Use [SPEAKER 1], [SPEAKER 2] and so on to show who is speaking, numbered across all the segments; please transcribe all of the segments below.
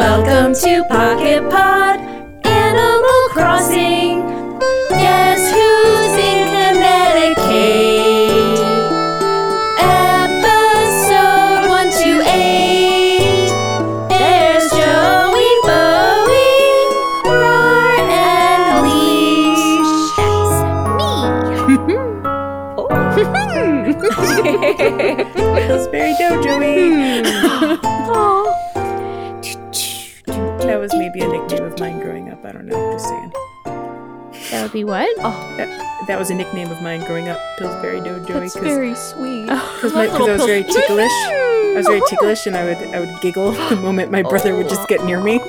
[SPEAKER 1] to Pocket Pod Animal Crossing. Guess who's in Connecticut? Episode 128. There's Joey, Bowie, Roar, and Leash.
[SPEAKER 2] That's very dough,
[SPEAKER 3] Hmm.
[SPEAKER 2] Joey. that was maybe a nickname of mine growing up. I don't know. Just saying.
[SPEAKER 3] That would be what? Oh,
[SPEAKER 2] That was a nickname of mine growing up, Pillsbury Dough Joey,
[SPEAKER 4] That's
[SPEAKER 2] because
[SPEAKER 4] very sweet.
[SPEAKER 2] I was very ticklish. I was very ticklish, and I would I would giggle the moment my brother would just get near me.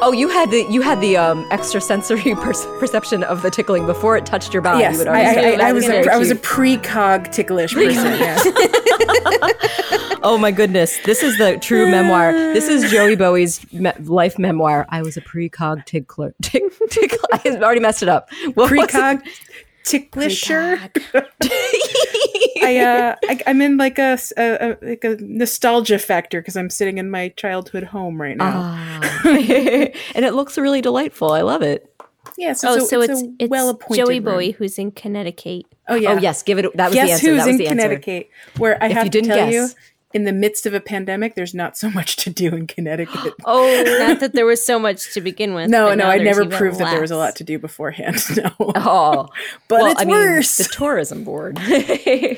[SPEAKER 4] Oh, you had the you had the um, extrasensory per- perception of the tickling before it touched your body. Oh, you
[SPEAKER 2] Yes,
[SPEAKER 4] would
[SPEAKER 2] I,
[SPEAKER 4] already
[SPEAKER 2] I,
[SPEAKER 4] say,
[SPEAKER 2] I, I was a,
[SPEAKER 4] "Look
[SPEAKER 2] I
[SPEAKER 4] at
[SPEAKER 2] was a
[SPEAKER 4] you."
[SPEAKER 2] precog ticklish person. Yes.
[SPEAKER 4] Oh my goodness, this is the true memoir. This is Joey Bowie's me- life memoir. I was a precog tickler. Tick, tickle. I already messed it up. What was it?
[SPEAKER 2] precog ticklisher. I, uh, I I'm in like a, s- a- a- like a nostalgia factor because I'm sitting in my childhood home right now.
[SPEAKER 4] Ah. and it looks really delightful. I love it.
[SPEAKER 2] yeah, so,
[SPEAKER 3] oh, so it's,
[SPEAKER 2] a
[SPEAKER 3] it's
[SPEAKER 2] well-appointed
[SPEAKER 3] Joey
[SPEAKER 2] room.
[SPEAKER 3] Bowie who's in Connecticut.
[SPEAKER 2] Oh yeah.
[SPEAKER 4] Oh yes, give it. That was the
[SPEAKER 2] Guess
[SPEAKER 4] answer.
[SPEAKER 2] who's
[SPEAKER 4] that was
[SPEAKER 2] in
[SPEAKER 4] the answer.
[SPEAKER 2] Connecticut? Where I
[SPEAKER 4] If
[SPEAKER 2] have
[SPEAKER 4] you
[SPEAKER 2] to
[SPEAKER 4] didn't
[SPEAKER 2] tell you,
[SPEAKER 4] guess.
[SPEAKER 2] in the midst of a pandemic, there's not so much to do in Connecticut.
[SPEAKER 3] Oh, not that there was so much to begin with.
[SPEAKER 2] no,
[SPEAKER 3] but
[SPEAKER 2] no,
[SPEAKER 3] now
[SPEAKER 2] I
[SPEAKER 3] there's
[SPEAKER 2] never
[SPEAKER 3] even
[SPEAKER 2] proved that there was a
[SPEAKER 3] less.
[SPEAKER 2] lot to do beforehand. No,
[SPEAKER 4] Oh,
[SPEAKER 2] but
[SPEAKER 4] well,
[SPEAKER 2] it's
[SPEAKER 4] I mean,
[SPEAKER 2] worse.
[SPEAKER 4] the tourism board. no,
[SPEAKER 2] I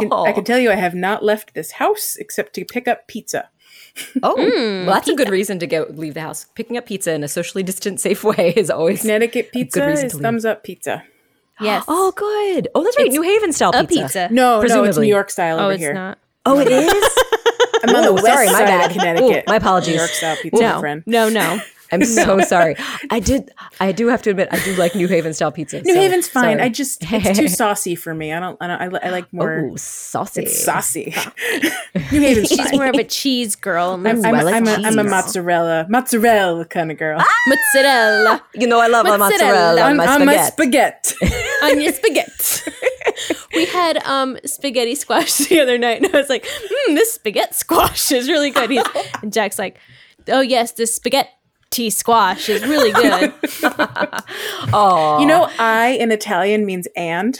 [SPEAKER 2] can, I can tell you, I have not left this house except to pick up pizza.
[SPEAKER 4] Oh,
[SPEAKER 2] mm,
[SPEAKER 4] well, that's a good reason to go leave the house. Picking up pizza in a socially distant, safe way is always.
[SPEAKER 2] Connecticut pizza
[SPEAKER 4] reason
[SPEAKER 2] is
[SPEAKER 4] to leave.
[SPEAKER 2] thumbs up pizza.
[SPEAKER 3] Yes.
[SPEAKER 4] Oh, good. Oh, that's right. New Haven style
[SPEAKER 3] a
[SPEAKER 4] pizza.
[SPEAKER 3] pizza.
[SPEAKER 2] No, no, it's
[SPEAKER 4] Presumably.
[SPEAKER 2] New York style
[SPEAKER 3] Oh,
[SPEAKER 2] over
[SPEAKER 3] it's
[SPEAKER 2] here.
[SPEAKER 3] not.
[SPEAKER 4] Oh, it is.
[SPEAKER 2] I'm on the
[SPEAKER 4] Ooh,
[SPEAKER 2] west
[SPEAKER 4] sorry, my
[SPEAKER 2] side
[SPEAKER 4] bad.
[SPEAKER 2] of Connecticut.
[SPEAKER 4] Ooh, my apologies.
[SPEAKER 2] New York style pizza, my friend.
[SPEAKER 3] No, no.
[SPEAKER 4] I'm so sorry. I did. I do have to admit, I do like New Haven style pizza.
[SPEAKER 2] New
[SPEAKER 4] so-
[SPEAKER 2] Haven's fine.
[SPEAKER 4] sorry.
[SPEAKER 2] I just it's too saucy for me. I don't. I, don't, I, li- I like more.
[SPEAKER 4] Ooh, saucy.
[SPEAKER 2] it's saucy. New Haven's
[SPEAKER 3] She's
[SPEAKER 2] fine.
[SPEAKER 3] more of a cheese girl. and
[SPEAKER 2] I'm,
[SPEAKER 3] less
[SPEAKER 2] I'm,
[SPEAKER 4] I like
[SPEAKER 2] I'm, a, I'm a
[SPEAKER 4] cheese.
[SPEAKER 2] mozzarella, mozzarella kind of girl.
[SPEAKER 3] Ah, mozzarella
[SPEAKER 4] You know, I love my
[SPEAKER 3] Mozzarella.
[SPEAKER 4] mozzarella
[SPEAKER 2] I'm,
[SPEAKER 4] and my
[SPEAKER 2] I'm a
[SPEAKER 4] spaghetti.
[SPEAKER 2] spaghetti.
[SPEAKER 3] on your spaghetti. we had um spaghetti squash the other night, and I was like, mm, "This spaghetti squash is really good." He's, and Jack's like, "Oh yes, this spaghetti squash is really good."
[SPEAKER 4] oh,
[SPEAKER 2] you know, I in Italian means and.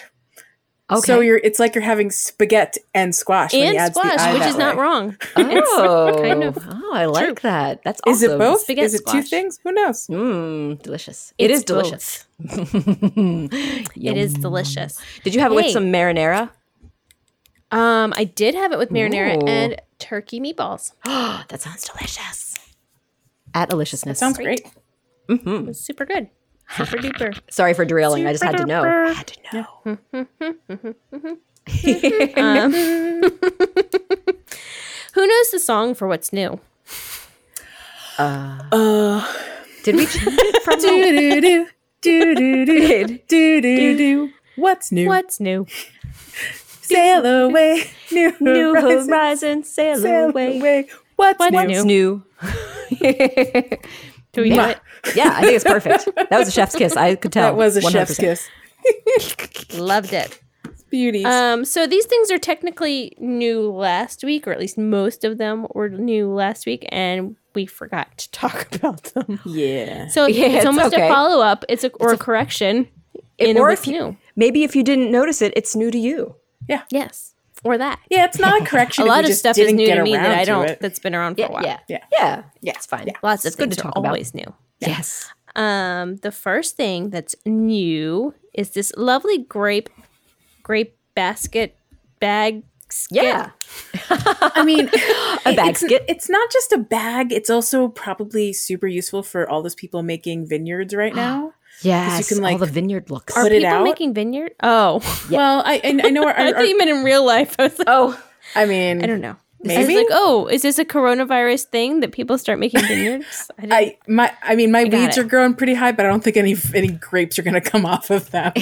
[SPEAKER 4] okay.
[SPEAKER 2] So you're it's like you're having spaghetti and squash. when
[SPEAKER 3] and
[SPEAKER 2] he adds the
[SPEAKER 3] squash,
[SPEAKER 2] I
[SPEAKER 3] which
[SPEAKER 2] that
[SPEAKER 3] is not
[SPEAKER 2] way.
[SPEAKER 3] wrong.
[SPEAKER 4] oh,
[SPEAKER 3] kind of
[SPEAKER 4] Oh, I like that. That's
[SPEAKER 2] Is
[SPEAKER 4] awesome.
[SPEAKER 2] it both?
[SPEAKER 3] spaghetti
[SPEAKER 2] is it two
[SPEAKER 3] squash.
[SPEAKER 2] things? Who knows?
[SPEAKER 4] Mmm, delicious. It
[SPEAKER 3] It's
[SPEAKER 4] is delicious.
[SPEAKER 3] It is delicious.
[SPEAKER 4] Did you have it
[SPEAKER 3] Hey.
[SPEAKER 4] with some marinara?
[SPEAKER 3] Um, I did have it with marinara
[SPEAKER 4] Ooh.
[SPEAKER 3] and turkey meatballs.
[SPEAKER 4] Oh, that sounds delicious. At deliciousness.
[SPEAKER 2] Sounds great.
[SPEAKER 3] It was super good. Super duper.
[SPEAKER 4] Sorry for derailing. I just had to know. I had to know.
[SPEAKER 3] Who knows the song for what's new?
[SPEAKER 2] Uh,
[SPEAKER 4] Did we change it from the-
[SPEAKER 2] do do do do do do do do. What's new?
[SPEAKER 3] What's new?
[SPEAKER 2] Sail away, new,
[SPEAKER 4] New
[SPEAKER 2] horizons,
[SPEAKER 4] Horizon Sail,
[SPEAKER 2] Sail
[SPEAKER 4] Away?
[SPEAKER 2] away. What's,
[SPEAKER 3] What's
[SPEAKER 2] new?
[SPEAKER 4] It's new.
[SPEAKER 3] Do we do it?
[SPEAKER 4] Yeah, I think it's perfect. That was a chef's kiss. I could tell.
[SPEAKER 2] That was a chef's
[SPEAKER 4] 100%.
[SPEAKER 2] kiss.
[SPEAKER 3] Loved it.
[SPEAKER 2] Beauties.
[SPEAKER 3] Um, so these things are technically new last week, or at least most of them were new last week, and we forgot to talk about them.
[SPEAKER 2] yeah.
[SPEAKER 3] So
[SPEAKER 4] Yeah,
[SPEAKER 3] it's
[SPEAKER 4] it's
[SPEAKER 3] almost
[SPEAKER 4] okay.
[SPEAKER 3] a follow up. It's a or a, correction in
[SPEAKER 4] or
[SPEAKER 3] what's
[SPEAKER 4] if you-
[SPEAKER 3] new.
[SPEAKER 4] Maybe if you didn't notice it, it's new to you.
[SPEAKER 3] Yes, or that.
[SPEAKER 2] Yeah, it's not a correction.
[SPEAKER 3] A
[SPEAKER 2] if you
[SPEAKER 3] lot of
[SPEAKER 2] just
[SPEAKER 3] stuff is
[SPEAKER 2] didn't
[SPEAKER 3] new
[SPEAKER 2] get
[SPEAKER 3] to me that
[SPEAKER 2] around
[SPEAKER 3] I
[SPEAKER 2] to
[SPEAKER 3] don't.
[SPEAKER 2] it.
[SPEAKER 3] That's been around for a while.
[SPEAKER 4] Yeah.
[SPEAKER 2] Yeah.
[SPEAKER 4] Yeah.
[SPEAKER 2] Yeah.
[SPEAKER 4] It's fine.
[SPEAKER 3] Lots of
[SPEAKER 4] It's good
[SPEAKER 3] things
[SPEAKER 4] to
[SPEAKER 3] are
[SPEAKER 4] talk about.
[SPEAKER 3] always new.
[SPEAKER 4] Yes.
[SPEAKER 3] Um, the first thing that's new is this lovely grape, grape basket bag. skit.
[SPEAKER 4] Yeah.
[SPEAKER 2] I mean,
[SPEAKER 4] A bag
[SPEAKER 2] it's,
[SPEAKER 4] skit.
[SPEAKER 2] it's not just a bag. It's also probably super useful for all those people making vineyards right now.
[SPEAKER 4] Yes.
[SPEAKER 2] can,
[SPEAKER 4] all
[SPEAKER 2] like,
[SPEAKER 4] the vineyard looks.
[SPEAKER 2] Put it
[SPEAKER 3] People
[SPEAKER 2] out.
[SPEAKER 3] making vineyard. Oh,
[SPEAKER 2] Well, I I, I know. Our,
[SPEAKER 3] I
[SPEAKER 2] our,
[SPEAKER 3] thought you meant in real life. I was like,
[SPEAKER 4] oh.
[SPEAKER 2] I mean,
[SPEAKER 3] I don't know. I was
[SPEAKER 2] Maybe.
[SPEAKER 3] like, oh, is this a coronavirus thing that people start making vineyards? I didn't,
[SPEAKER 2] I my I mean my
[SPEAKER 3] got
[SPEAKER 2] weeds
[SPEAKER 3] it.
[SPEAKER 2] are growing pretty high, but I don't think any any grapes are going to come off of them.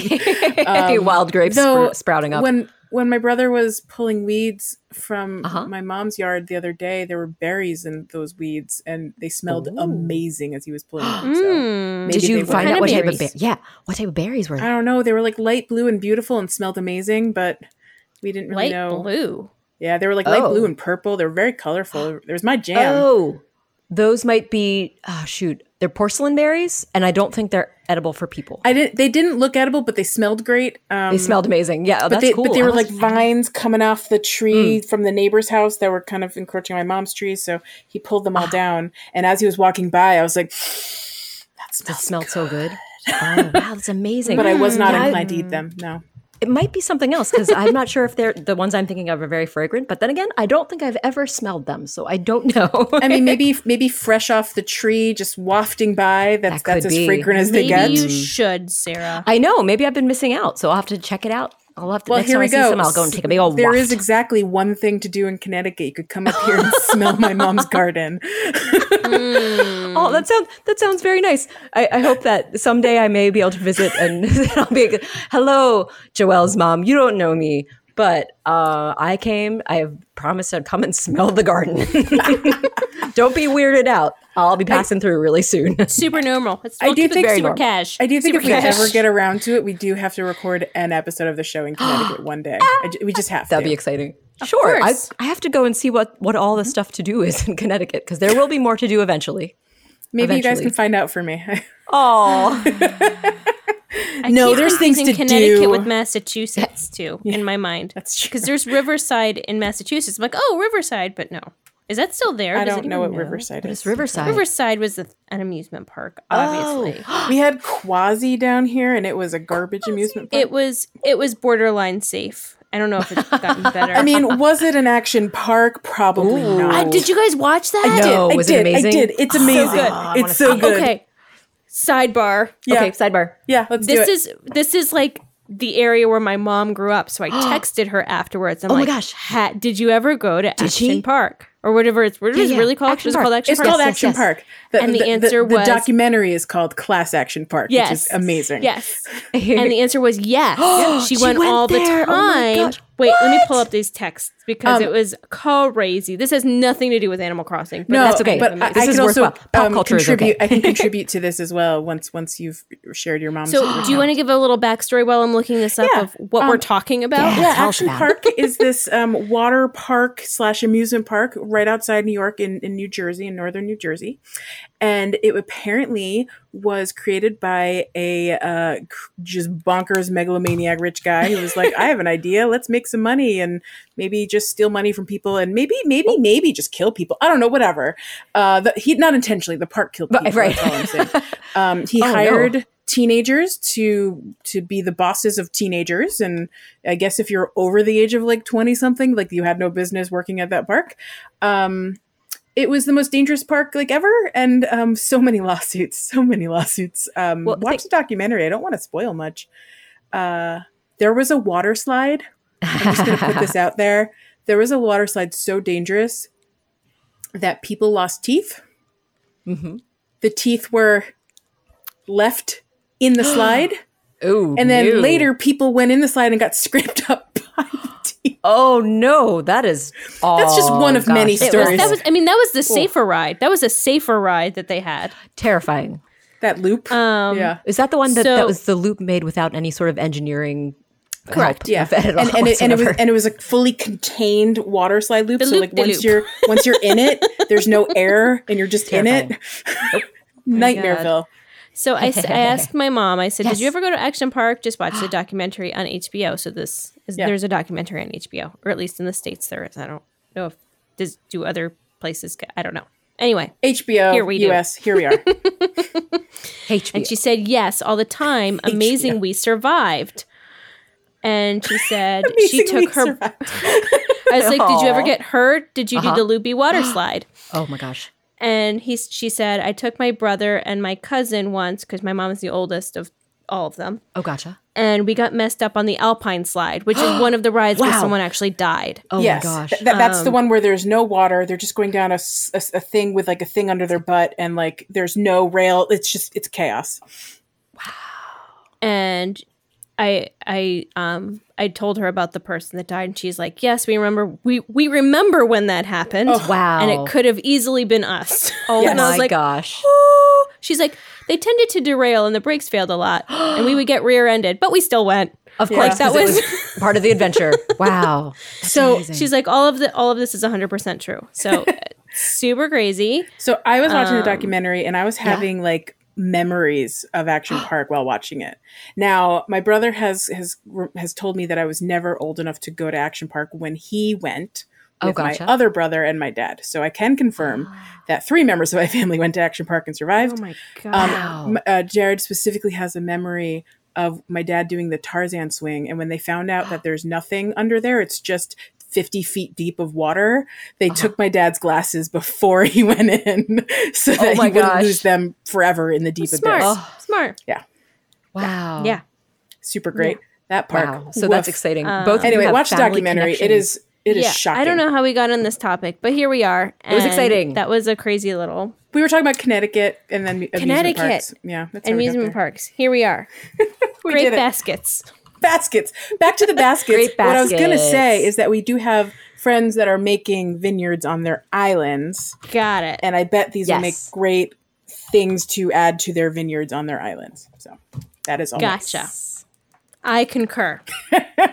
[SPEAKER 4] wild grapes
[SPEAKER 2] though,
[SPEAKER 4] spr- sprouting up.
[SPEAKER 2] Um, When when my brother was pulling weeds from
[SPEAKER 4] Uh-huh.
[SPEAKER 2] my mom's yard the other day, there were berries in those weeds, and they smelled amazing as he was pulling them. So
[SPEAKER 3] Mm.
[SPEAKER 2] maybe
[SPEAKER 4] Did
[SPEAKER 2] they
[SPEAKER 4] you
[SPEAKER 2] were-
[SPEAKER 4] find
[SPEAKER 3] Kind
[SPEAKER 4] out
[SPEAKER 3] of
[SPEAKER 4] what type of Um,
[SPEAKER 3] berries.
[SPEAKER 4] bear? Yeah, what type of berries were?
[SPEAKER 2] I don't know. They were like light blue and beautiful, and smelled amazing, but we didn't
[SPEAKER 3] light
[SPEAKER 2] really know.
[SPEAKER 3] blue.
[SPEAKER 2] Yeah, they were like light
[SPEAKER 4] Oh.
[SPEAKER 2] blue and purple. They were very colorful. There was my jam.
[SPEAKER 4] Oh, those might be oh shoot, they're porcelain berries, and I don't think they're edible for people.
[SPEAKER 2] I didn't. They didn't look edible, but they smelled great. Um,
[SPEAKER 4] they smelled amazing. Yeah, oh,
[SPEAKER 2] But
[SPEAKER 4] that's Mm.
[SPEAKER 2] they,
[SPEAKER 4] cool.
[SPEAKER 2] but they
[SPEAKER 4] I
[SPEAKER 2] were
[SPEAKER 4] was-
[SPEAKER 2] like vines coming off the tree from the neighbor's house that were kind of encroaching on my mom's trees. So he pulled them
[SPEAKER 4] Ah.
[SPEAKER 2] all down. And as he was walking by, I was like, that
[SPEAKER 4] that
[SPEAKER 2] smells.
[SPEAKER 4] smelled so good. Oh wow, that's amazing.
[SPEAKER 2] But I was not
[SPEAKER 4] Yeah, Mm, I-
[SPEAKER 2] inclined to eat them. No.
[SPEAKER 4] it might be something else because I'm not sure if they're the ones I'm thinking of are very fragrant. But then again, I don't think I've ever smelled them, so I don't know.
[SPEAKER 2] I mean, maybe maybe fresh off the tree, just wafting by. That's
[SPEAKER 4] That could
[SPEAKER 2] that's as
[SPEAKER 4] be.
[SPEAKER 2] fragrant as
[SPEAKER 3] Maybe
[SPEAKER 2] they get.
[SPEAKER 3] you should, Sarah.
[SPEAKER 4] I know. Maybe I've been missing out, so I'll have to check it out. I'll have to.
[SPEAKER 2] well,
[SPEAKER 4] next
[SPEAKER 2] here
[SPEAKER 4] time
[SPEAKER 2] we
[SPEAKER 4] I see
[SPEAKER 2] go.
[SPEAKER 4] some, I'll go and take a big old.
[SPEAKER 2] There
[SPEAKER 4] waft.
[SPEAKER 2] is exactly one thing to do in Connecticut. You could come up here and smell my mom's garden.
[SPEAKER 4] Oh,
[SPEAKER 2] Mm-hmm.
[SPEAKER 4] that sounds that sounds very nice. I, I hope that someday I may be able to visit and I'll be like, hello, Joelle's mom. You don't know me, but uh, I came. I have promised I'd come and smell the garden. don't be weirded out. I'll be passing through really soon.
[SPEAKER 3] super normal. It's,
[SPEAKER 2] I
[SPEAKER 3] we'll
[SPEAKER 2] do
[SPEAKER 3] keep it
[SPEAKER 2] think-
[SPEAKER 3] super
[SPEAKER 2] normal.
[SPEAKER 3] cash.
[SPEAKER 2] I do think
[SPEAKER 3] super
[SPEAKER 2] if we
[SPEAKER 3] cash.
[SPEAKER 2] ever get around to it, we do have to record an episode of the show in Connecticut one day. I ju- we just have
[SPEAKER 4] That'd
[SPEAKER 2] to.
[SPEAKER 4] be exciting. Sure. I,
[SPEAKER 3] course.
[SPEAKER 4] I have to go and see what what all the
[SPEAKER 2] Mm-hmm.
[SPEAKER 4] stuff to do is in Connecticut because there will be more to do eventually.
[SPEAKER 2] Maybe you guys
[SPEAKER 4] eventually.
[SPEAKER 2] can find out for me.
[SPEAKER 4] Oh,
[SPEAKER 3] I
[SPEAKER 2] No,
[SPEAKER 3] keep
[SPEAKER 2] there's things
[SPEAKER 3] confusing
[SPEAKER 2] to
[SPEAKER 3] Connecticut
[SPEAKER 2] do.
[SPEAKER 3] with Massachusetts too in my mind.
[SPEAKER 2] That's true.
[SPEAKER 3] because there's Riverside in Massachusetts. I'm like, oh, Riverside, but no, is that still there?
[SPEAKER 2] I
[SPEAKER 3] Does
[SPEAKER 2] don't
[SPEAKER 3] anyone
[SPEAKER 2] know what Riverside is.
[SPEAKER 4] it's Riverside.
[SPEAKER 3] Riverside was the, an amusement park,
[SPEAKER 2] Oh.
[SPEAKER 3] obviously.
[SPEAKER 2] We had Quasi down here, and it was a garbage amusement park.
[SPEAKER 3] It was it was borderline safe. I don't know if it's gotten better.
[SPEAKER 2] I mean, was it an action park? Probably not.
[SPEAKER 3] I- Uh, did you guys watch that?
[SPEAKER 2] I did.
[SPEAKER 4] No,
[SPEAKER 2] I
[SPEAKER 4] Oh, was it
[SPEAKER 2] did. I
[SPEAKER 4] amazing? Oh,
[SPEAKER 2] did. It's amazing.
[SPEAKER 3] good.
[SPEAKER 4] wanna
[SPEAKER 2] it's so
[SPEAKER 4] see it.
[SPEAKER 2] good.
[SPEAKER 3] Okay, sidebar.
[SPEAKER 2] Yeah.
[SPEAKER 4] Okay, sidebar.
[SPEAKER 2] Yeah. Let's
[SPEAKER 3] This
[SPEAKER 2] do it.
[SPEAKER 3] is this is like the area where my mom grew up. So I texted her afterwards. I'm
[SPEAKER 4] my
[SPEAKER 3] like,
[SPEAKER 4] gosh.
[SPEAKER 3] Ha- did you ever go to Action
[SPEAKER 4] she?
[SPEAKER 3] Park or whatever it's what is it
[SPEAKER 4] yeah.
[SPEAKER 3] really called?
[SPEAKER 4] Action
[SPEAKER 3] Is it
[SPEAKER 4] Park.
[SPEAKER 3] called Action
[SPEAKER 2] It's
[SPEAKER 3] Park?
[SPEAKER 2] called
[SPEAKER 4] yes,
[SPEAKER 2] Action
[SPEAKER 4] yes.
[SPEAKER 2] Park. The,
[SPEAKER 3] And the
[SPEAKER 2] the,
[SPEAKER 3] answer was-
[SPEAKER 2] documentary is called Class Action Park,
[SPEAKER 3] Yes.
[SPEAKER 2] which is amazing.
[SPEAKER 3] Yes. and the answer was yes. she,
[SPEAKER 4] She
[SPEAKER 3] went,
[SPEAKER 4] went
[SPEAKER 3] all
[SPEAKER 4] there.
[SPEAKER 3] the
[SPEAKER 4] Oh my
[SPEAKER 3] time.
[SPEAKER 4] gosh.
[SPEAKER 3] Wait, let me pull up these texts because it was crazy. This has nothing to do with Animal Crossing. But
[SPEAKER 2] No,
[SPEAKER 4] that's okay.
[SPEAKER 2] But I,
[SPEAKER 4] This
[SPEAKER 2] I
[SPEAKER 4] is
[SPEAKER 2] can also
[SPEAKER 4] worthwhile. Pop
[SPEAKER 2] um,
[SPEAKER 4] culture is
[SPEAKER 2] contribute.
[SPEAKER 4] okay.
[SPEAKER 2] I can contribute to this as well. Once once you've shared your mom's.
[SPEAKER 3] So, do you want to give a little backstory while I'm looking this up
[SPEAKER 2] Yeah.
[SPEAKER 3] of what we're talking about?
[SPEAKER 2] yeah,
[SPEAKER 4] tell us
[SPEAKER 2] Action
[SPEAKER 4] about
[SPEAKER 2] Park is this um, water park slash amusement park right outside New York in, in New Jersey, in northern New Jersey. And it apparently was created by a uh, cr- just bonkers megalomaniac rich guy who was like, I have an idea. Let's make some money and maybe just steal money from people and maybe, maybe, maybe just kill people. I don't know, whatever. Uh, the, he Not intentionally, the park killed people.
[SPEAKER 4] right.
[SPEAKER 2] That's all I'm saying. Um, he
[SPEAKER 4] no.
[SPEAKER 2] hired teenagers to to be the bosses of teenagers, and I guess if you're over the age of like twenty something, like you had no business working at that park. Um, it was the most dangerous park like ever, and um, so many lawsuits, so many lawsuits. Um,
[SPEAKER 4] Well,
[SPEAKER 2] watch the documentary. I don't want to spoil much. Uh, there was a water slide. I'm just going to put this out there. There was a water slide so dangerous that people lost teeth
[SPEAKER 4] Mhm.
[SPEAKER 2] the teeth were left in the slide.
[SPEAKER 4] Ooh,
[SPEAKER 2] And then
[SPEAKER 4] no.
[SPEAKER 2] later, people went in the slide and got scraped up by the teeth.
[SPEAKER 4] Oh no, that is.
[SPEAKER 2] That's just one
[SPEAKER 4] one
[SPEAKER 2] of many
[SPEAKER 3] It was,
[SPEAKER 2] stories.
[SPEAKER 3] that was, I mean, that was the safer ride. That was a safer ride that they had.
[SPEAKER 4] terrifying.
[SPEAKER 2] That loop.
[SPEAKER 3] Um,
[SPEAKER 2] yeah.
[SPEAKER 4] Is that the one that,
[SPEAKER 3] So-
[SPEAKER 4] that was the loop made without any sort of engineering? Correct. Help
[SPEAKER 2] Yeah,
[SPEAKER 4] of it at
[SPEAKER 2] and,
[SPEAKER 4] all
[SPEAKER 2] and, it, and it was
[SPEAKER 4] whatsoever?
[SPEAKER 2] and it was a fully contained water slide loop.
[SPEAKER 3] The
[SPEAKER 2] so
[SPEAKER 3] loop
[SPEAKER 2] like
[SPEAKER 3] de
[SPEAKER 2] once
[SPEAKER 3] loop.
[SPEAKER 2] you're once you're in it, there's no air, and you're just in it.
[SPEAKER 3] Oh
[SPEAKER 2] Nightmareville.
[SPEAKER 3] So I, s- I asked my mom, I said, Did you
[SPEAKER 4] Yes.
[SPEAKER 3] ever go to Action Park? Just watch the documentary on HBO. So this is
[SPEAKER 2] Yeah.
[SPEAKER 3] there's a documentary on HBO, or at least in the States there is. I don't know if does do other places ca- I don't know. Anyway.
[SPEAKER 2] HBO.
[SPEAKER 3] Here we do. Oh
[SPEAKER 2] US. Here we are.
[SPEAKER 4] HBO.
[SPEAKER 3] And she said, Yes, all the time. Amazing we survived. And she said she
[SPEAKER 2] Amazing we
[SPEAKER 3] took her
[SPEAKER 2] survived. Uh-huh.
[SPEAKER 3] I was like, Did you ever
[SPEAKER 4] Aw.
[SPEAKER 3] get hurt? Did you do the Luby water slide?
[SPEAKER 4] oh my gosh.
[SPEAKER 3] and he she said i took my brother and my cousin once because my mom is the oldest of all of them
[SPEAKER 4] Oh gotcha.
[SPEAKER 3] and we got messed up on the alpine slide which is one of the rides where
[SPEAKER 4] Wow.
[SPEAKER 3] someone actually died
[SPEAKER 4] Oh
[SPEAKER 2] yes,
[SPEAKER 4] my gosh.
[SPEAKER 2] Th- th- that's
[SPEAKER 3] Um,
[SPEAKER 2] the one where there's no water. They're just going down a, s- a s- a thing with like a thing under their butt, and like there's no rail. It's just it's chaos.
[SPEAKER 3] and i i um i told her about the person that died and she's like yes we remember we we remember when that happened
[SPEAKER 4] Oh, wow.
[SPEAKER 3] and it could have easily been us oh
[SPEAKER 4] Oh
[SPEAKER 3] and i
[SPEAKER 4] my
[SPEAKER 3] was like
[SPEAKER 4] gosh.
[SPEAKER 3] "Oh." she's like they tended to derail and the brakes failed a lot and we would get rear-ended but we still went
[SPEAKER 4] Of course,
[SPEAKER 3] that
[SPEAKER 4] 'cause it
[SPEAKER 3] was-
[SPEAKER 4] was part of the adventure. Wow.
[SPEAKER 2] So
[SPEAKER 3] She's like, all of the all of this is 100 percent true. So uh, super crazy.
[SPEAKER 2] So I was watching the
[SPEAKER 3] Um,
[SPEAKER 2] documentary and I was having like memories of Action Park while watching it. Now, my brother has has has told me that I was never old enough to go to Action Park when he went
[SPEAKER 4] Oh,
[SPEAKER 2] with
[SPEAKER 4] gotcha.
[SPEAKER 2] my other brother and my dad. So I can confirm that three members of my family went to Action Park and survived.
[SPEAKER 3] my
[SPEAKER 2] Um,
[SPEAKER 4] Wow.
[SPEAKER 2] m- uh, Jared specifically has a memory of my dad doing the Tarzan swing, and when they found out that there's nothing under there, it's just 50 feet deep of water. They
[SPEAKER 4] Uh-huh.
[SPEAKER 2] took my dad's glasses before he went in, so that he
[SPEAKER 4] Oh my
[SPEAKER 2] wouldn't
[SPEAKER 4] gosh.
[SPEAKER 2] lose them forever in the deep
[SPEAKER 3] smart,
[SPEAKER 2] abyss.
[SPEAKER 4] Oh.
[SPEAKER 3] smart.
[SPEAKER 4] Wow.
[SPEAKER 3] Yeah,
[SPEAKER 2] Super great that park.
[SPEAKER 4] Wow. So that's
[SPEAKER 2] Woof.
[SPEAKER 4] exciting.
[SPEAKER 3] Um,
[SPEAKER 4] Both of you
[SPEAKER 2] Anyway,
[SPEAKER 4] have
[SPEAKER 2] watch the
[SPEAKER 4] family
[SPEAKER 2] documentary. It
[SPEAKER 4] connections.
[SPEAKER 2] is it is
[SPEAKER 3] yeah.
[SPEAKER 2] shocking.
[SPEAKER 3] I don't know how we got on this topic, but here we are.
[SPEAKER 4] was
[SPEAKER 3] and
[SPEAKER 4] exciting.
[SPEAKER 3] That was a crazy little
[SPEAKER 2] We were talking about Connecticut and then amusement
[SPEAKER 3] Connecticut.
[SPEAKER 2] parks. Yeah, that's how we got
[SPEAKER 3] amusement
[SPEAKER 2] there.
[SPEAKER 3] parks. Here we are.
[SPEAKER 2] We
[SPEAKER 3] Great
[SPEAKER 2] did it.
[SPEAKER 3] baskets.
[SPEAKER 2] baskets. Back to the baskets.
[SPEAKER 4] Great
[SPEAKER 2] What I was going to
[SPEAKER 4] baskets.
[SPEAKER 2] say is that we do have friends that are making vineyards on their islands,
[SPEAKER 3] Got it.
[SPEAKER 2] and I bet these will make
[SPEAKER 4] Yes.
[SPEAKER 2] great things to add to their vineyards on their islands. So that is all.
[SPEAKER 3] Gotcha. I concur.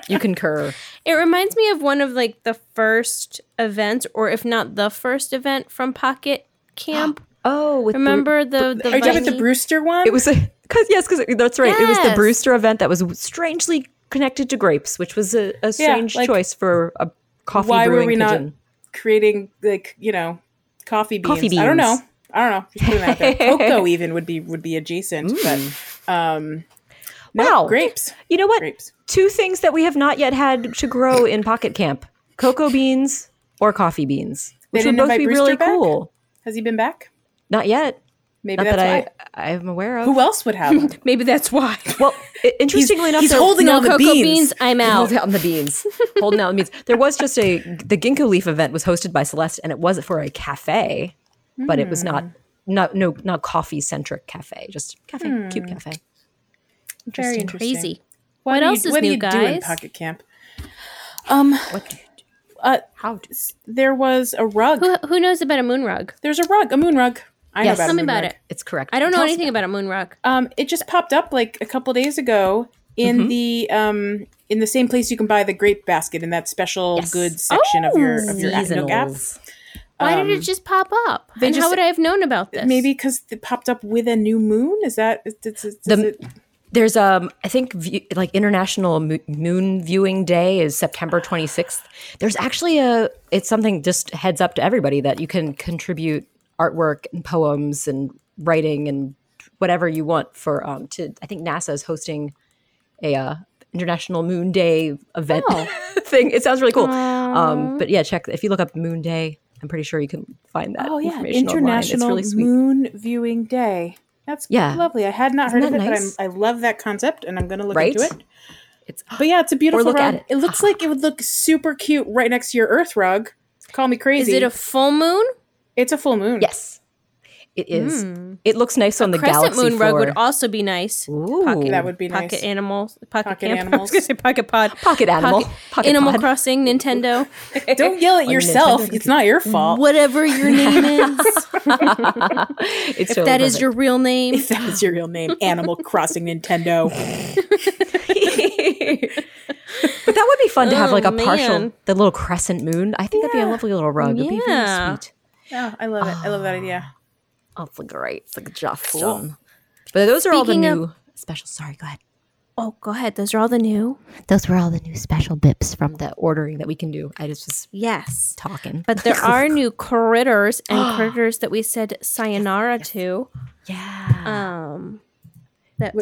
[SPEAKER 4] You concur.
[SPEAKER 3] It reminds me of one of like the first events, or if not the first event from Pocket Camp.
[SPEAKER 4] Oh, with Bru-
[SPEAKER 3] Remember the the
[SPEAKER 2] Are you talking about the
[SPEAKER 3] Viney?
[SPEAKER 2] Brewster one?
[SPEAKER 4] it was a because yes, because that's right. It was the
[SPEAKER 3] Yes.
[SPEAKER 4] Brewster event that was strangely connected to grapes, which was a, a strange
[SPEAKER 2] like,
[SPEAKER 4] choice for a coffee
[SPEAKER 2] why were
[SPEAKER 4] brewing
[SPEAKER 2] we not
[SPEAKER 4] pigeon.
[SPEAKER 2] creating like you know coffee beans.
[SPEAKER 4] Coffee
[SPEAKER 2] I don't know.
[SPEAKER 4] beans.
[SPEAKER 2] I don't know. Just putting that out there. Cocoa even would be would be adjacent, but um, no,
[SPEAKER 4] Mm. Wow.
[SPEAKER 2] grapes,
[SPEAKER 4] you know what?
[SPEAKER 2] grapes.
[SPEAKER 4] Two things that we have not yet had to grow in Pocket Camp: cocoa beans or coffee beans,
[SPEAKER 2] They
[SPEAKER 4] which
[SPEAKER 2] didn't
[SPEAKER 4] would both
[SPEAKER 2] invite
[SPEAKER 4] be
[SPEAKER 2] Brewster
[SPEAKER 4] really
[SPEAKER 2] back?
[SPEAKER 4] cool.
[SPEAKER 2] Has he been back?
[SPEAKER 4] Not yet.
[SPEAKER 2] Maybe that's
[SPEAKER 4] Not
[SPEAKER 2] why.
[SPEAKER 4] that I I'm aware of.
[SPEAKER 2] Who else would have? them?
[SPEAKER 3] Maybe that's why.
[SPEAKER 4] Well, i- interestingly enough,
[SPEAKER 2] he's
[SPEAKER 4] there-
[SPEAKER 2] holding
[SPEAKER 3] no
[SPEAKER 2] all the
[SPEAKER 3] cocoa
[SPEAKER 2] beans. Oh,
[SPEAKER 3] beans. I'm out.
[SPEAKER 4] Hold out the beans. Holding out the beans. There was just a the ginkgo leaf event was hosted by Celeste, and it was for a cafe, but it was not not no not coffee centric cafe. Just cafe, cute cafe.
[SPEAKER 2] Very interesting.
[SPEAKER 3] Crazy. What, else is
[SPEAKER 2] what
[SPEAKER 3] new,
[SPEAKER 2] do you do in
[SPEAKER 3] guys?
[SPEAKER 2] Pocket Camp? Um,
[SPEAKER 4] What? do you do?
[SPEAKER 2] uh,
[SPEAKER 4] How? do-
[SPEAKER 2] there was a rug.
[SPEAKER 3] Who, who knows about a moon rug?
[SPEAKER 2] There's a rug, a moon rug. I
[SPEAKER 4] Yes.
[SPEAKER 2] know about
[SPEAKER 3] Tell
[SPEAKER 2] a
[SPEAKER 3] me
[SPEAKER 2] moon
[SPEAKER 3] about
[SPEAKER 2] rug.
[SPEAKER 3] it.
[SPEAKER 4] It's correct.
[SPEAKER 3] I don't know
[SPEAKER 4] Tell us
[SPEAKER 3] anything about a moon rug.
[SPEAKER 2] Um, it just popped up like a couple days ago in the um in the same place you can buy the grape basket in that special
[SPEAKER 4] Yes. Oh,
[SPEAKER 2] goods section of your of your
[SPEAKER 4] about
[SPEAKER 2] no gap.
[SPEAKER 4] seasonals.
[SPEAKER 3] Why did it just pop up? And
[SPEAKER 2] just-
[SPEAKER 3] how would I have known about this?
[SPEAKER 2] Maybe because it popped up with a new moon. Is that is, is, is,
[SPEAKER 4] The-
[SPEAKER 2] it,
[SPEAKER 4] There's um I think view, like International Mo- Moon Viewing Day is September 26th. There's actually a it's something just heads up to everybody that you can contribute artwork and poems and writing and whatever you want for um to I think NASA is hosting a uh, International Moon Day event thing. It sounds really cool. Um but yeah, check if you look up Moon Day, I'm pretty sure you can find that
[SPEAKER 2] oh yeah,
[SPEAKER 4] information
[SPEAKER 2] International
[SPEAKER 4] online. It's really sweet.
[SPEAKER 2] Moon Viewing Day. That's
[SPEAKER 4] Yeah.
[SPEAKER 2] lovely. I had not heard of
[SPEAKER 4] that
[SPEAKER 2] it,
[SPEAKER 4] nice?
[SPEAKER 2] but I'm, I love that concept, and I'm going to look
[SPEAKER 4] Right?
[SPEAKER 2] into it.
[SPEAKER 4] It's
[SPEAKER 2] But yeah, it's a beautiful
[SPEAKER 4] look
[SPEAKER 2] rug.
[SPEAKER 4] at it.
[SPEAKER 2] It. looks like it would look super cute right next to your Earth rug. Call me
[SPEAKER 3] is
[SPEAKER 2] crazy.
[SPEAKER 3] it a full moon?
[SPEAKER 2] it's a full moon.
[SPEAKER 4] yes. It is. It looks nice on the
[SPEAKER 3] Crescent
[SPEAKER 4] galaxy
[SPEAKER 3] moon
[SPEAKER 4] floor.
[SPEAKER 3] rug would also be nice.
[SPEAKER 4] Ooh.
[SPEAKER 3] Pocket-
[SPEAKER 2] That would be
[SPEAKER 3] pocket
[SPEAKER 2] nice.
[SPEAKER 3] animals. Pocket,
[SPEAKER 2] Pocket
[SPEAKER 3] camp. I
[SPEAKER 2] animals.
[SPEAKER 3] was gonna say pocket pod.
[SPEAKER 4] Pocket animal. Pocket
[SPEAKER 3] Animal
[SPEAKER 4] pod.
[SPEAKER 3] Crossing. Nintendo.
[SPEAKER 2] Don't yell at
[SPEAKER 4] On
[SPEAKER 2] yourself.
[SPEAKER 4] Nintendo
[SPEAKER 2] It's not your fault.
[SPEAKER 3] Whatever your name is,
[SPEAKER 4] It's
[SPEAKER 3] if that is your real name.
[SPEAKER 2] That is your real name. Animal Crossing Nintendo.
[SPEAKER 4] but that would be fun to have
[SPEAKER 3] Oh,
[SPEAKER 4] like a partial,
[SPEAKER 3] man.
[SPEAKER 4] the little crescent moon. I think that'd be a lovely little rug. It'd be
[SPEAKER 3] Yeah.
[SPEAKER 4] really sweet.
[SPEAKER 2] Yeah, I love it. I love that idea.
[SPEAKER 4] Oh, it's great. It's like just done. But those are all the
[SPEAKER 3] Speaking of-
[SPEAKER 4] new specials. Sorry, go ahead.
[SPEAKER 3] Oh, go ahead. Those are all the new.
[SPEAKER 4] Those were all the new special bips from the ordering that we can do. I just was
[SPEAKER 3] Yes.
[SPEAKER 4] talking.
[SPEAKER 3] But there are new critters and critters that we said sayonara to.
[SPEAKER 4] yeah.
[SPEAKER 3] Um, that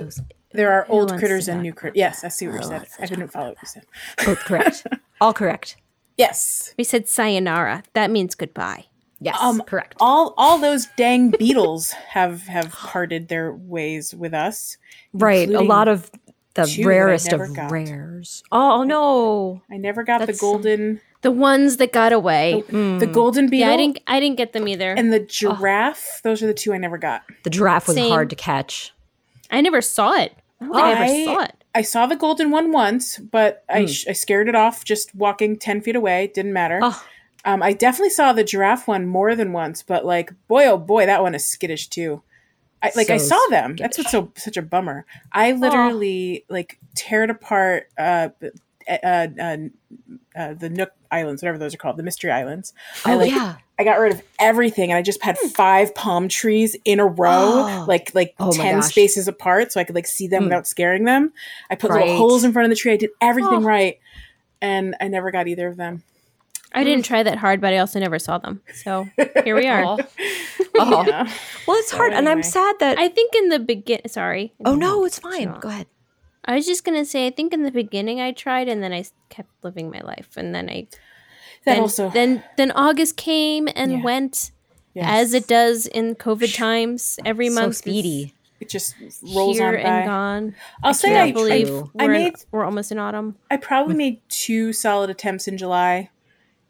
[SPEAKER 2] There are old
[SPEAKER 3] wants
[SPEAKER 2] critters
[SPEAKER 3] to
[SPEAKER 2] and
[SPEAKER 3] talk
[SPEAKER 2] new critters. Yes, I see what you said. I didn't follow what you said.
[SPEAKER 4] Both correct. all correct.
[SPEAKER 2] Yes.
[SPEAKER 3] we said sayonara. That means goodbye.
[SPEAKER 4] Yes. correct.
[SPEAKER 2] All all those dang beetles have have parted their ways with us.
[SPEAKER 4] right. A
[SPEAKER 2] including
[SPEAKER 4] lot of the
[SPEAKER 2] two that I
[SPEAKER 4] rarest
[SPEAKER 2] never
[SPEAKER 4] of
[SPEAKER 2] got.
[SPEAKER 4] rares. Oh, no.
[SPEAKER 2] I never got the
[SPEAKER 4] That's some-
[SPEAKER 2] golden
[SPEAKER 3] The ones that got away.
[SPEAKER 2] the golden
[SPEAKER 3] Mm.
[SPEAKER 2] beetle
[SPEAKER 3] Yeah, I didn't. Oh. I didn't get them either.
[SPEAKER 2] and the giraffe. Those are the two I never got.
[SPEAKER 4] The giraffe was
[SPEAKER 3] Same.
[SPEAKER 4] hard to catch.
[SPEAKER 3] I never saw it. I don't think I,
[SPEAKER 2] I-
[SPEAKER 3] ever saw it.
[SPEAKER 2] I saw the golden one once, but
[SPEAKER 4] Hmm.
[SPEAKER 2] I, sh- I scared it off just walking 10 feet away. Didn't matter.
[SPEAKER 4] Oh.
[SPEAKER 2] Um, I definitely saw the giraffe one more than once, but like, boy, oh boy, that one is skittish too. I, like I
[SPEAKER 4] So
[SPEAKER 2] saw them. That's what's so such a bummer. eh, I literally like teared apart uh, b- uh, uh, uh, the Nook Islands, whatever those are called, the Mystery Islands. I
[SPEAKER 4] Oh
[SPEAKER 2] like
[SPEAKER 4] yeah.
[SPEAKER 2] I got rid of everything, and I just had
[SPEAKER 3] Hmm.
[SPEAKER 2] five palm trees in a row,
[SPEAKER 4] Oh.
[SPEAKER 2] like like
[SPEAKER 4] Oh my
[SPEAKER 2] ten
[SPEAKER 4] gosh.
[SPEAKER 2] spaces apart, so I could like see them
[SPEAKER 4] Hmm.
[SPEAKER 2] without scaring them. I put
[SPEAKER 4] Right.
[SPEAKER 2] little holes in front of the tree. I did everything
[SPEAKER 3] Oh.
[SPEAKER 2] right, and I never got either of them.
[SPEAKER 3] I didn't try that hard, but I also never saw them. So here we are.
[SPEAKER 4] Oh.
[SPEAKER 2] Yeah.
[SPEAKER 4] Well, it's hard, and I'm
[SPEAKER 2] anyway.
[SPEAKER 4] sad that.
[SPEAKER 3] I think in the begin, sorry.
[SPEAKER 4] oh no, it's fine.
[SPEAKER 3] Sure.
[SPEAKER 4] Go ahead.
[SPEAKER 3] I was just gonna say, I think in the beginning I tried, and then I s- kept living my life, and then I
[SPEAKER 2] That
[SPEAKER 3] then,
[SPEAKER 2] also
[SPEAKER 3] then then August came and
[SPEAKER 2] Yeah.
[SPEAKER 3] went
[SPEAKER 2] yes.
[SPEAKER 3] as it does in COVID times. Every
[SPEAKER 4] So
[SPEAKER 3] month, is
[SPEAKER 4] speedy.
[SPEAKER 2] it just rolls
[SPEAKER 3] here
[SPEAKER 2] on by.
[SPEAKER 3] and gone.
[SPEAKER 2] I'll say
[SPEAKER 3] Can't
[SPEAKER 2] I,
[SPEAKER 3] believe
[SPEAKER 2] I,
[SPEAKER 3] we're,
[SPEAKER 2] I
[SPEAKER 3] in-
[SPEAKER 2] made
[SPEAKER 3] we're almost in autumn.
[SPEAKER 2] I probably made two solid attempts in July.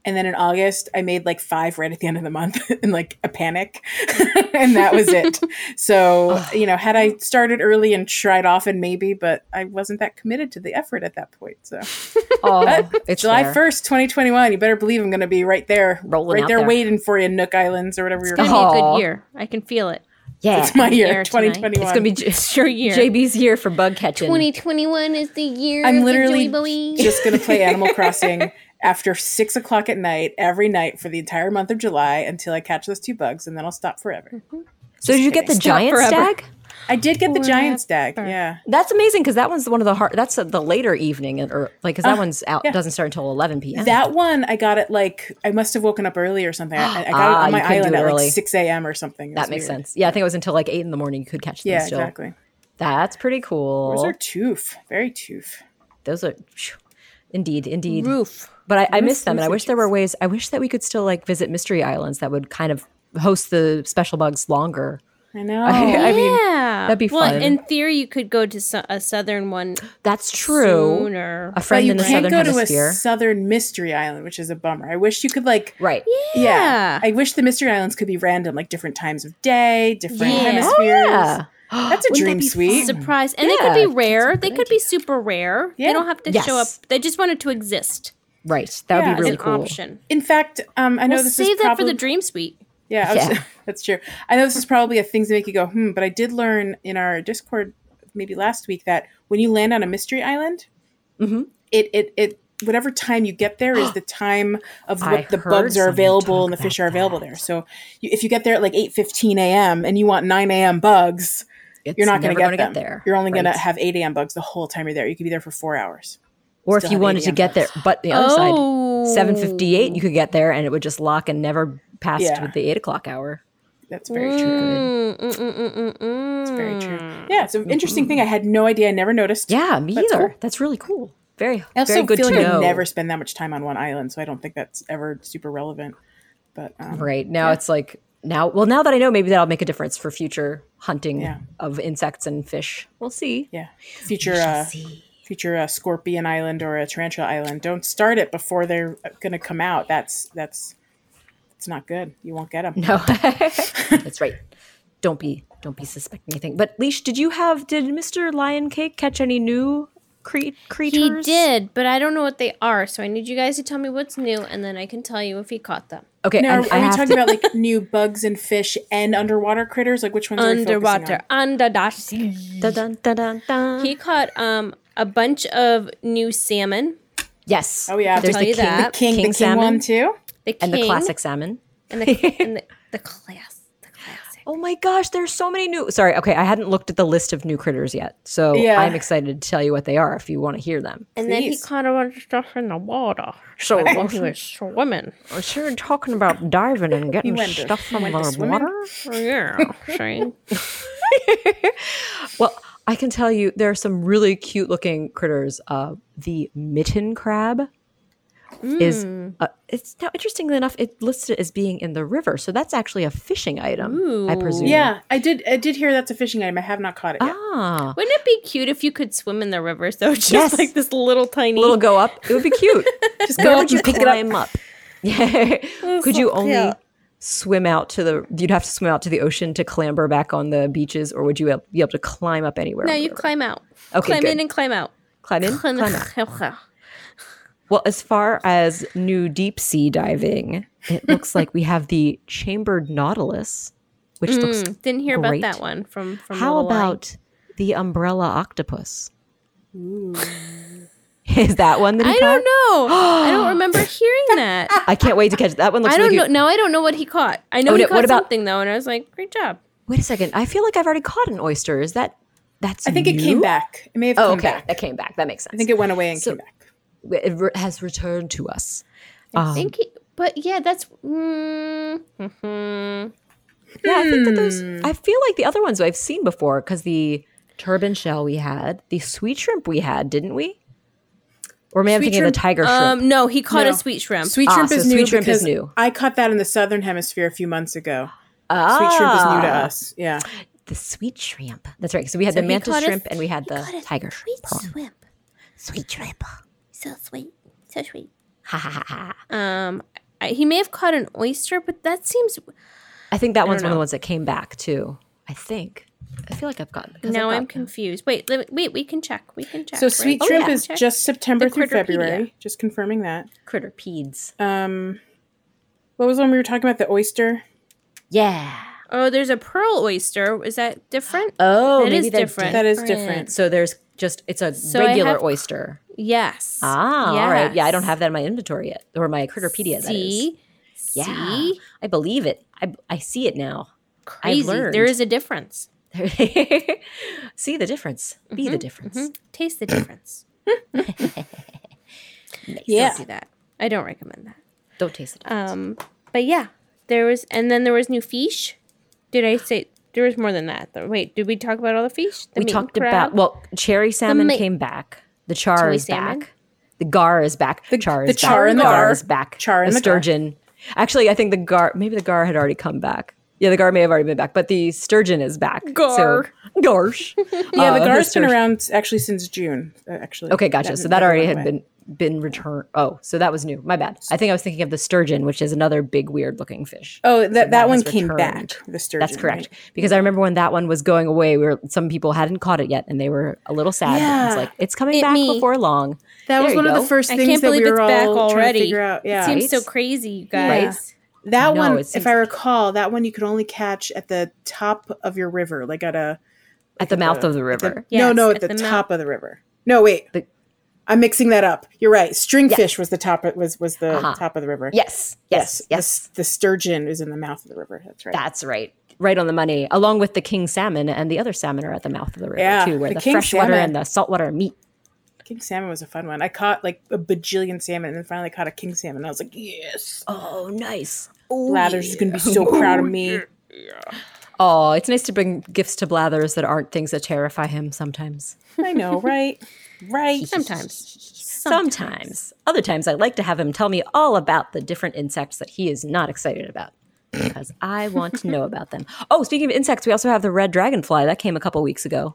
[SPEAKER 2] And then in August, I made like five right at the end of the month in like a panic. and that was it. so, you know, had I started early and tried often, maybe, but I wasn't that committed to the effort at that point. So,
[SPEAKER 4] Oh, it's
[SPEAKER 2] July
[SPEAKER 4] there.
[SPEAKER 2] 1st, 2021, you better believe I'm going to be right there,
[SPEAKER 4] Rolling
[SPEAKER 2] right
[SPEAKER 4] out
[SPEAKER 2] there,
[SPEAKER 4] there.
[SPEAKER 2] waiting for you in Nook Islands or whatever
[SPEAKER 3] It's
[SPEAKER 2] you're
[SPEAKER 3] gonna
[SPEAKER 2] called.
[SPEAKER 3] be a
[SPEAKER 4] Aw.
[SPEAKER 3] good year. I can feel it.
[SPEAKER 4] Yeah,
[SPEAKER 2] It's my year,
[SPEAKER 3] Air tonight.
[SPEAKER 2] 2021.
[SPEAKER 4] It's gonna be J-
[SPEAKER 3] It's your year.
[SPEAKER 4] JB's year for bug catching.
[SPEAKER 3] 2021 is the year.
[SPEAKER 2] I'm
[SPEAKER 3] of the
[SPEAKER 2] literally
[SPEAKER 3] Joy Boy.
[SPEAKER 2] just going to play Animal Crossing after six o'clock at night every night for the entire month of July until I catch those two bugs, and then I'll stop forever.
[SPEAKER 4] So did you get the giant
[SPEAKER 3] forever.
[SPEAKER 4] stag?
[SPEAKER 2] I did get the giant stag. Yeah,
[SPEAKER 4] That's amazing because that one's one of the hard. That's uh the later evening, and- or like because that one's out
[SPEAKER 2] Ah, yeah.
[SPEAKER 4] doesn't start until 11 p.m.
[SPEAKER 2] that one I got it like I must have woken up early or something. I, I got
[SPEAKER 4] Ah,
[SPEAKER 2] it on
[SPEAKER 4] you
[SPEAKER 2] my
[SPEAKER 4] couldn't do
[SPEAKER 2] island
[SPEAKER 4] it
[SPEAKER 2] at
[SPEAKER 4] early.
[SPEAKER 2] like six a.m. or something. It was
[SPEAKER 4] that makes
[SPEAKER 2] weird.
[SPEAKER 4] sense. Yeah, I think it was until like eight in the morning you could catch them
[SPEAKER 2] Yeah,
[SPEAKER 4] still.
[SPEAKER 2] exactly.
[SPEAKER 4] That's pretty cool.
[SPEAKER 2] Those are toof, very toof.
[SPEAKER 4] Those are phew. indeed, indeed.
[SPEAKER 3] Roof.
[SPEAKER 4] But I, I miss them, and I wish there were ways. I wish that we could still like visit mystery islands that would kind of host the special bugs longer.
[SPEAKER 2] I know.
[SPEAKER 4] I mean,
[SPEAKER 3] yeah,
[SPEAKER 4] that'd be
[SPEAKER 3] well,
[SPEAKER 4] fun.
[SPEAKER 3] in theory, you could go to so- a southern one
[SPEAKER 4] That's true.
[SPEAKER 3] sooner.
[SPEAKER 4] A
[SPEAKER 2] but
[SPEAKER 4] friend
[SPEAKER 2] you
[SPEAKER 4] in the
[SPEAKER 2] can't
[SPEAKER 4] southern
[SPEAKER 2] go to a
[SPEAKER 4] hemisphere,
[SPEAKER 2] southern mystery island, which is a bummer. I wish you could like
[SPEAKER 4] right?
[SPEAKER 2] Yeah.
[SPEAKER 3] Yeah.
[SPEAKER 2] I wish the mystery islands could be random, like different times of day, different
[SPEAKER 3] Yeah. Oh,
[SPEAKER 2] hemispheres.
[SPEAKER 4] Yeah.
[SPEAKER 2] That's a
[SPEAKER 4] Wouldn't that
[SPEAKER 2] dream
[SPEAKER 4] be
[SPEAKER 2] suite.
[SPEAKER 3] Surprise, and they
[SPEAKER 4] Yeah,
[SPEAKER 3] could be rare. They could be super rare.
[SPEAKER 2] Yeah.
[SPEAKER 3] They don't have to
[SPEAKER 4] Yes.
[SPEAKER 3] show up. They just wanted to exist
[SPEAKER 4] Right.
[SPEAKER 2] Yeah,
[SPEAKER 4] That would
[SPEAKER 2] as
[SPEAKER 4] be really
[SPEAKER 3] as an
[SPEAKER 4] cool.
[SPEAKER 3] option.
[SPEAKER 2] In fact, um, I know
[SPEAKER 3] Well,
[SPEAKER 2] this
[SPEAKER 3] save
[SPEAKER 2] is
[SPEAKER 3] that
[SPEAKER 2] probably
[SPEAKER 3] for the dream suite.
[SPEAKER 2] yeah, I was-
[SPEAKER 4] Yeah.
[SPEAKER 2] that's true. I know this is probably a things that make you go hmm, but I did learn in our Discord maybe last week that when you land on a mystery island,
[SPEAKER 4] Mhm.
[SPEAKER 2] it it it whatever time you get there is the time of
[SPEAKER 4] I
[SPEAKER 2] what the
[SPEAKER 4] heard
[SPEAKER 2] bugs are
[SPEAKER 4] someone
[SPEAKER 2] available
[SPEAKER 4] talk
[SPEAKER 2] and the fish
[SPEAKER 4] about
[SPEAKER 2] are available
[SPEAKER 4] that.
[SPEAKER 2] there. So you, if you get there at like eight fifteen a.m. and you want nine a.m. bugs,
[SPEAKER 4] It's
[SPEAKER 2] you're not going
[SPEAKER 4] never
[SPEAKER 2] to get
[SPEAKER 4] gonna
[SPEAKER 2] them.
[SPEAKER 4] there.
[SPEAKER 2] You're only going
[SPEAKER 4] Right.
[SPEAKER 2] to have 8 a.m. bugs the whole time you're there. You could be there for four hours.
[SPEAKER 4] or
[SPEAKER 2] still
[SPEAKER 4] if you
[SPEAKER 2] have
[SPEAKER 4] wanted to
[SPEAKER 2] 8
[SPEAKER 4] get there, but the other side, seven fifty eight,
[SPEAKER 2] Oh.
[SPEAKER 4] you could get there and it would just lock and never pass
[SPEAKER 2] Yeah.
[SPEAKER 4] with the eight o'clock hour.
[SPEAKER 2] That's very true.
[SPEAKER 3] Mm, mm, mm, mm, mm, mm.
[SPEAKER 2] That's very true. Yeah, it's an interesting thing. I had no idea. I never noticed.
[SPEAKER 4] Yeah, me
[SPEAKER 2] That's
[SPEAKER 4] either.
[SPEAKER 2] cool.
[SPEAKER 4] That's really cool. Very,
[SPEAKER 2] I also
[SPEAKER 4] very good
[SPEAKER 2] feel
[SPEAKER 4] to
[SPEAKER 2] like
[SPEAKER 4] know.
[SPEAKER 2] I never spend that much time on one island, so I don't think that's ever super relevant. But um,
[SPEAKER 4] right now, it's like now. Well, now that I know, maybe that'll make a difference for future hunting
[SPEAKER 2] Yeah.
[SPEAKER 4] of insects and fish. We'll see.
[SPEAKER 2] yeah, future uh, future uh, scorpion island or a tarantula island. Don't start it before they're going to come out. That's that's it's not good. You won't get them.
[SPEAKER 4] No, that's right. Don't be, don't be suspecting anything. But leash, did you have? Did Mister Lion Cake catch any new cre-
[SPEAKER 3] He
[SPEAKER 4] creatures?
[SPEAKER 3] did, but I don't know what they are, so I need you guys to tell me what's new, and then I can tell you if he caught them.
[SPEAKER 4] Okay,
[SPEAKER 2] Now,
[SPEAKER 4] and
[SPEAKER 2] are,
[SPEAKER 4] I
[SPEAKER 2] are we
[SPEAKER 4] have
[SPEAKER 2] talking
[SPEAKER 4] to-
[SPEAKER 2] about like new bugs and fish and underwater critters? Like which ones are we focusing on?
[SPEAKER 3] Underwater, under the sea.
[SPEAKER 4] Dun, dun, dun, dun, dun.
[SPEAKER 3] He caught um a bunch of new salmon.
[SPEAKER 4] Yes.
[SPEAKER 2] Oh yeah,
[SPEAKER 4] There's
[SPEAKER 3] I'll
[SPEAKER 4] the
[SPEAKER 3] tell you
[SPEAKER 4] king,
[SPEAKER 3] that.
[SPEAKER 4] the
[SPEAKER 2] king, the king
[SPEAKER 4] salmon
[SPEAKER 2] one too.
[SPEAKER 3] The king,
[SPEAKER 4] and the classic salmon.
[SPEAKER 3] and the and the, the class, the classic.
[SPEAKER 4] Oh my gosh, there's so many new. Sorry, okay, I hadn't looked at the list of new critters yet, so
[SPEAKER 2] Yeah.
[SPEAKER 4] I'm excited to tell you what they are if you want to hear them.
[SPEAKER 3] And then he
[SPEAKER 2] Please.
[SPEAKER 3] caught a bunch of stuff in the water.
[SPEAKER 4] So
[SPEAKER 3] While he was swimming.
[SPEAKER 4] I'm sure talking about diving and getting
[SPEAKER 2] went to-
[SPEAKER 4] stuff
[SPEAKER 2] he
[SPEAKER 4] from
[SPEAKER 2] went to
[SPEAKER 4] the
[SPEAKER 2] swimming?
[SPEAKER 4] water.
[SPEAKER 3] Yeah, see?
[SPEAKER 4] Well, I can tell you there are some really cute looking critters. Uh, the mitten crab is uh, it's now interestingly enough it listed as being in the river, so that's actually a fishing item, I presume.
[SPEAKER 2] Yeah, I did. I did hear that's a fishing item. I have not caught it yet.
[SPEAKER 4] Ah,
[SPEAKER 3] Wouldn't it be cute if you could swim in the rivers though? Just
[SPEAKER 4] Yes.
[SPEAKER 3] like this little tiny
[SPEAKER 4] little go up. It would be cute.
[SPEAKER 2] Just go
[SPEAKER 4] Could you climb up? Yeah. Could you only swim out to the? You'd have to swim out to the ocean to clamber back on the beaches, or would you ab- be able to climb up anywhere?
[SPEAKER 3] No,
[SPEAKER 4] on the
[SPEAKER 3] you
[SPEAKER 4] river?
[SPEAKER 3] climb out.
[SPEAKER 4] Okay,
[SPEAKER 3] climb
[SPEAKER 4] good.
[SPEAKER 3] in and climb out.
[SPEAKER 4] climb in,
[SPEAKER 3] Climb,
[SPEAKER 4] climb out.
[SPEAKER 3] out.
[SPEAKER 4] Well, as far as new deep sea diving, it looks like we have the chambered nautilus, which looks.
[SPEAKER 3] Mm, didn't hear
[SPEAKER 4] great.
[SPEAKER 3] about that one from from
[SPEAKER 4] How
[SPEAKER 3] Little Lion.
[SPEAKER 4] about the umbrella octopus? Is that one that he
[SPEAKER 3] I
[SPEAKER 4] caught?
[SPEAKER 3] don't know. I don't remember hearing that.
[SPEAKER 4] I can't wait to catch that one. Looks
[SPEAKER 3] I don't
[SPEAKER 4] really
[SPEAKER 3] know.
[SPEAKER 4] cute.
[SPEAKER 3] Now I don't know what he caught. I know
[SPEAKER 4] Oh,
[SPEAKER 3] he
[SPEAKER 4] no,
[SPEAKER 3] caught
[SPEAKER 4] what about-
[SPEAKER 3] something though, and I was like, great job.
[SPEAKER 4] Wait a second. I feel like I've already caught an oyster. Is that that's?
[SPEAKER 2] I think it
[SPEAKER 4] new?
[SPEAKER 2] came back. It may have
[SPEAKER 4] Oh,
[SPEAKER 2] come
[SPEAKER 4] okay.
[SPEAKER 2] back.
[SPEAKER 4] That came back. That makes sense.
[SPEAKER 2] I think it went away and
[SPEAKER 4] So-
[SPEAKER 2] came back.
[SPEAKER 4] it, re- has returned to us.
[SPEAKER 3] I think, he, but yeah, that's. Mm, mhm.
[SPEAKER 4] Yeah, I think that those.
[SPEAKER 3] Hmm.
[SPEAKER 4] I feel like the other ones I've seen before because the turban shell we had, the sweet shrimp we had, didn't we? Or maybe I'm
[SPEAKER 2] Sweet
[SPEAKER 4] thinking of the
[SPEAKER 2] shrimp-
[SPEAKER 4] tiger shrimp.
[SPEAKER 3] Um, no, he caught
[SPEAKER 2] No.
[SPEAKER 3] a sweet shrimp.
[SPEAKER 2] Sweet
[SPEAKER 4] Ah,
[SPEAKER 2] shrimp
[SPEAKER 4] so
[SPEAKER 2] is
[SPEAKER 4] sweet
[SPEAKER 2] new
[SPEAKER 4] shrimp is
[SPEAKER 2] because
[SPEAKER 4] new.
[SPEAKER 2] I caught that in the southern hemisphere a few months ago. Sweet
[SPEAKER 4] Ah,
[SPEAKER 2] shrimp is new to us. Yeah.
[SPEAKER 4] The sweet shrimp. That's right. So we had
[SPEAKER 3] So
[SPEAKER 4] the
[SPEAKER 3] he
[SPEAKER 4] mantis
[SPEAKER 3] caught a-
[SPEAKER 4] shrimp and we had
[SPEAKER 3] he caught
[SPEAKER 4] the
[SPEAKER 3] a
[SPEAKER 4] tiger shrimp. pearl.
[SPEAKER 3] Sweet shrimp.
[SPEAKER 4] Sweet shrimp.
[SPEAKER 3] So sweet. So sweet.
[SPEAKER 4] Ha ha ha ha.
[SPEAKER 3] Um, I, he may have caught an oyster, but that seems.
[SPEAKER 4] I think that one's one of the ones that came back too. I think. I feel like I've gotten. 'cause I've
[SPEAKER 3] Now I'm
[SPEAKER 4] gotten-
[SPEAKER 3] confused. Wait, let me, wait, we can check. We can check.
[SPEAKER 2] So
[SPEAKER 3] right?
[SPEAKER 2] sweet
[SPEAKER 3] Oh,
[SPEAKER 2] shrimp
[SPEAKER 3] yeah.
[SPEAKER 2] is
[SPEAKER 3] Check.
[SPEAKER 2] just September
[SPEAKER 3] The
[SPEAKER 2] through
[SPEAKER 3] Critterpedia.
[SPEAKER 2] February. Just confirming that.
[SPEAKER 4] critter peds.
[SPEAKER 2] Um, what was the one we were talking about? The oyster.
[SPEAKER 4] Yeah.
[SPEAKER 3] Oh, there's a pearl oyster. Is that different?
[SPEAKER 4] Oh,
[SPEAKER 3] That
[SPEAKER 4] maybe
[SPEAKER 3] is
[SPEAKER 4] they're
[SPEAKER 3] different.
[SPEAKER 2] That is different.
[SPEAKER 4] So there's just it's a
[SPEAKER 3] I
[SPEAKER 4] regular
[SPEAKER 3] have-
[SPEAKER 4] oyster.
[SPEAKER 3] yes.
[SPEAKER 4] Ah, all right. Yeah, I don't
[SPEAKER 3] Yes.
[SPEAKER 4] have that in my inventory yet, or my Critterpedia. That is.
[SPEAKER 3] See,
[SPEAKER 4] Yeah,
[SPEAKER 3] see,
[SPEAKER 4] I believe it. I I see it now.
[SPEAKER 3] crazy.
[SPEAKER 4] learned.
[SPEAKER 3] There is a difference.
[SPEAKER 4] see the difference. Be
[SPEAKER 2] Mm-hmm.
[SPEAKER 4] the difference.
[SPEAKER 3] Mhm. Taste the difference.
[SPEAKER 2] Yeah.
[SPEAKER 3] Don't do that. I don't recommend that.
[SPEAKER 4] Don't taste it.
[SPEAKER 2] Uh,
[SPEAKER 3] Um, but yeah, there was, and then there was new fish. Did I say there was more than that? Though. Wait, did we talk about all the fish? The
[SPEAKER 4] we
[SPEAKER 3] meat and
[SPEAKER 4] talked about
[SPEAKER 3] crab?
[SPEAKER 4] well, cherry salmon
[SPEAKER 3] ma-
[SPEAKER 4] came back. The char
[SPEAKER 3] Cherry
[SPEAKER 4] is
[SPEAKER 3] salmon?
[SPEAKER 4] back. The gar is back. The char is
[SPEAKER 2] the
[SPEAKER 4] back.
[SPEAKER 2] char and the gar.
[SPEAKER 4] is back.
[SPEAKER 2] Char and
[SPEAKER 4] the
[SPEAKER 2] the gar.
[SPEAKER 4] sturgeon. Actually, I think the gar maybe the gar had already come back. Yeah, the gar may have already been back, but the sturgeon is back.
[SPEAKER 3] Gar.
[SPEAKER 4] So, garsh.
[SPEAKER 2] Yeah, the
[SPEAKER 4] Uh,
[SPEAKER 2] gar's been
[SPEAKER 4] sturgeon-
[SPEAKER 2] around actually since June. uh, Actually.
[SPEAKER 4] Okay, gotcha. so that
[SPEAKER 2] never
[SPEAKER 4] already
[SPEAKER 2] went
[SPEAKER 4] had
[SPEAKER 2] away.
[SPEAKER 4] been been returned. Oh, so that was new. My bad. I think I was thinking of the sturgeon, which is another big weird looking fish.
[SPEAKER 2] Oh, that, that,
[SPEAKER 4] that
[SPEAKER 2] one
[SPEAKER 4] has
[SPEAKER 2] came
[SPEAKER 4] returned.
[SPEAKER 2] back. The sturgeon.
[SPEAKER 4] That's correct.
[SPEAKER 2] right?
[SPEAKER 4] Because I remember when that one was going away, we were some people hadn't caught it yet and they were a little sad. Yeah. It's
[SPEAKER 2] Yeah.
[SPEAKER 4] like it's coming
[SPEAKER 3] It
[SPEAKER 4] back
[SPEAKER 3] me.
[SPEAKER 4] before long.
[SPEAKER 2] That was
[SPEAKER 4] There
[SPEAKER 2] one
[SPEAKER 4] you
[SPEAKER 2] of
[SPEAKER 4] go.
[SPEAKER 2] the first
[SPEAKER 3] I
[SPEAKER 2] things
[SPEAKER 3] can't
[SPEAKER 2] that we
[SPEAKER 3] believe it's
[SPEAKER 2] were all
[SPEAKER 3] back
[SPEAKER 2] trying to
[SPEAKER 3] already.
[SPEAKER 2] figure out.
[SPEAKER 3] It
[SPEAKER 2] Yeah.
[SPEAKER 3] seems so
[SPEAKER 4] Right?
[SPEAKER 3] crazy, you
[SPEAKER 2] Yeah.
[SPEAKER 3] guys.
[SPEAKER 2] That
[SPEAKER 4] No,
[SPEAKER 2] one,
[SPEAKER 4] it seems
[SPEAKER 2] if I
[SPEAKER 4] like-
[SPEAKER 2] recall, that one you could only catch at the top of your river, like at a
[SPEAKER 4] At the mouth of the
[SPEAKER 2] at the-
[SPEAKER 4] river.
[SPEAKER 2] no,
[SPEAKER 3] Yes,
[SPEAKER 2] no, at,
[SPEAKER 3] at
[SPEAKER 2] the,
[SPEAKER 3] the mouth.
[SPEAKER 2] top of the river. No, wait,
[SPEAKER 4] The-
[SPEAKER 2] I'm mixing that up. You're right. Stringfish was the top. Was was the
[SPEAKER 4] Uh-huh.
[SPEAKER 2] top of the river.
[SPEAKER 4] Yes. Yes.
[SPEAKER 2] The
[SPEAKER 4] Yes.
[SPEAKER 2] s- The, sturgeon is in the mouth of the river. That's right.
[SPEAKER 4] That's right. Right on the money. Along with the king salmon and the other salmon are at the mouth of the river
[SPEAKER 2] Yeah,
[SPEAKER 4] too, where the,
[SPEAKER 2] the king
[SPEAKER 4] freshwater
[SPEAKER 2] salmon.
[SPEAKER 4] and the saltwater meet.
[SPEAKER 2] king salmon was a fun one. I caught like a bajillion salmon, and then finally caught a king salmon. And I was like, yes,
[SPEAKER 4] Oh, nice.
[SPEAKER 2] Blathers is gonna be so proud of me.
[SPEAKER 4] Oh, it's nice to bring gifts to Blathers that aren't things that terrify him sometimes.
[SPEAKER 2] I know, right? Right.
[SPEAKER 3] Sometimes.
[SPEAKER 4] Sometimes. Other times, I like to have him tell me all about the different insects that he is not excited about because I want to know about them. Oh, speaking of insects, we also have the red dragonfly that came a couple weeks ago.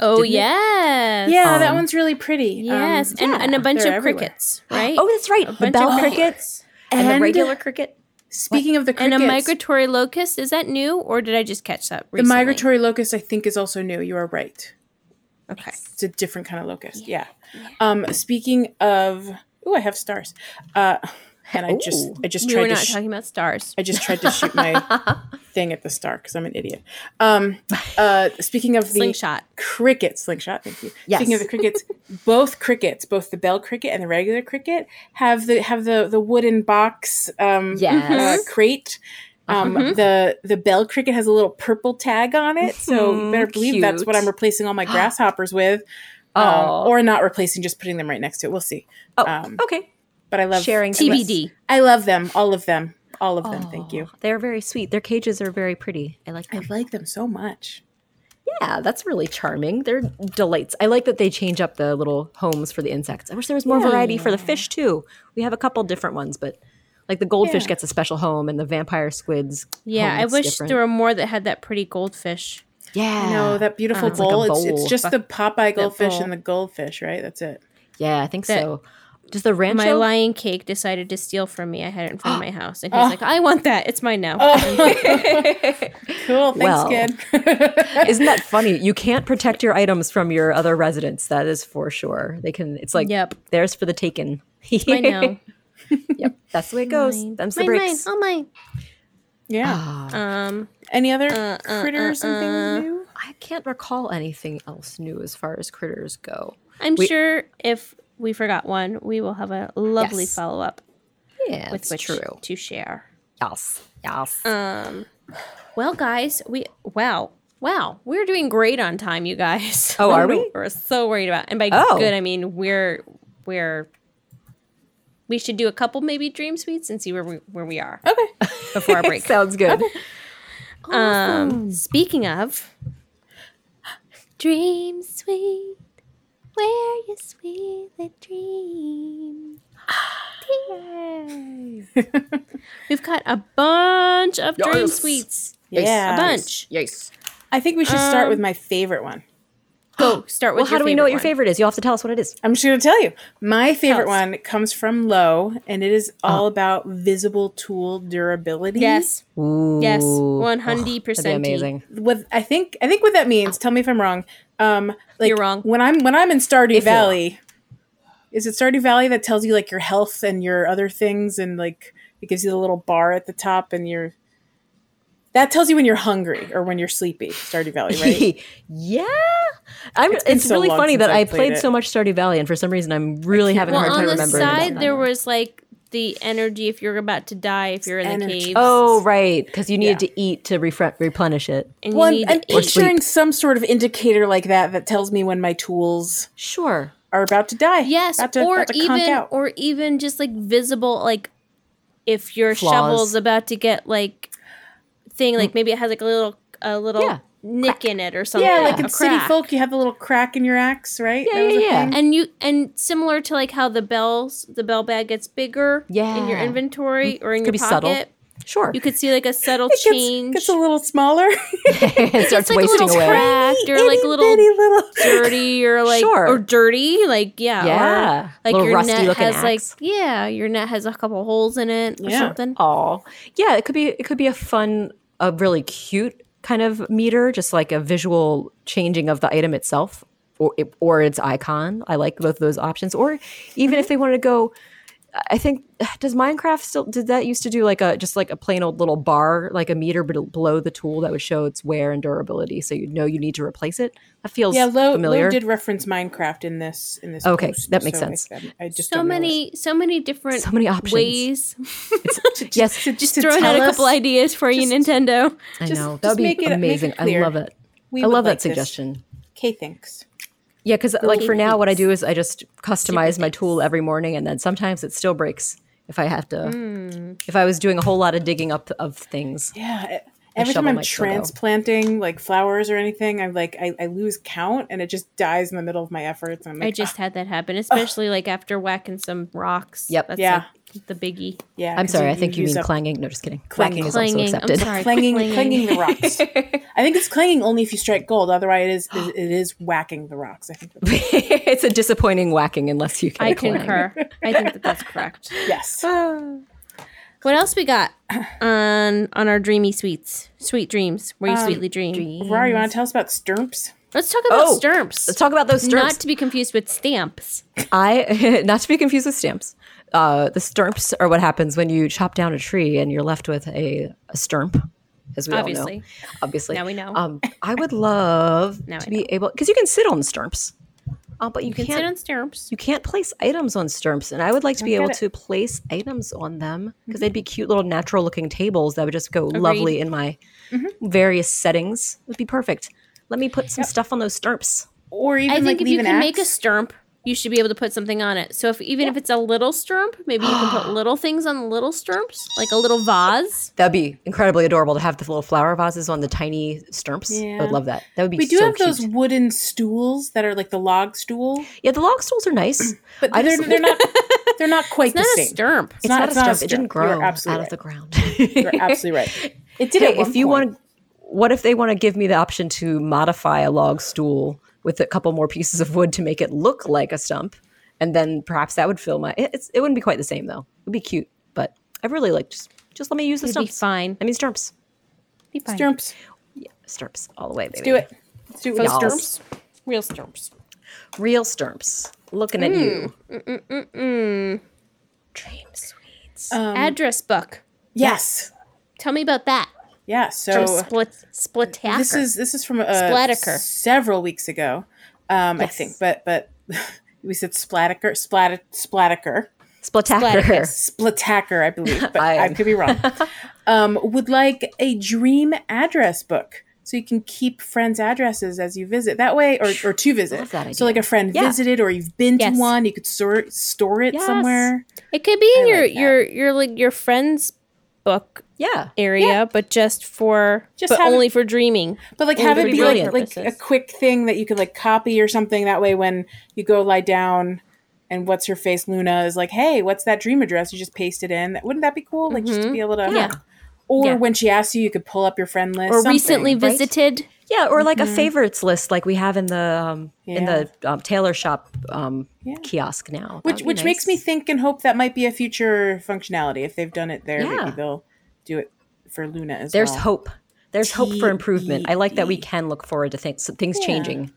[SPEAKER 3] Oh yes.
[SPEAKER 2] Yeah, that one's really pretty.
[SPEAKER 3] Um,
[SPEAKER 2] Um,
[SPEAKER 3] Yes, and, and a bunch
[SPEAKER 2] they're
[SPEAKER 3] of
[SPEAKER 2] everywhere.
[SPEAKER 3] crickets, right?
[SPEAKER 4] Oh, that's right. The
[SPEAKER 3] bunch
[SPEAKER 4] bell
[SPEAKER 3] of
[SPEAKER 4] cricket
[SPEAKER 3] crickets.
[SPEAKER 4] and, uh, the
[SPEAKER 2] And-
[SPEAKER 4] regular cricket.
[SPEAKER 2] Speaking of the
[SPEAKER 3] and
[SPEAKER 2] crickets,
[SPEAKER 3] a migratory locust. Is that new, or did I just catch that
[SPEAKER 2] the
[SPEAKER 3] recently?
[SPEAKER 2] migratory locust, I think, is also new. You are right.
[SPEAKER 3] Okay.
[SPEAKER 2] it's a different kind of locust. Yeah. Um, speaking of, oh, I have stars. Uh, and I just,
[SPEAKER 4] Ooh.
[SPEAKER 2] I just
[SPEAKER 3] We were
[SPEAKER 2] tried to,
[SPEAKER 3] not
[SPEAKER 2] sh-
[SPEAKER 3] talking about stars.
[SPEAKER 2] I just tried to shoot my thing at the star because I'm an idiot. Um, uh, speaking of the
[SPEAKER 3] Slingshot.
[SPEAKER 2] cricket slingshot, thank you.
[SPEAKER 4] Yes.
[SPEAKER 2] Speaking of the crickets, both crickets, both the bell cricket and the regular cricket, have the have the the wooden box, um,
[SPEAKER 4] Yes. Mm-hmm.
[SPEAKER 2] uh, crate. Um, the the bell cricket has a little purple tag on it, so you better believe that's what
[SPEAKER 4] Mm-hmm. cute.
[SPEAKER 2] I'm replacing all my grasshoppers with.
[SPEAKER 4] Aw.
[SPEAKER 2] Um, or not replacing, just putting them right next to it. We'll see.
[SPEAKER 4] Oh,
[SPEAKER 2] Um,
[SPEAKER 4] okay.
[SPEAKER 2] But I love
[SPEAKER 4] Sharing
[SPEAKER 3] TBD.
[SPEAKER 2] I love them, all of them, all of them. Thank you.
[SPEAKER 4] They're very sweet. Their cages are very pretty. I like
[SPEAKER 2] I
[SPEAKER 4] them.
[SPEAKER 2] like them so much.
[SPEAKER 4] Yeah, that's really charming. They're delights. I like that they change up the little homes for the insects. I wish there was more variety for the fish too. We have a couple different ones, but like the goldfish
[SPEAKER 2] Yeah.
[SPEAKER 4] gets a special home and the vampire squids.
[SPEAKER 3] Yeah,
[SPEAKER 2] oh,
[SPEAKER 4] home
[SPEAKER 3] I
[SPEAKER 4] is
[SPEAKER 3] wish
[SPEAKER 4] different.
[SPEAKER 3] there were more that had that pretty goldfish.
[SPEAKER 4] Yeah. Oh,
[SPEAKER 2] No, that beautiful
[SPEAKER 4] like a
[SPEAKER 2] bowl. It's, it's
[SPEAKER 4] bowl.
[SPEAKER 2] just the Popeye goldfish
[SPEAKER 3] bowl.
[SPEAKER 2] and the goldfish, right? That's it.
[SPEAKER 4] yeah, I think
[SPEAKER 3] that-
[SPEAKER 4] so. Does the rancho?
[SPEAKER 3] My lion cake decided to steal from me. I had it in front of my house, and he's like, "I want that. It's mine now."
[SPEAKER 4] Oh,
[SPEAKER 2] Cool. Thanks,
[SPEAKER 4] Well.
[SPEAKER 2] kid.
[SPEAKER 4] Isn't that funny? You can't protect your items from your other residents. That is for sure. They can. It's like
[SPEAKER 3] Yep.
[SPEAKER 4] theirs for the taken.
[SPEAKER 3] mine now.
[SPEAKER 4] yep, that's the way it goes. Them's the
[SPEAKER 3] Mine, mine,
[SPEAKER 4] breaks.
[SPEAKER 3] all mine.
[SPEAKER 2] yeah.
[SPEAKER 4] ah.
[SPEAKER 3] Um,
[SPEAKER 2] Any other critters and things new?
[SPEAKER 4] I can't recall anything else new as far as critters go.
[SPEAKER 3] I'm sure if we forgot one, we will have a lovely
[SPEAKER 4] Yes.
[SPEAKER 3] follow up
[SPEAKER 4] Yeah,
[SPEAKER 3] with
[SPEAKER 4] it's
[SPEAKER 3] which
[SPEAKER 4] true.
[SPEAKER 3] to share.
[SPEAKER 4] Yes, yes.
[SPEAKER 3] Um, well, guys, we wow, wow, we're doing great on time, you guys.
[SPEAKER 4] Oh,
[SPEAKER 3] I
[SPEAKER 4] are
[SPEAKER 3] don't know
[SPEAKER 4] we?
[SPEAKER 3] what We're so worried about, and by
[SPEAKER 4] Oh.
[SPEAKER 3] good, I mean we're we're we should do a couple maybe dream suites and see where we where we are
[SPEAKER 2] Okay.
[SPEAKER 3] before our break.
[SPEAKER 4] Sounds good.
[SPEAKER 3] Um, speaking of dream sweet, where you sweet the dream. We've got a bunch of dream
[SPEAKER 4] Yes.
[SPEAKER 3] sweets.
[SPEAKER 2] Yeah.
[SPEAKER 3] A bunch.
[SPEAKER 4] Yes.
[SPEAKER 2] I think we should start with
[SPEAKER 3] Um,
[SPEAKER 2] my favorite one.
[SPEAKER 3] Go start with.
[SPEAKER 4] Well, how
[SPEAKER 3] your
[SPEAKER 4] do we know what your
[SPEAKER 3] one.
[SPEAKER 4] favorite is? You'll have to tell us what it is.
[SPEAKER 2] I'm just going to tell you. My favorite
[SPEAKER 3] us.
[SPEAKER 2] one comes from Lowe, and it is
[SPEAKER 4] Oh.
[SPEAKER 2] all about visible tool durability.
[SPEAKER 3] Yes, yes,
[SPEAKER 4] Ooh. Oh,
[SPEAKER 3] one hundred
[SPEAKER 4] That'd be
[SPEAKER 3] percent.
[SPEAKER 4] amazing.
[SPEAKER 2] What I think I think what that means. Tell me if I'm wrong. Um, like
[SPEAKER 3] You're wrong.
[SPEAKER 2] When I'm when I'm in Stardew
[SPEAKER 4] you're wrong.
[SPEAKER 2] Valley, is it Stardew Valley that tells you like your health and your other things, and like it gives you the little bar at the top, and your that tells you when you're hungry or when you're sleepy. Stardew Valley, right?
[SPEAKER 4] yeah. I'm, it's
[SPEAKER 2] been so
[SPEAKER 4] really
[SPEAKER 2] long
[SPEAKER 4] funny
[SPEAKER 2] since
[SPEAKER 4] that
[SPEAKER 2] I
[SPEAKER 4] I
[SPEAKER 2] played
[SPEAKER 4] played
[SPEAKER 2] it.
[SPEAKER 4] so much Stardew Valley, and for some reason, I'm really having a
[SPEAKER 3] Well,
[SPEAKER 4] hard time
[SPEAKER 3] on the
[SPEAKER 4] remembering. about
[SPEAKER 3] side
[SPEAKER 4] that
[SPEAKER 3] there
[SPEAKER 4] one.
[SPEAKER 3] was like the energy if you're about to die if you're in the
[SPEAKER 2] energy.
[SPEAKER 3] caves.
[SPEAKER 4] Oh, right. Because you needed
[SPEAKER 2] Yeah.
[SPEAKER 4] to eat to refre- replenish it.
[SPEAKER 3] and you
[SPEAKER 2] well,
[SPEAKER 3] need
[SPEAKER 2] I'm, I'm
[SPEAKER 3] to eat.
[SPEAKER 2] picturing some sort of indicator like that that tells me when my tools
[SPEAKER 4] Sure.
[SPEAKER 2] are about to die.
[SPEAKER 3] Yes,
[SPEAKER 2] about to,
[SPEAKER 3] or
[SPEAKER 2] about to conk
[SPEAKER 3] even
[SPEAKER 2] out.
[SPEAKER 3] or even just like visible like if your
[SPEAKER 4] Flaws. Hmm.
[SPEAKER 3] shovel's about to get like thing like maybe it has like a little a little
[SPEAKER 4] Yeah.
[SPEAKER 3] nick in it or something.
[SPEAKER 2] yeah, like
[SPEAKER 3] a
[SPEAKER 2] in City
[SPEAKER 3] crack.
[SPEAKER 2] Folk, you have the little crack in your axe, right?
[SPEAKER 4] Yeah, yeah,
[SPEAKER 2] a
[SPEAKER 4] yeah.
[SPEAKER 2] thing.
[SPEAKER 3] and you and similar to like how the bells the bell bag gets bigger in your
[SPEAKER 4] Yeah. Mm.
[SPEAKER 3] inventory or in
[SPEAKER 4] Could
[SPEAKER 3] your
[SPEAKER 4] be
[SPEAKER 3] pocket
[SPEAKER 4] subtle. Sure.
[SPEAKER 3] you could see like a subtle
[SPEAKER 2] It gets,
[SPEAKER 3] change
[SPEAKER 2] gets a little smaller.
[SPEAKER 4] it starts
[SPEAKER 3] like a
[SPEAKER 4] wasting
[SPEAKER 3] little
[SPEAKER 4] away.
[SPEAKER 3] cracked or like
[SPEAKER 2] Itty
[SPEAKER 3] little
[SPEAKER 2] bitty little.
[SPEAKER 3] dirty or like
[SPEAKER 4] Sure.
[SPEAKER 3] or dirty like yeah or,
[SPEAKER 4] Yeah.
[SPEAKER 3] like
[SPEAKER 4] Little
[SPEAKER 3] your
[SPEAKER 4] rusty
[SPEAKER 3] net
[SPEAKER 4] looking
[SPEAKER 3] has like
[SPEAKER 4] axe.
[SPEAKER 3] yeah your net has a couple holes in it or
[SPEAKER 2] Yeah.
[SPEAKER 3] something
[SPEAKER 4] Aw. Yeah, it could be it could be a fun, a really cute kind of meter, just like a visual changing of the item itself or or its icon. I like both of those options. Or even
[SPEAKER 2] Mm-hmm.
[SPEAKER 4] if they wanted to go I think does Minecraft still did that used to do like a just like a plain old little bar like a meter bel- below the tool that would show its wear and durability so you know you need to replace it. That feels
[SPEAKER 2] Yeah, Lo,
[SPEAKER 4] familiar.
[SPEAKER 2] Lo did reference Minecraft in this in this.
[SPEAKER 4] Okay,
[SPEAKER 2] post,
[SPEAKER 4] that makes
[SPEAKER 2] so I-
[SPEAKER 4] sense.
[SPEAKER 2] I, I just
[SPEAKER 3] so
[SPEAKER 2] don't know it.
[SPEAKER 3] many so many different
[SPEAKER 4] So many options.
[SPEAKER 3] ways
[SPEAKER 4] yes,
[SPEAKER 2] Just to
[SPEAKER 3] throwing out a
[SPEAKER 2] tell
[SPEAKER 3] couple
[SPEAKER 2] us-
[SPEAKER 3] ideas for you
[SPEAKER 2] just-
[SPEAKER 3] nintendo
[SPEAKER 4] I
[SPEAKER 2] just-
[SPEAKER 4] know.
[SPEAKER 2] just
[SPEAKER 4] That would
[SPEAKER 2] make
[SPEAKER 4] be
[SPEAKER 2] it- make it
[SPEAKER 4] amazing. I
[SPEAKER 2] clear.
[SPEAKER 4] love it.
[SPEAKER 2] We
[SPEAKER 4] I
[SPEAKER 2] would
[SPEAKER 4] love
[SPEAKER 2] like this.
[SPEAKER 4] that suggestion.
[SPEAKER 2] Okay, thanks.
[SPEAKER 4] Yeah, because like for now, what I
[SPEAKER 3] thanks.
[SPEAKER 4] do is I just customize my tool every morning, and then sometimes it still breaks if I have to.
[SPEAKER 3] Hmm.
[SPEAKER 4] If I was doing a whole lot of digging up of things,
[SPEAKER 2] Yeah. e, Every
[SPEAKER 4] shovel
[SPEAKER 2] time I'm
[SPEAKER 4] might still go.
[SPEAKER 2] transplanting like flowers or anything, I'm like I, I lose count and it just dies in the middle of my efforts. I'm
[SPEAKER 3] i
[SPEAKER 2] like,
[SPEAKER 3] just had that happen especially like after whacking some rocks
[SPEAKER 4] Yep.
[SPEAKER 3] that's
[SPEAKER 2] Yeah.
[SPEAKER 3] like the biggie
[SPEAKER 2] "Ah." yeah.
[SPEAKER 4] I'm
[SPEAKER 2] 'cause
[SPEAKER 4] sorry. I think you
[SPEAKER 2] use
[SPEAKER 4] mean
[SPEAKER 2] up
[SPEAKER 4] clanging. No, just kidding.
[SPEAKER 2] Clanging.
[SPEAKER 4] Clanging is also
[SPEAKER 3] clanging i'm
[SPEAKER 4] accepted.
[SPEAKER 3] sorry
[SPEAKER 2] clanging, clanging the rocks. I think it's clanging only if you strike gold. Otherwise, it is it, it is whacking the rocks. I think.
[SPEAKER 4] it's a disappointing whacking unless you. Can
[SPEAKER 3] i
[SPEAKER 4] clang.
[SPEAKER 3] concur i think that that's correct
[SPEAKER 2] Yes.
[SPEAKER 3] What else we got on on our dreamy sweets, sweet dreams, where you
[SPEAKER 4] Um,
[SPEAKER 3] sweetly dream?
[SPEAKER 2] Rari, you want to tell us about stirps?
[SPEAKER 3] Let's talk about
[SPEAKER 4] Oh,
[SPEAKER 3] stirps.
[SPEAKER 4] Let's talk about those stirps.
[SPEAKER 3] Not to be confused with stamps.
[SPEAKER 4] I not to be confused with stamps. Uh, the stirps are what happens when you chop down a tree and you're left with a, a stirp, as we all
[SPEAKER 3] Obviously.
[SPEAKER 4] know. Obviously,
[SPEAKER 3] Now we know.
[SPEAKER 4] Um, I would love
[SPEAKER 3] Now
[SPEAKER 4] to
[SPEAKER 3] I
[SPEAKER 4] be able because you can sit on stirps, uh, but you,
[SPEAKER 3] You can
[SPEAKER 4] can't.
[SPEAKER 3] sit on stamps.
[SPEAKER 4] you can't place items on stirps, and I would like to be able
[SPEAKER 2] get it.
[SPEAKER 4] to place items on them because
[SPEAKER 3] Mm-hmm.
[SPEAKER 4] they'd be cute little natural-looking tables that would just go lovely in my
[SPEAKER 3] Mm-hmm.
[SPEAKER 4] various settings. Would be perfect. Let me put some stuff on those stirps.
[SPEAKER 2] Or even
[SPEAKER 3] I think
[SPEAKER 2] like
[SPEAKER 3] if
[SPEAKER 2] leave
[SPEAKER 3] you
[SPEAKER 2] an
[SPEAKER 3] can
[SPEAKER 2] axe?
[SPEAKER 3] make a stirp, you should be able to put something on it. So if even if it's a little stirp, maybe you can put little things on little stirps, like a little vase.
[SPEAKER 4] That'd be incredibly adorable to have the little flower vases on the tiny stirps. I
[SPEAKER 2] Yeah.
[SPEAKER 4] would love that. That would be
[SPEAKER 2] we do
[SPEAKER 4] so
[SPEAKER 2] have
[SPEAKER 4] cute.
[SPEAKER 2] those wooden stools that are like the log stool,
[SPEAKER 4] Yeah, the log stools are nice. But
[SPEAKER 2] they're, they're not they're not quite
[SPEAKER 3] Not
[SPEAKER 2] the
[SPEAKER 3] a
[SPEAKER 2] same.
[SPEAKER 3] stirp.
[SPEAKER 4] it's not, a stirp. It didn't
[SPEAKER 2] stirrup.
[SPEAKER 4] grow
[SPEAKER 2] You're
[SPEAKER 4] out
[SPEAKER 2] absolutely
[SPEAKER 4] of the
[SPEAKER 2] right.
[SPEAKER 4] ground.
[SPEAKER 2] You're absolutely right. It did.
[SPEAKER 4] Hey,
[SPEAKER 2] at one
[SPEAKER 4] if you
[SPEAKER 2] point.
[SPEAKER 4] want to, what if they want to give me the option to modify a log stool with a couple more pieces of wood to make it look like a stump? And then perhaps that would fill my. It, it's, it wouldn't be quite the same though. It'd be cute, but I really like just just let me use the
[SPEAKER 3] It'd be
[SPEAKER 4] stumps.
[SPEAKER 3] fine.
[SPEAKER 4] I mean stumps,
[SPEAKER 3] Be fine.
[SPEAKER 2] stirps,
[SPEAKER 4] stumps all the way, baby.
[SPEAKER 2] do it. Let's do it with
[SPEAKER 4] Y'all.
[SPEAKER 2] stirps.
[SPEAKER 3] Real stirps.
[SPEAKER 4] Real stumps. Looking at
[SPEAKER 2] Hmm.
[SPEAKER 4] you. Dream sweets.
[SPEAKER 3] Um,
[SPEAKER 2] Um,
[SPEAKER 3] Address book.
[SPEAKER 2] Yes.
[SPEAKER 3] Tell me about that.
[SPEAKER 2] Yeah.
[SPEAKER 3] From
[SPEAKER 2] So
[SPEAKER 3] Split Split
[SPEAKER 2] this is this is from uh,
[SPEAKER 3] Splatiker.
[SPEAKER 2] several weeks ago, um, I
[SPEAKER 3] Yes.
[SPEAKER 2] think. But but we said Splataker, Splat, Splataker,
[SPEAKER 4] Splatacker.
[SPEAKER 2] Splatacker, I believe, but
[SPEAKER 4] I
[SPEAKER 2] I,
[SPEAKER 4] am.
[SPEAKER 2] could be wrong. um, would like a dream address book. So you can keep friends' addresses as you visit that way, or, or to visit.
[SPEAKER 4] Love that
[SPEAKER 2] So like a friend
[SPEAKER 4] Yeah.
[SPEAKER 2] visited, or you've been to
[SPEAKER 3] Yes.
[SPEAKER 2] one, you could store store it
[SPEAKER 3] Yes.
[SPEAKER 2] somewhere.
[SPEAKER 3] It could be in
[SPEAKER 2] I
[SPEAKER 3] your
[SPEAKER 2] like that.
[SPEAKER 3] your your like your friend's book
[SPEAKER 4] Yeah.
[SPEAKER 3] area, but just for
[SPEAKER 2] Just
[SPEAKER 3] but
[SPEAKER 2] have it-
[SPEAKER 3] only for dreaming.
[SPEAKER 2] But like
[SPEAKER 3] Well,
[SPEAKER 2] have
[SPEAKER 3] it
[SPEAKER 2] it
[SPEAKER 3] could
[SPEAKER 2] be
[SPEAKER 3] be
[SPEAKER 2] like,
[SPEAKER 3] brilliant
[SPEAKER 2] like a
[SPEAKER 3] purposes.
[SPEAKER 2] quick thing that you could like copy or something. That way, when you go lie down, and what's her face Luna is like, "Hey, what's that dream address?" You just paste it in. That wouldn't that be cool? Like just to be able to.
[SPEAKER 3] Mm-hmm. Yeah.
[SPEAKER 2] Or
[SPEAKER 3] Yeah.
[SPEAKER 2] when she asks you, you could pull up your friend list.
[SPEAKER 3] Or
[SPEAKER 2] something.
[SPEAKER 3] recently
[SPEAKER 4] right?
[SPEAKER 3] visited.
[SPEAKER 4] Yeah, or like a favorites list, like we have in the um,
[SPEAKER 2] Mm-hmm.
[SPEAKER 4] in
[SPEAKER 2] Yeah.
[SPEAKER 4] the um, tailor shop um, kiosk now.
[SPEAKER 2] which which makes me think and hope that might be a future functionality if they've done it there
[SPEAKER 4] Yeah.
[SPEAKER 2] maybe they'll do it for luna as
[SPEAKER 4] there's
[SPEAKER 2] well
[SPEAKER 4] hope. There's hope for improvement. I like that
[SPEAKER 2] E
[SPEAKER 4] we can look forward to things things changing.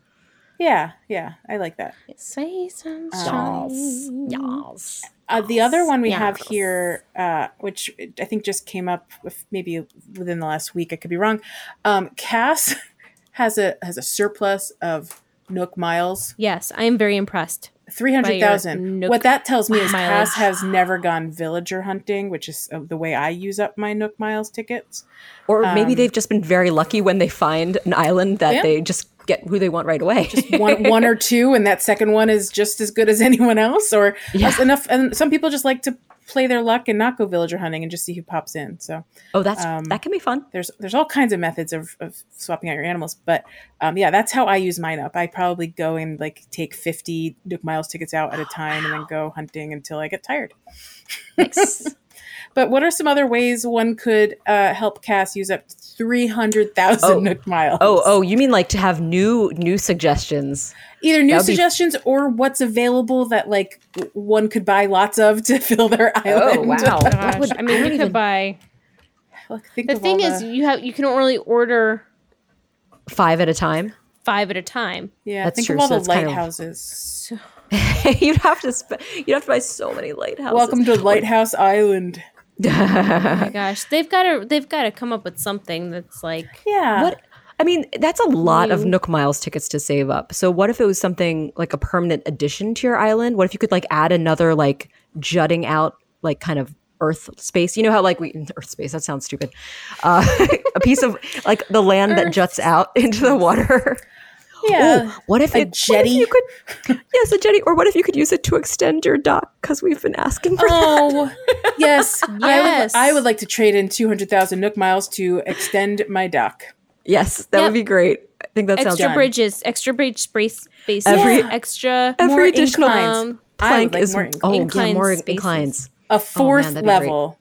[SPEAKER 2] yeah yeah i like that
[SPEAKER 3] Say some
[SPEAKER 4] Yes. Yes.
[SPEAKER 2] uh, the other one we have here uh, which i think just came up with maybe within the last week i could be wrong um, cass has a has a surplus of nook miles
[SPEAKER 3] Yes, I am very impressed. By your
[SPEAKER 2] 300000
[SPEAKER 3] Nook
[SPEAKER 2] what that tells me is
[SPEAKER 3] mileage.
[SPEAKER 2] cass has never gone villager hunting which is uh, the way i use up my nook miles tickets
[SPEAKER 4] Or maybe they've just been very lucky when they find an island that
[SPEAKER 2] Um, Yeah.
[SPEAKER 4] they just get who they want right away.
[SPEAKER 2] one, one or two, and that second one is just as good as anyone else, or that's enough. And some people just like to play their luck and not go villager hunting and just see who pops in. So
[SPEAKER 4] oh, that's
[SPEAKER 2] um,
[SPEAKER 4] that can be fun.
[SPEAKER 2] there's there's all kinds of methods of, of swapping out your animals, but um, yeah, that's how I use mine up. I probably go and like take fifty Nook Miles tickets out at a time, and then go hunting until I get tired. But what are some other ways one could uh, help Cass use up three hundred thousand Nook Miles?
[SPEAKER 4] Oh, oh, you mean like to have new new suggestions?
[SPEAKER 2] either new
[SPEAKER 4] That'd be-
[SPEAKER 2] suggestions or what's available that like w- one could buy lots of to fill their
[SPEAKER 4] Oh,
[SPEAKER 2] island.
[SPEAKER 4] That would-
[SPEAKER 3] I mean, you could buy.
[SPEAKER 2] Like, think
[SPEAKER 3] The
[SPEAKER 2] of
[SPEAKER 3] thing
[SPEAKER 2] all
[SPEAKER 3] is, you have you can only order
[SPEAKER 4] five at a time.
[SPEAKER 3] five at a time.
[SPEAKER 2] yeah,
[SPEAKER 4] that's
[SPEAKER 2] think
[SPEAKER 4] true,
[SPEAKER 2] of all
[SPEAKER 4] so
[SPEAKER 2] the
[SPEAKER 4] it's kind of-
[SPEAKER 2] lighthouses.
[SPEAKER 4] you'd have to sp- you'd have to buy so many lighthouses.
[SPEAKER 2] Welcome to Lighthouse Island.
[SPEAKER 3] Oh my gosh, they've got to they've got to come up with something that's like
[SPEAKER 2] Yeah,
[SPEAKER 4] What? I mean, that's a lot of Nook Miles tickets to save up. So, what if it was something like a permanent addition to your island? What if you could like add another like jutting out like kind of earth space? You know how like we earth space that sounds stupid. Uh, a piece of like the land that juts out into the water.
[SPEAKER 2] yeah.
[SPEAKER 4] Ooh, what if
[SPEAKER 2] Uh, a
[SPEAKER 4] it, what if
[SPEAKER 2] jetty?
[SPEAKER 4] you could, yes, a jetty. Or what if you could use it to extend your dock? Because we've been asking for that.
[SPEAKER 2] Oh yes,
[SPEAKER 3] Yes.
[SPEAKER 2] I would. I would like to trade in two hundred thousand Nook miles to extend my dock.
[SPEAKER 4] Yes, that
[SPEAKER 3] Yep.
[SPEAKER 4] would be great. I think that sounds
[SPEAKER 3] extra
[SPEAKER 2] done.
[SPEAKER 3] bridges, extra bridge space, spaces,
[SPEAKER 4] Every-
[SPEAKER 3] extra
[SPEAKER 4] every
[SPEAKER 2] more
[SPEAKER 4] additional
[SPEAKER 2] inclines.
[SPEAKER 3] um,
[SPEAKER 2] I would
[SPEAKER 4] plank
[SPEAKER 2] like
[SPEAKER 4] is
[SPEAKER 2] more
[SPEAKER 4] oh
[SPEAKER 2] inclines.
[SPEAKER 4] yeah,
[SPEAKER 3] incline
[SPEAKER 4] more
[SPEAKER 3] spaces.
[SPEAKER 4] inclines.
[SPEAKER 2] a fourth
[SPEAKER 4] that'd be great.
[SPEAKER 2] level.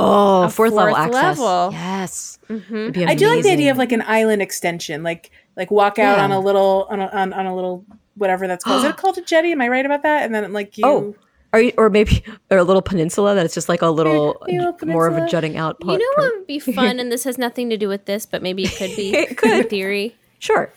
[SPEAKER 4] Oh, fourth level
[SPEAKER 3] fourth
[SPEAKER 4] access.
[SPEAKER 3] level.
[SPEAKER 4] Yes.
[SPEAKER 2] I do like the idea of like an island extension, like like walk out
[SPEAKER 4] Yeah.
[SPEAKER 2] on a little on a, on, on a little whatever that's called. Is it called a jetty? Am I right about that? And then like you,
[SPEAKER 4] Oh. Are you, or maybe or a little peninsula that it's just like a little
[SPEAKER 2] Yeah, little
[SPEAKER 4] more of a
[SPEAKER 2] peninsula.
[SPEAKER 4] jutting out
[SPEAKER 3] You
[SPEAKER 4] part.
[SPEAKER 3] know um, what would be fun, and this has nothing to do with this, but maybe it could be
[SPEAKER 4] It could.
[SPEAKER 3] in theory.
[SPEAKER 4] Sure.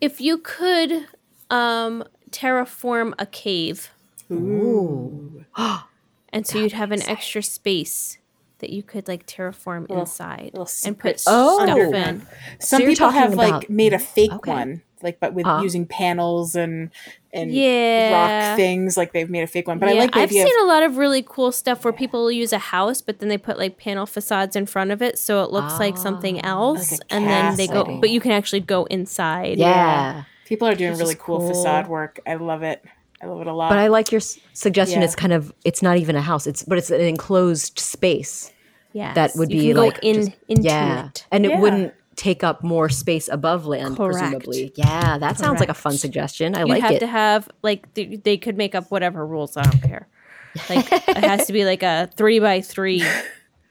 [SPEAKER 3] If you could um, terraform a cave, and so you'd have an extra space that you could like terraform inside and put
[SPEAKER 4] Oh.
[SPEAKER 3] stuff
[SPEAKER 4] underground.
[SPEAKER 3] in.
[SPEAKER 2] some
[SPEAKER 4] you're
[SPEAKER 2] people have
[SPEAKER 4] talking
[SPEAKER 2] like
[SPEAKER 4] about-
[SPEAKER 2] made a fake
[SPEAKER 4] Okay.
[SPEAKER 2] one, like but with
[SPEAKER 4] Uh-huh.
[SPEAKER 2] using panels and and
[SPEAKER 3] Yeah.
[SPEAKER 2] rock things. Like they've made a fake one, but I
[SPEAKER 3] yeah,
[SPEAKER 2] like the
[SPEAKER 3] I've
[SPEAKER 2] idea.
[SPEAKER 3] seen a lot of really cool stuff where people use a house, but then they put like panel facades in front of it, so it looks like something
[SPEAKER 2] Ah,
[SPEAKER 3] else, and then they
[SPEAKER 2] castle.
[SPEAKER 3] go, but you can actually go inside.
[SPEAKER 4] Yeah.
[SPEAKER 2] of, people are doing really cool,
[SPEAKER 4] cool.
[SPEAKER 2] facade work. I love it. I love it a lot.
[SPEAKER 4] But I like your s- suggestion.
[SPEAKER 2] Yeah.
[SPEAKER 4] It's kind of it's not even a house. It's but it's an enclosed space
[SPEAKER 3] Yes,
[SPEAKER 4] that would
[SPEAKER 3] you
[SPEAKER 4] be
[SPEAKER 3] can go
[SPEAKER 4] like
[SPEAKER 3] in
[SPEAKER 4] just-
[SPEAKER 3] into
[SPEAKER 4] yeah,
[SPEAKER 3] it.
[SPEAKER 4] and it
[SPEAKER 2] Yeah.
[SPEAKER 4] wouldn't take up more space above land
[SPEAKER 3] Correct.
[SPEAKER 4] presumably. Yeah, that sounds like a fun suggestion. I
[SPEAKER 3] You
[SPEAKER 4] like
[SPEAKER 3] have
[SPEAKER 4] it.
[SPEAKER 3] to have like th- they could make up whatever rules. I don't care. Like it has to be like a three by three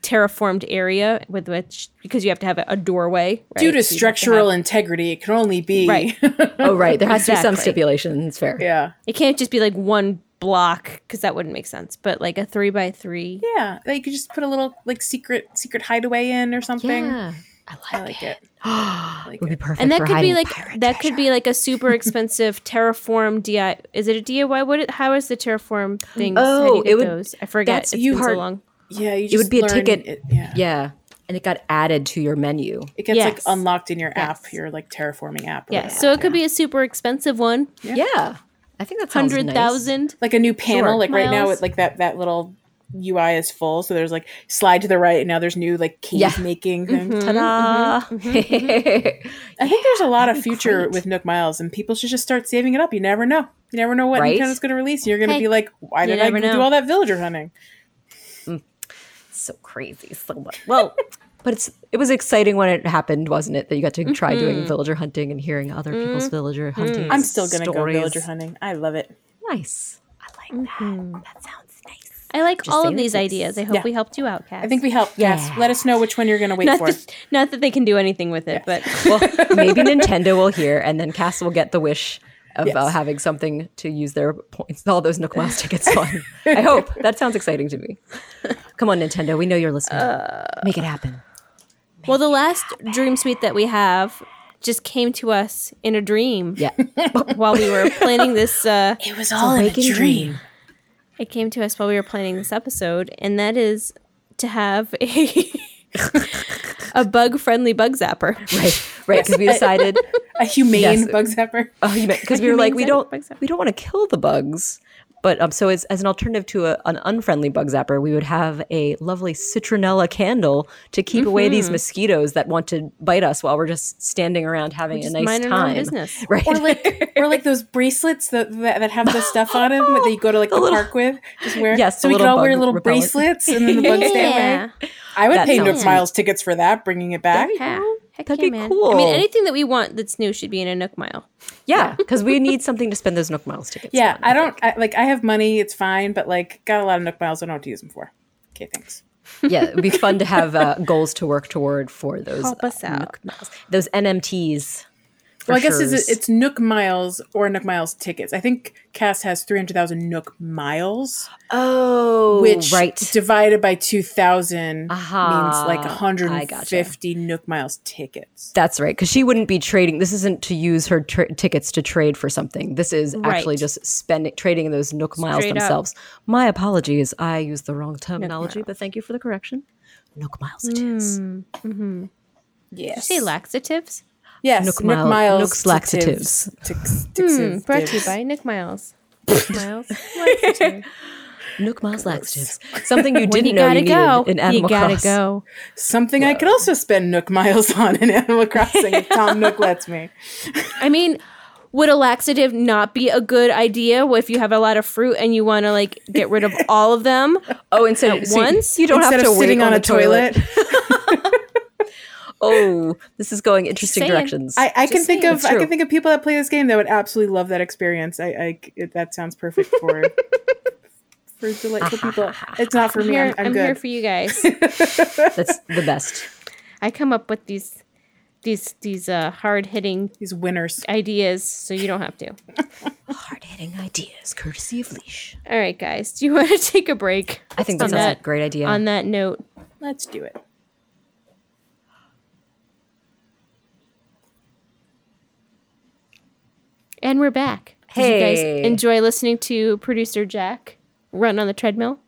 [SPEAKER 3] terraformed area with which because you have to have a doorway. Right? So
[SPEAKER 2] Due to
[SPEAKER 3] you have
[SPEAKER 2] structural integrity, it can only be
[SPEAKER 3] Right.
[SPEAKER 4] oh right, there has to be
[SPEAKER 3] Exactly.
[SPEAKER 4] some stipulation. It's fair.
[SPEAKER 2] yeah.
[SPEAKER 3] it can't just be like one block because that wouldn't make sense. But like a three by three.
[SPEAKER 2] Yeah, like you could just put a little like secret secret hideaway in or something.
[SPEAKER 4] Yeah.
[SPEAKER 2] I like it.
[SPEAKER 4] it would be perfect.
[SPEAKER 3] And that
[SPEAKER 4] for
[SPEAKER 3] could be
[SPEAKER 4] hiding
[SPEAKER 3] like
[SPEAKER 4] pirate
[SPEAKER 3] that could be like a super expensive terraform DI. Is it a DIY? What? it- How is the terraform thing? how do
[SPEAKER 4] Oh,
[SPEAKER 3] you get
[SPEAKER 4] it would-
[SPEAKER 3] those? I forget.
[SPEAKER 4] that's
[SPEAKER 3] It's
[SPEAKER 4] you
[SPEAKER 3] been so
[SPEAKER 4] part-
[SPEAKER 3] long.
[SPEAKER 2] Yeah, you just
[SPEAKER 4] would be a
[SPEAKER 2] learn
[SPEAKER 4] ticket.
[SPEAKER 2] It, yeah.
[SPEAKER 4] Yeah. And it got added to your menu.
[SPEAKER 2] it gets like
[SPEAKER 3] Yes.
[SPEAKER 2] unlocked in your app, your like terraforming app. or
[SPEAKER 3] Yeah.
[SPEAKER 2] whatever.
[SPEAKER 3] So it could be a super expensive one.
[SPEAKER 4] Yeah. I think that's
[SPEAKER 3] hundred thousand.
[SPEAKER 2] like a new panel
[SPEAKER 4] Sure.
[SPEAKER 2] like right now
[SPEAKER 3] Miles?
[SPEAKER 2] it like that that little ui is full so there's like slide to the right and now there's new like cave
[SPEAKER 4] Yeah. Mm-hmm.
[SPEAKER 2] making thing
[SPEAKER 4] Ta-da! mm-hmm,
[SPEAKER 2] i think there's a lot of future
[SPEAKER 4] great.
[SPEAKER 2] with nook miles and people should just start saving it up you never know you never know what
[SPEAKER 4] Right?
[SPEAKER 2] nintendo's going to release you're going to
[SPEAKER 3] Hey,
[SPEAKER 2] be like why
[SPEAKER 3] you
[SPEAKER 2] did i
[SPEAKER 3] never
[SPEAKER 2] do
[SPEAKER 3] know.
[SPEAKER 2] all that villager hunting
[SPEAKER 4] so crazy, so much. Well, but it's it was exciting when it happened, wasn't it? That you got to try doing villager hunting and hearing other people's villager hunting.
[SPEAKER 2] Mm-hmm. i'm still going
[SPEAKER 4] going
[SPEAKER 2] to go villager hunting i love it
[SPEAKER 4] Nice. I like that. That sounds nice.
[SPEAKER 3] I like all
[SPEAKER 4] saying
[SPEAKER 3] of these
[SPEAKER 4] it's-
[SPEAKER 3] ideas. I hope
[SPEAKER 2] yeah.
[SPEAKER 3] we helped you out, Cass.
[SPEAKER 2] i think we helped yes
[SPEAKER 4] Yeah.
[SPEAKER 2] let us know which one you're going to wait
[SPEAKER 3] not
[SPEAKER 2] for
[SPEAKER 3] that, not that they can do anything with it, but
[SPEAKER 4] Well, maybe Nintendo will hear, and then Cass will get the wish of uh,
[SPEAKER 2] Yes.
[SPEAKER 4] having something to use their points, all those Nook Miles tickets on. I hope that sounds exciting to me. Come on, Nintendo, we know you're listening.
[SPEAKER 3] Uh,
[SPEAKER 4] Make it happen.
[SPEAKER 3] well, the last dream suite that we have just came to us in a dream
[SPEAKER 4] Yeah,
[SPEAKER 3] while we were planning this. Uh,
[SPEAKER 2] it was all in a
[SPEAKER 4] waking
[SPEAKER 2] dream,
[SPEAKER 4] dream.
[SPEAKER 3] it came to us while we were planning this episode, and that is to have a a bug friendly bug zapper.
[SPEAKER 4] right, right. Because we decided
[SPEAKER 2] a humane
[SPEAKER 4] Yes.
[SPEAKER 2] bug zapper
[SPEAKER 4] Oh, you meant because we were
[SPEAKER 3] You
[SPEAKER 4] like
[SPEAKER 3] mean
[SPEAKER 4] we
[SPEAKER 3] zap-
[SPEAKER 4] don't
[SPEAKER 3] bug zapper.
[SPEAKER 4] we don't want to kill the bugs, but um, so as as an alternative to a, an unfriendly bug zapper, we would have a lovely citronella candle to keep away
[SPEAKER 3] Mm-hmm.
[SPEAKER 4] these mosquitoes that want to bite us while we're just standing around having a
[SPEAKER 3] just
[SPEAKER 4] nice
[SPEAKER 3] minding
[SPEAKER 4] time.
[SPEAKER 3] our own business.
[SPEAKER 4] right?
[SPEAKER 2] or like or like those bracelets that that, that have the stuff on them that you go to like the,
[SPEAKER 4] little-
[SPEAKER 2] park with. Just wear
[SPEAKER 4] Yes,
[SPEAKER 2] so
[SPEAKER 4] the
[SPEAKER 2] we could
[SPEAKER 4] little
[SPEAKER 2] all wear
[SPEAKER 4] bug
[SPEAKER 2] little
[SPEAKER 4] repellent.
[SPEAKER 2] bracelets and then the bugs stay away. I would
[SPEAKER 4] That
[SPEAKER 2] pay Nook
[SPEAKER 4] sounds
[SPEAKER 2] Miles tickets for that, bringing it back.
[SPEAKER 3] Yeah. Heck
[SPEAKER 4] That'd
[SPEAKER 3] yeah,
[SPEAKER 4] be
[SPEAKER 3] man. I
[SPEAKER 4] cool.
[SPEAKER 3] mean, anything that we want that's new should be in a Nook Mile.
[SPEAKER 4] yeah, because we need something to spend those Nook Miles tickets.
[SPEAKER 2] Yeah,
[SPEAKER 4] on,
[SPEAKER 2] I
[SPEAKER 4] think.
[SPEAKER 2] don't I, like. I have money; it's fine, but like, got a lot of Nook Miles. I don't know what to use them for. Okay, thanks.
[SPEAKER 4] yeah, it'd be fun to have uh, goals to work toward for those
[SPEAKER 3] Help us
[SPEAKER 4] uh,
[SPEAKER 3] out.
[SPEAKER 4] Nook Miles, those NMTs. for
[SPEAKER 2] Well, I guess
[SPEAKER 4] sure's.
[SPEAKER 2] it's, it's Nook Miles or Nook Miles tickets. I think Cass has three hundred thousand Nook Miles,
[SPEAKER 4] oh
[SPEAKER 2] which
[SPEAKER 4] right.
[SPEAKER 2] divided by two thousand
[SPEAKER 4] Aha,
[SPEAKER 2] means like
[SPEAKER 4] I
[SPEAKER 2] one
[SPEAKER 4] gotcha.
[SPEAKER 2] hundred and fifty Nook Miles tickets.
[SPEAKER 4] That's right, because she wouldn't be trading. This isn't to use her tra- tickets to trade for something. This is actually
[SPEAKER 3] Right.
[SPEAKER 4] just spending trading those Nook miles
[SPEAKER 3] Straight up.
[SPEAKER 4] themselves. My apologies, I used the wrong terminology, but thank you for the correction. Nook miles it
[SPEAKER 3] Hmm.
[SPEAKER 4] is.
[SPEAKER 2] Yes.
[SPEAKER 3] Say laxatives.
[SPEAKER 2] Yes,
[SPEAKER 4] Nook
[SPEAKER 2] Nook,
[SPEAKER 4] Mile-
[SPEAKER 2] Miles.
[SPEAKER 4] Nook's laxatives.
[SPEAKER 2] Tix,
[SPEAKER 3] Hmm, brought to you by Nick Miles. Nick Miles. laxative.
[SPEAKER 4] Nook miles laxatives. Something you
[SPEAKER 3] When
[SPEAKER 4] didn't
[SPEAKER 3] you
[SPEAKER 4] know you
[SPEAKER 3] gotta
[SPEAKER 4] needed
[SPEAKER 3] go,
[SPEAKER 4] in Animal
[SPEAKER 3] you gotta
[SPEAKER 4] Cross.
[SPEAKER 3] go.
[SPEAKER 2] Something I could also spend Nook Miles on in Animal Crossing if Tom Nook lets me.
[SPEAKER 3] I mean, would a laxative not be a good idea if you have a lot of fruit and you want to like get rid of all of them?
[SPEAKER 4] Oh, instead of
[SPEAKER 3] once?
[SPEAKER 4] you don't
[SPEAKER 2] Instead
[SPEAKER 4] have to
[SPEAKER 2] of sitting
[SPEAKER 4] wait
[SPEAKER 2] on,
[SPEAKER 4] the
[SPEAKER 2] a toilet.
[SPEAKER 4] Oh, this is going interesting
[SPEAKER 3] saying.
[SPEAKER 4] directions.
[SPEAKER 2] I, I can think
[SPEAKER 4] saying.
[SPEAKER 2] of
[SPEAKER 4] It's
[SPEAKER 2] I
[SPEAKER 4] true.
[SPEAKER 2] can think of people that play this game that would absolutely love that experience. I, I it, that sounds perfect for for delightful
[SPEAKER 4] Ah,
[SPEAKER 2] people. It's not for me.
[SPEAKER 3] Here,
[SPEAKER 2] I'm, I'm,
[SPEAKER 3] I'm
[SPEAKER 2] good.
[SPEAKER 3] here for you guys.
[SPEAKER 4] That's the best.
[SPEAKER 3] I come up with these these these uh, hard hitting
[SPEAKER 2] These winners.
[SPEAKER 3] ideas, so you don't have to.
[SPEAKER 4] Hard hitting ideas, courtesy of leash.
[SPEAKER 3] All right, guys, do you want to take a break?
[SPEAKER 4] I think
[SPEAKER 3] On
[SPEAKER 4] that sounds like
[SPEAKER 3] that-
[SPEAKER 4] a great idea.
[SPEAKER 3] On that note,
[SPEAKER 2] Let's do it.
[SPEAKER 3] and we're back. Did you
[SPEAKER 4] Hey.
[SPEAKER 3] guys enjoy listening to producer Jack run on the treadmill?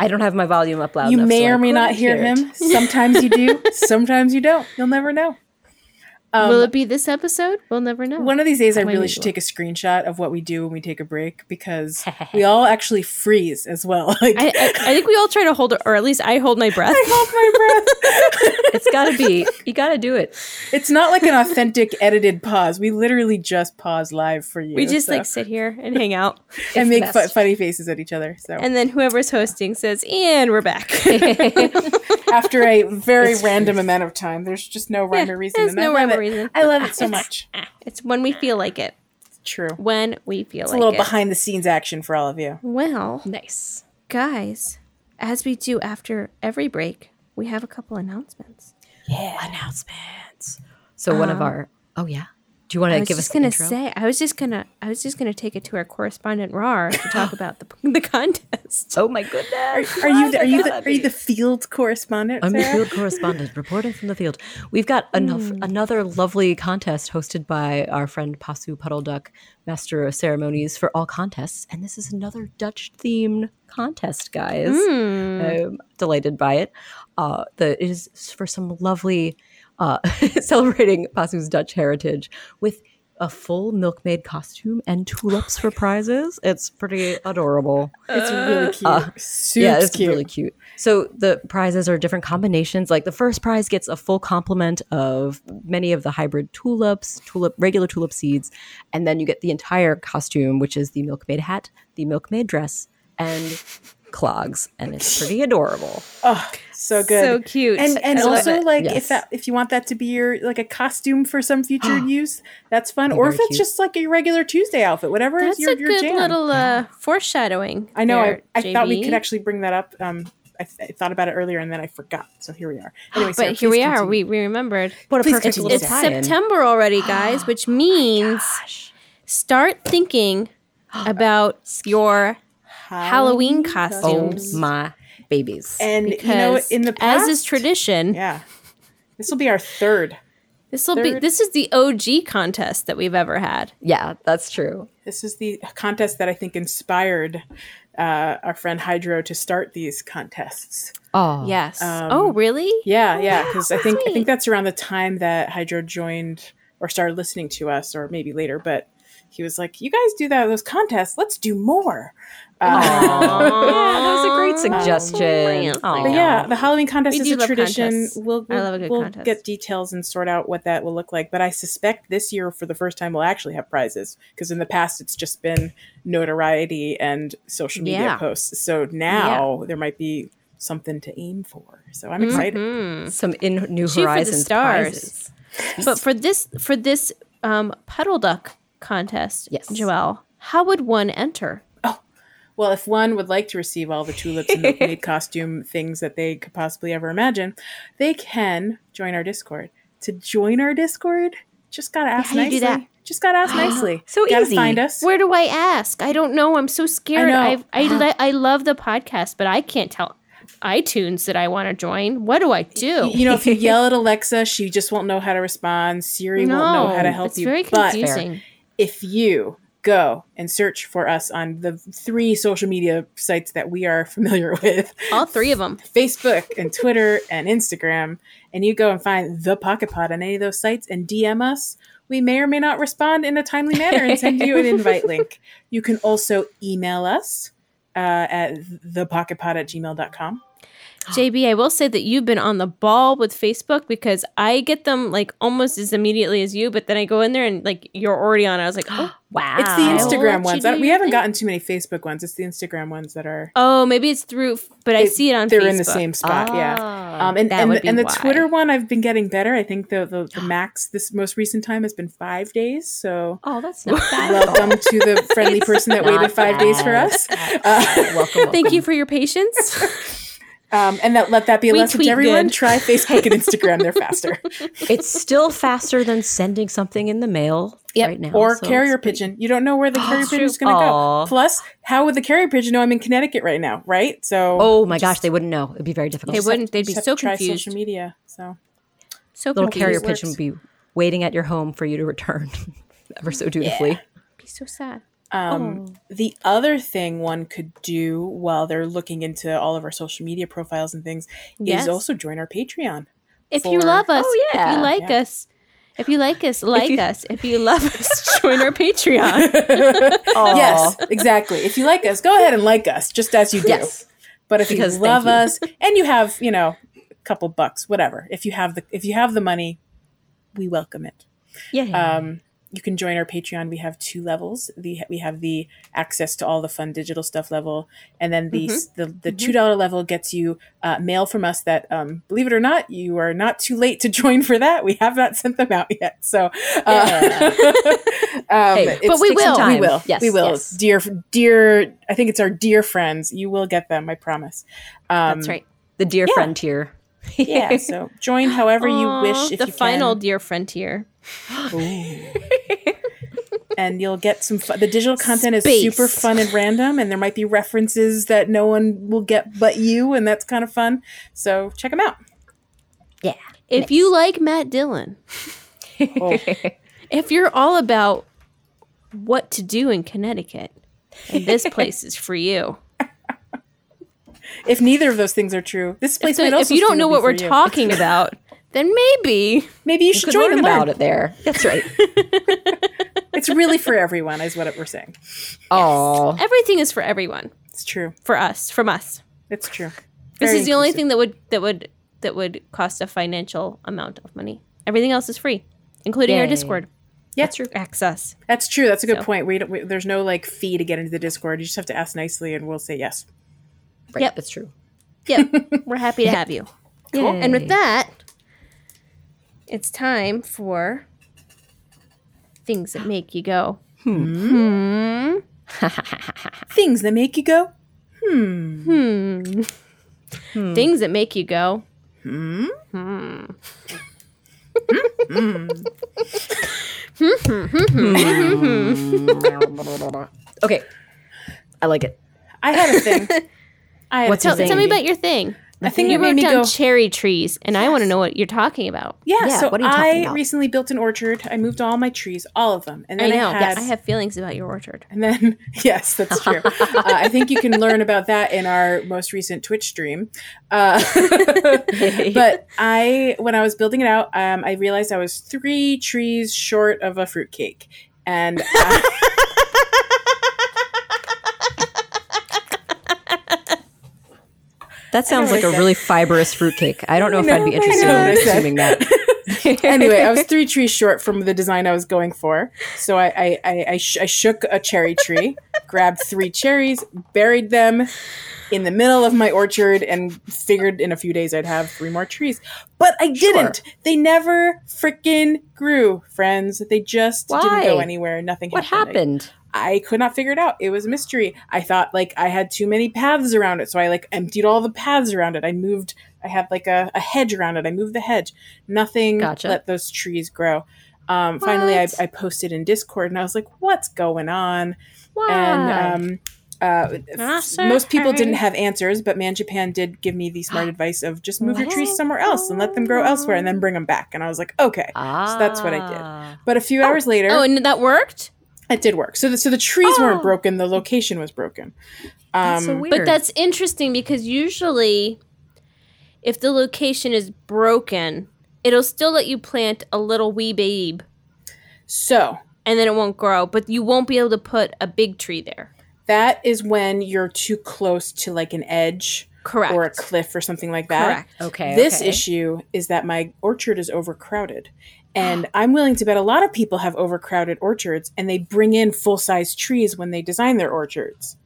[SPEAKER 4] I don't have my volume up loud.
[SPEAKER 2] You
[SPEAKER 4] enough,
[SPEAKER 2] may
[SPEAKER 4] Oh, so I
[SPEAKER 2] or may
[SPEAKER 4] couldn't
[SPEAKER 2] not hear
[SPEAKER 4] it.
[SPEAKER 2] him. Sometimes you do. Sometimes you don't. You'll never know.
[SPEAKER 4] Um,
[SPEAKER 3] Will it be this episode? We'll never know.
[SPEAKER 2] One of these days, I really
[SPEAKER 3] maybe
[SPEAKER 2] should
[SPEAKER 3] we'll-
[SPEAKER 2] take a screenshot of what we do when we take a break because we all actually freeze as well. Like,
[SPEAKER 3] I,
[SPEAKER 2] I,
[SPEAKER 3] I, I think we all try to hold, or at least I hold my breath.
[SPEAKER 2] hold my breath.
[SPEAKER 4] It's gotta be. You gotta do it.
[SPEAKER 2] it's not like an authentic edited pause. We literally just pause live for you.
[SPEAKER 3] We just
[SPEAKER 2] so-
[SPEAKER 3] like sit here and hang out,
[SPEAKER 2] and
[SPEAKER 4] the
[SPEAKER 2] make fu-
[SPEAKER 4] best.
[SPEAKER 2] funny faces at each other. So
[SPEAKER 3] and then whoever's hosting says, "And we're back."
[SPEAKER 2] after a very random amount of time, there's just no rhyme
[SPEAKER 3] Yeah,
[SPEAKER 2] or reason.
[SPEAKER 3] there's
[SPEAKER 2] and I
[SPEAKER 3] no
[SPEAKER 2] love
[SPEAKER 3] rhyme or
[SPEAKER 2] it.
[SPEAKER 3] reason.
[SPEAKER 2] I love it so much.
[SPEAKER 3] it's ah, when we feel like it.
[SPEAKER 2] It's true. It's
[SPEAKER 3] When we feel
[SPEAKER 2] a
[SPEAKER 3] like
[SPEAKER 2] little
[SPEAKER 3] it.
[SPEAKER 2] behind the scenes action for all of you.
[SPEAKER 3] Well,
[SPEAKER 4] Nice.
[SPEAKER 3] guys, as we do after every break, we have a couple announcements.
[SPEAKER 4] Announcements. So one of our. Oh yeah. Do you want
[SPEAKER 3] I
[SPEAKER 4] to
[SPEAKER 3] was
[SPEAKER 4] give us
[SPEAKER 3] just
[SPEAKER 4] the
[SPEAKER 3] gonna
[SPEAKER 4] intro?
[SPEAKER 3] say, I was just gonna, I was just gonna take it to our correspondent Rar to talk about the the contest.
[SPEAKER 4] oh my goodness.
[SPEAKER 2] Are you the, are you the, are you the field correspondent?
[SPEAKER 4] I'm the
[SPEAKER 2] Sarah?
[SPEAKER 4] field correspondent reporting from the field. We've got enough, another lovely contest hosted by our friend Pasu Puddle Duck, master of ceremonies for all contests, and this is another Dutch themed contest, guys. I'm delighted by it. Uh, the it is for some lovely uh, celebrating Pasu's Dutch heritage with a full milkmaid costume and tulips for prizes. It's pretty adorable.
[SPEAKER 2] It's really cute.
[SPEAKER 3] Ah,
[SPEAKER 4] Uh,
[SPEAKER 2] Super
[SPEAKER 4] yeah, it's
[SPEAKER 2] cute.
[SPEAKER 4] really cute. So the prizes are different combinations. Like the first prize gets a full complement of many of the hybrid tulips, tulip regular tulip seeds, and then you get the entire costume, which is the milkmaid hat, the milkmaid dress, and clogs, and it's pretty adorable.
[SPEAKER 2] oh, so good.
[SPEAKER 3] So cute.
[SPEAKER 2] And and
[SPEAKER 3] I love
[SPEAKER 2] also
[SPEAKER 3] it.
[SPEAKER 2] like
[SPEAKER 4] Yes.
[SPEAKER 2] if that if you want that to be your like a costume for some future use, that's fun.
[SPEAKER 4] Be
[SPEAKER 2] Or
[SPEAKER 4] very
[SPEAKER 2] if it's
[SPEAKER 4] cute.
[SPEAKER 2] just like a regular Tuesday outfit, whatever
[SPEAKER 3] that's
[SPEAKER 2] is your
[SPEAKER 3] a
[SPEAKER 2] your
[SPEAKER 3] good
[SPEAKER 2] jam.
[SPEAKER 3] little uh, foreshadowing.
[SPEAKER 2] I know.
[SPEAKER 3] there,
[SPEAKER 2] I, I thought we
[SPEAKER 3] JB.
[SPEAKER 2] could actually bring that up. Um, I, th- I thought about it earlier and then I forgot. So here we are. Anyway,
[SPEAKER 3] But
[SPEAKER 2] Sarah,
[SPEAKER 3] here
[SPEAKER 2] please
[SPEAKER 3] we are.
[SPEAKER 2] continue.
[SPEAKER 3] We, we remembered.
[SPEAKER 4] What a
[SPEAKER 2] Please
[SPEAKER 4] perfect
[SPEAKER 2] continue.
[SPEAKER 4] little
[SPEAKER 3] It's
[SPEAKER 2] Little
[SPEAKER 4] tie-in.
[SPEAKER 3] September already, guys, which
[SPEAKER 2] Oh
[SPEAKER 3] means start thinking about your Halloween
[SPEAKER 4] Oh
[SPEAKER 3] costumes.
[SPEAKER 4] my babies!
[SPEAKER 2] And you know,
[SPEAKER 3] because
[SPEAKER 2] in the past,
[SPEAKER 3] as is tradition,
[SPEAKER 2] Yeah, this will be our third.
[SPEAKER 3] this will be
[SPEAKER 2] Third.
[SPEAKER 3] this is the OG contest that we've ever had.
[SPEAKER 4] yeah, that's true.
[SPEAKER 2] This is the contest that I think inspired uh, our friend Hydro to start these contests.
[SPEAKER 4] Oh
[SPEAKER 3] Yes. oh, really?
[SPEAKER 2] Um, Yeah, yeah, because I think I
[SPEAKER 3] sweet.
[SPEAKER 2] think that's around the time that Hydro joined or started listening to us, or maybe later. But he was like, "You guys do that those contests. Let's do more." Uh,
[SPEAKER 4] Yeah, that was a great
[SPEAKER 3] Really?
[SPEAKER 4] suggestion. Aw.
[SPEAKER 2] but yeah, the Halloween contest
[SPEAKER 3] We
[SPEAKER 2] is
[SPEAKER 3] do
[SPEAKER 2] a
[SPEAKER 3] love
[SPEAKER 2] tradition.
[SPEAKER 3] contests.
[SPEAKER 2] We'll,
[SPEAKER 3] I
[SPEAKER 2] we'll,
[SPEAKER 3] love a good
[SPEAKER 2] we'll
[SPEAKER 3] contest.
[SPEAKER 2] get details and sort out what that will look like. But I suspect this year, for the first time, we'll actually have prizes because in the past it's just been notoriety and social media
[SPEAKER 3] Yeah.
[SPEAKER 2] posts. So now there might be something to aim for. So
[SPEAKER 3] Mm-hmm.
[SPEAKER 2] I'm excited.
[SPEAKER 4] some in New
[SPEAKER 3] Shoot for the
[SPEAKER 4] Horizons
[SPEAKER 3] stars.
[SPEAKER 4] prizes.
[SPEAKER 3] But for this for this um, puddle duck contest,
[SPEAKER 4] Yes.
[SPEAKER 3] Joelle, how would one enter?
[SPEAKER 2] Well, if one would like to receive all the tulips and milkmaid costume things that they could possibly ever imagine, they can join our Discord. To join our Discord, just gotta ask
[SPEAKER 3] how do you
[SPEAKER 2] nicely.
[SPEAKER 3] do that?
[SPEAKER 2] Just gotta ask nicely.
[SPEAKER 4] So
[SPEAKER 2] gotta
[SPEAKER 4] easy.
[SPEAKER 2] find us.
[SPEAKER 3] Where do I ask? I don't know. I'm so scared.
[SPEAKER 2] know.
[SPEAKER 3] I I, I, li- I love the podcast, but I can't tell iTunes that I want to join. What do I do?
[SPEAKER 2] you know, if you yell at Alexa, she just won't know how to respond. Siri won't know how to help
[SPEAKER 3] it's
[SPEAKER 2] you.
[SPEAKER 3] very
[SPEAKER 2] but
[SPEAKER 3] confusing.
[SPEAKER 2] if you go and search for us on the three social media sites that we are familiar with
[SPEAKER 3] All three of them.
[SPEAKER 2] Facebook and Twitter and Instagram, and you go and find the Pocket Pod on any of those sites and DM us, we may or may not respond in a timely manner and send you an invite link. You can also email us uh, at thepocketpod at gmail.com.
[SPEAKER 3] JB, I will say that you've been on the ball with Facebook because I get them like almost as immediately as you, but then I go in there and like you're already on. I was like, oh,
[SPEAKER 4] Wow.
[SPEAKER 2] It's the
[SPEAKER 3] let
[SPEAKER 2] Instagram
[SPEAKER 3] you
[SPEAKER 2] ones.
[SPEAKER 3] do
[SPEAKER 2] I- we
[SPEAKER 3] your
[SPEAKER 2] haven't
[SPEAKER 3] thing.
[SPEAKER 2] gotten too many Facebook ones. It's the Instagram ones that are.
[SPEAKER 3] oh, maybe it's through, but I
[SPEAKER 2] It-
[SPEAKER 3] see it on.
[SPEAKER 2] They're
[SPEAKER 3] Facebook. Ah,
[SPEAKER 2] in the same spot, yeah. Um, and
[SPEAKER 3] that
[SPEAKER 2] and,
[SPEAKER 3] would
[SPEAKER 2] the-
[SPEAKER 3] be
[SPEAKER 2] and the
[SPEAKER 3] why.
[SPEAKER 2] Twitter one, I've been getting better. I think the, the the max this most recent time has been five days. So
[SPEAKER 4] Oh, that's not bad. at all.
[SPEAKER 2] welcome to the friendly person that waited
[SPEAKER 4] Not
[SPEAKER 2] five days for
[SPEAKER 4] bad.
[SPEAKER 2] us. Uh,
[SPEAKER 4] welcome, welcome.
[SPEAKER 3] Thank you for your patience.
[SPEAKER 2] um, and that let that be a
[SPEAKER 3] We
[SPEAKER 2] lesson
[SPEAKER 3] tweet
[SPEAKER 2] to everyone.
[SPEAKER 3] good.
[SPEAKER 2] Try Facebook and Instagram; they're faster.
[SPEAKER 4] It's still faster than sending something in the mail right now.
[SPEAKER 2] or
[SPEAKER 4] so
[SPEAKER 2] carrier
[SPEAKER 4] it's pretty-
[SPEAKER 2] pigeon. You don't know where the carrier pigeon is going to
[SPEAKER 4] Aw.
[SPEAKER 2] go. Plus, how would the carrier pigeon know I'm in Connecticut right now? Right? So
[SPEAKER 4] Oh my gosh, they wouldn't know. It'd be very difficult.
[SPEAKER 3] they
[SPEAKER 4] So
[SPEAKER 3] wouldn't. They'd be
[SPEAKER 2] just have
[SPEAKER 3] so
[SPEAKER 2] to try
[SPEAKER 3] confused.
[SPEAKER 2] social media. So
[SPEAKER 3] So
[SPEAKER 4] Little
[SPEAKER 3] confused.
[SPEAKER 4] carrier
[SPEAKER 2] works.
[SPEAKER 4] pigeon would be waiting at your home for you to return, ever so dutifully.
[SPEAKER 3] Be so sad. Oh.
[SPEAKER 2] Um, The other thing one could do while they're looking into all of our social media profiles and things
[SPEAKER 3] Yes.
[SPEAKER 2] is also join our Patreon.
[SPEAKER 3] If you
[SPEAKER 2] For-
[SPEAKER 3] love us,
[SPEAKER 4] Oh,
[SPEAKER 3] if
[SPEAKER 4] yeah.
[SPEAKER 3] you like us, if you like us, like us. If you love us, join our Patreon.
[SPEAKER 2] Yes, exactly. If you like us, go ahead and like us, just as you do.
[SPEAKER 4] Yes.
[SPEAKER 2] But if
[SPEAKER 4] Because
[SPEAKER 2] you
[SPEAKER 4] thank
[SPEAKER 2] love
[SPEAKER 4] you.
[SPEAKER 2] us and you have, you know, a couple bucks, whatever. If you have the if you have the money, we welcome it.
[SPEAKER 4] Yeah.
[SPEAKER 2] Um, you can join our Patreon. We have two levels. The we have the access to all the fun digital stuff level, and then
[SPEAKER 3] Mm-hmm.
[SPEAKER 2] the the, the two dollar level gets you uh, mail from us. That um, believe it or not, you are not too late to join for that. We have not sent them out yet, so uh, um,
[SPEAKER 4] Hey,
[SPEAKER 2] it's-
[SPEAKER 3] but we
[SPEAKER 4] take some
[SPEAKER 3] will.
[SPEAKER 2] we
[SPEAKER 4] time.
[SPEAKER 2] will.
[SPEAKER 4] Yes,
[SPEAKER 2] we will.
[SPEAKER 4] yes.
[SPEAKER 2] Dear, dear. I think it's our dear friends. You will get them. I promise. Um,
[SPEAKER 3] That's right.
[SPEAKER 4] The dear friend tier.
[SPEAKER 2] yeah. So join however
[SPEAKER 3] Aw,
[SPEAKER 2] you wish. If
[SPEAKER 3] the
[SPEAKER 2] you
[SPEAKER 3] final
[SPEAKER 2] can.
[SPEAKER 3] dear frontier.
[SPEAKER 2] and you'll get some fun. The digital content
[SPEAKER 3] Space.
[SPEAKER 2] is super fun and random, and there might be references that no one will get but you, and that's kind of fun. So check them out.
[SPEAKER 4] Yeah.
[SPEAKER 3] If you like Matt Dillon, oh, if you're all about what to do in Connecticut, then this place is for you.
[SPEAKER 2] If neither of those things are true, this place
[SPEAKER 3] So
[SPEAKER 2] might
[SPEAKER 3] if
[SPEAKER 2] also
[SPEAKER 3] you don't
[SPEAKER 2] still
[SPEAKER 3] know
[SPEAKER 2] be
[SPEAKER 3] what
[SPEAKER 2] for
[SPEAKER 3] we're
[SPEAKER 2] you.
[SPEAKER 3] talking about, then maybe
[SPEAKER 2] maybe you should
[SPEAKER 4] Could
[SPEAKER 2] join
[SPEAKER 4] learn
[SPEAKER 2] and
[SPEAKER 4] about
[SPEAKER 2] learn.
[SPEAKER 4] it there. That's right.
[SPEAKER 2] It's really for everyone, is what we're saying.
[SPEAKER 4] Oh,
[SPEAKER 3] Everything is for everyone,
[SPEAKER 2] It's true.
[SPEAKER 3] for us, from us.
[SPEAKER 2] It's true.
[SPEAKER 3] This
[SPEAKER 2] Very
[SPEAKER 3] is the only
[SPEAKER 2] inclusive.
[SPEAKER 3] thing that would that would that would cost a financial amount of money. Everything else is free, including our
[SPEAKER 4] Yay.
[SPEAKER 3] Discord.
[SPEAKER 2] Yeah.
[SPEAKER 3] That's your access.
[SPEAKER 2] That's true. That's a good
[SPEAKER 3] So-
[SPEAKER 2] point. We, don't, we there's no like fee to get into the Discord. You just have to ask nicely, and we'll say yes.
[SPEAKER 4] right,
[SPEAKER 3] Yep.
[SPEAKER 4] that's true.
[SPEAKER 3] Yep, we're happy to have you. Cool. And
[SPEAKER 4] Yay.
[SPEAKER 3] with that, it's time for things that make you go.
[SPEAKER 2] Things that make you go.
[SPEAKER 3] Hmm. Things that make you go.
[SPEAKER 4] Okay, I like it.
[SPEAKER 2] I had a thing. I had
[SPEAKER 4] What's
[SPEAKER 2] a
[SPEAKER 4] your
[SPEAKER 3] Tell,
[SPEAKER 2] thing.
[SPEAKER 4] thing?
[SPEAKER 3] tell me about your thing.
[SPEAKER 2] I think
[SPEAKER 3] you
[SPEAKER 2] it made
[SPEAKER 3] wrote
[SPEAKER 2] me
[SPEAKER 3] down
[SPEAKER 2] go.
[SPEAKER 3] cherry trees, and I want to know what you're talking about.
[SPEAKER 2] yeah,
[SPEAKER 4] Yeah,
[SPEAKER 2] So
[SPEAKER 4] what are you talking
[SPEAKER 2] I
[SPEAKER 4] about?
[SPEAKER 2] recently built an orchard. I moved all my trees, all of them, and
[SPEAKER 3] I
[SPEAKER 2] then I,
[SPEAKER 3] know.
[SPEAKER 2] had.
[SPEAKER 3] yes, I have feelings about your orchard.
[SPEAKER 2] And then, yes, that's true. uh, I think you can learn about that in our most recent Twitch stream. Uh, but I, when I was building it out, um, I realized I was three trees short of a fruitcake. And I,
[SPEAKER 4] That sounds like a really fibrous fruitcake. I don't know if I'd be interested
[SPEAKER 2] know
[SPEAKER 4] in
[SPEAKER 2] what I said.
[SPEAKER 4] consuming that.
[SPEAKER 2] anyway, I was three trees short from the design I was going for. So I, I, I, I, sh- I shook a cherry tree, grabbed three cherries, buried them in the middle of my orchard, and figured in a few days I'd have three more trees. But I didn't. They never freaking grew, friends. They just didn't go
[SPEAKER 4] Why?
[SPEAKER 2] anywhere. Nothing
[SPEAKER 4] What
[SPEAKER 2] happened. I-
[SPEAKER 4] happened?
[SPEAKER 2] I could not figure it out. It was a mystery. I thought like I had too many paths around it, so I like emptied all the paths around it. I moved. I had like a, a hedge around it. I moved the hedge. Nothing
[SPEAKER 4] Gotcha.
[SPEAKER 2] let those trees grow. Um, finally, I,
[SPEAKER 3] What?
[SPEAKER 2] I posted in Discord and I was like, "What's going on?"
[SPEAKER 3] Why?
[SPEAKER 2] And um, uh, f-
[SPEAKER 3] That's
[SPEAKER 2] most people didn't
[SPEAKER 3] okay.
[SPEAKER 2] have answers, but Man Japan did give me the smart advice of just move your trees somewhere else and let them grow elsewhere, and then bring them back. And I was like, "Okay."
[SPEAKER 4] Ah,
[SPEAKER 2] that's what I did. But a few hours later,
[SPEAKER 3] Uh, oh, and that worked.
[SPEAKER 2] it did work. So the, so the trees
[SPEAKER 3] Oh.
[SPEAKER 2] weren't broken. The location was broken. Um,
[SPEAKER 4] That's so weird.
[SPEAKER 3] But that's interesting because usually, if the location is broken, it'll still let you plant a little wee babe,
[SPEAKER 2] So
[SPEAKER 3] and then it won't grow. But you won't be able to put a big tree there.
[SPEAKER 2] that is when you're too close to like an edge
[SPEAKER 3] Correct.
[SPEAKER 2] or a cliff or something like that.
[SPEAKER 3] Correct.
[SPEAKER 4] okay.
[SPEAKER 2] This
[SPEAKER 4] okay.
[SPEAKER 2] issue is that my orchard is overcrowded. And I'm willing to bet a lot of people have overcrowded orchards and they bring in full size trees when they design their orchards.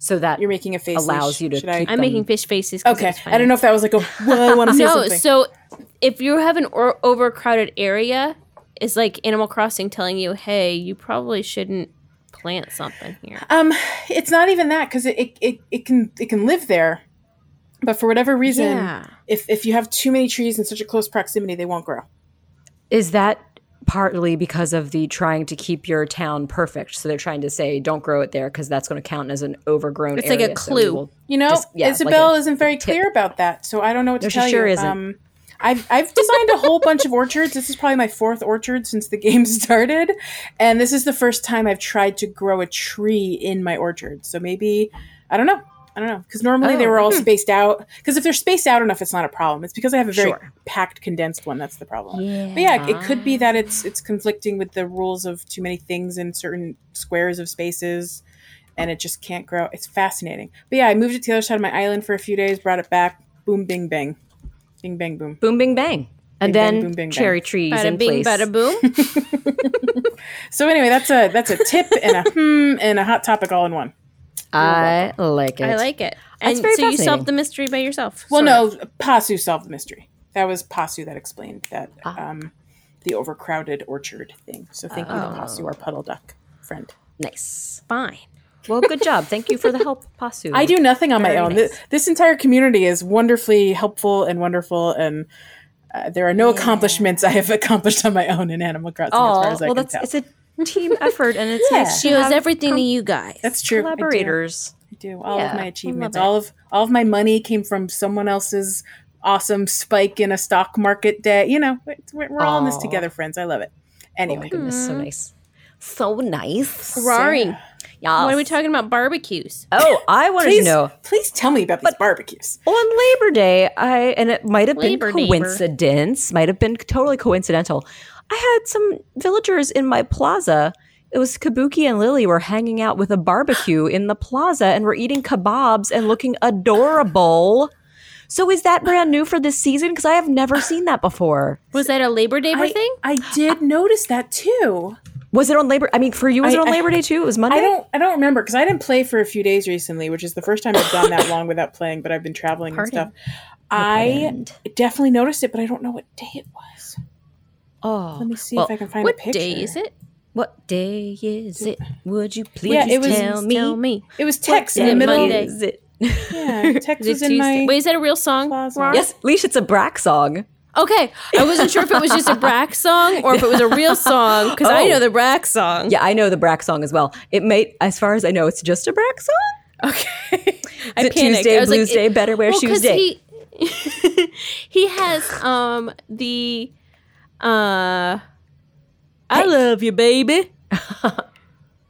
[SPEAKER 4] So that
[SPEAKER 2] You're making a face.
[SPEAKER 4] Allows you to
[SPEAKER 2] Should I?
[SPEAKER 4] keep-
[SPEAKER 3] I'm making fish faces. 'cause
[SPEAKER 2] okay.
[SPEAKER 3] it's
[SPEAKER 2] I don't know if that was like a, whoa, I want to say
[SPEAKER 3] funny. No,
[SPEAKER 2] something.
[SPEAKER 3] so if you have an or- overcrowded area, it's like Animal Crossing telling you, "Hey, you probably shouldn't plant something here."
[SPEAKER 2] Um, it's not even that because it, it, it, it can it can live there, but for whatever reason,
[SPEAKER 3] Yeah.
[SPEAKER 2] if if you have too many trees in such a close proximity, they won't grow.
[SPEAKER 4] is that partly because of the trying to keep your town perfect. So they're trying to say don't grow it there because that's going to count as an overgrown.
[SPEAKER 3] It's like a
[SPEAKER 4] area, so we
[SPEAKER 3] clue.
[SPEAKER 4] will-
[SPEAKER 2] You know,
[SPEAKER 4] Just- yeah, like
[SPEAKER 2] Isabel
[SPEAKER 4] a-
[SPEAKER 2] isn't very clear about that, so I don't know what to
[SPEAKER 4] No, she
[SPEAKER 2] tell you.
[SPEAKER 4] sure isn't.
[SPEAKER 2] Um, I've I've designed a whole bunch of orchards. This is probably my fourth orchard since the game started, and this is the first time I've tried to grow a tree in my orchard. So maybe I don't know. I don't know because normally they
[SPEAKER 4] Oh,
[SPEAKER 2] were all spaced out. Because if they're spaced out enough, it's not a problem. It's because I have a very
[SPEAKER 4] Sure.
[SPEAKER 2] packed, condensed one. That's the problem. But yeah, it could be that it's it's conflicting with the rules of too many things in certain squares of spaces, and it just can't grow. It's fascinating. But yeah, I moved it to the other side of my island for a few days, brought it back. Boom, bing, bang, bing, bang, boom.
[SPEAKER 4] boom, bing, bang,
[SPEAKER 2] Bing, bang,
[SPEAKER 4] and then
[SPEAKER 2] boom, bing, bang.
[SPEAKER 4] cherry trees in
[SPEAKER 3] Bada bing,
[SPEAKER 4] place.
[SPEAKER 3] bada boom.
[SPEAKER 2] So anyway, that's a that's a tip and a hmm and a hot topic all in one.
[SPEAKER 4] I like it.
[SPEAKER 3] I like it. And
[SPEAKER 4] That's very
[SPEAKER 3] so you
[SPEAKER 4] fascinating.
[SPEAKER 3] solved the mystery by yourself.
[SPEAKER 2] Well,
[SPEAKER 3] sort of.
[SPEAKER 2] no, Pasu solved the mystery. That was Pasu that explained that
[SPEAKER 4] Ah.
[SPEAKER 2] um, the overcrowded orchard thing. So thank you
[SPEAKER 4] Oh.
[SPEAKER 2] to Pasu, our puddle duck friend.
[SPEAKER 4] nice.
[SPEAKER 3] fine.
[SPEAKER 4] Well, good job. Thank you for the help, Pasu.
[SPEAKER 2] I do nothing on my own. Th- This, entire community is wonderfully helpful and wonderful, and uh, there are no accomplishments I have accomplished on my own in Animal Crossing, as far
[SPEAKER 4] Oh,
[SPEAKER 2] as I
[SPEAKER 4] well,
[SPEAKER 2] can
[SPEAKER 4] that's
[SPEAKER 2] tell.
[SPEAKER 4] it's a team effort, and it's nice.
[SPEAKER 3] She owes everything to you guys.
[SPEAKER 2] that's true. I do.
[SPEAKER 4] Collaborators.
[SPEAKER 2] I do, all
[SPEAKER 4] Yeah,
[SPEAKER 2] of
[SPEAKER 4] I
[SPEAKER 2] my achievements,
[SPEAKER 3] love it.
[SPEAKER 2] all of all of my money came from someone else's awesome spike in a stock market day. You know, it's- we're, we're all in this
[SPEAKER 4] Aw.
[SPEAKER 2] together, friends. I love it.
[SPEAKER 4] Oh my
[SPEAKER 3] Hmm.
[SPEAKER 2] Anyway,
[SPEAKER 4] goodness, so nice. So nice.
[SPEAKER 3] Roaring.
[SPEAKER 4] Yes.
[SPEAKER 3] What are we talking about? Barbecues.
[SPEAKER 4] Oh, I wanted
[SPEAKER 2] please,
[SPEAKER 4] to know.
[SPEAKER 2] please tell me about these barbecues.
[SPEAKER 4] On Labor Day, I and it might have
[SPEAKER 3] Labor
[SPEAKER 4] been
[SPEAKER 3] neighbor.
[SPEAKER 4] coincidence, might have been totally coincidental. I had some villagers in my plaza. It was Kabuki and Lily were hanging out with a barbecue in the plaza and were eating kebabs and looking adorable. So is that brand new for this season? Because I have never seen that before.
[SPEAKER 3] Was that a Labor Day
[SPEAKER 2] I,
[SPEAKER 3] thing?
[SPEAKER 2] I did notice that too.
[SPEAKER 4] Was it on Labor? I mean, for you, was
[SPEAKER 2] I-
[SPEAKER 4] it on
[SPEAKER 2] I-
[SPEAKER 4] Labor Day too? It was Monday.
[SPEAKER 2] I don't I don't remember because I didn't play for a few days recently, which is the first time I've gone that long without playing, but I've been traveling and
[SPEAKER 3] Pardon.
[SPEAKER 2] stuff. I definitely noticed it, but I don't know what day it was.
[SPEAKER 4] Oh,
[SPEAKER 2] Let me see
[SPEAKER 4] well,
[SPEAKER 2] if I can find
[SPEAKER 3] What
[SPEAKER 2] a picture.
[SPEAKER 3] day is it?
[SPEAKER 4] What day is it? Would you please
[SPEAKER 2] Yeah, it was-
[SPEAKER 4] tell me?
[SPEAKER 3] Tell me.
[SPEAKER 2] It was Tex in
[SPEAKER 3] day
[SPEAKER 2] the middle.
[SPEAKER 3] Monday.
[SPEAKER 4] Is it?
[SPEAKER 2] Yeah, Tex
[SPEAKER 3] Is
[SPEAKER 2] was
[SPEAKER 3] it
[SPEAKER 2] in
[SPEAKER 3] Tuesday?
[SPEAKER 2] my.
[SPEAKER 3] Wait, is that a real song?
[SPEAKER 2] plaza.
[SPEAKER 3] Ron?
[SPEAKER 4] Yes, Leash, it's a Brack song.
[SPEAKER 3] Okay. I wasn't sure if it was just a Brack song or if it was a real song because I
[SPEAKER 4] Oh.
[SPEAKER 3] know the Brack song.
[SPEAKER 4] Yeah, I know the Brack song as well. It may, as far as I know, it's just a Brack song.
[SPEAKER 3] Okay. I
[SPEAKER 4] Is
[SPEAKER 3] panicked.
[SPEAKER 4] it Tuesday,
[SPEAKER 3] I was like,
[SPEAKER 4] Blues
[SPEAKER 3] it-
[SPEAKER 4] Day, Better Wear
[SPEAKER 3] well,
[SPEAKER 4] Shoes
[SPEAKER 3] 'cause
[SPEAKER 4] Day?
[SPEAKER 3] He, he has um the uh I love you baby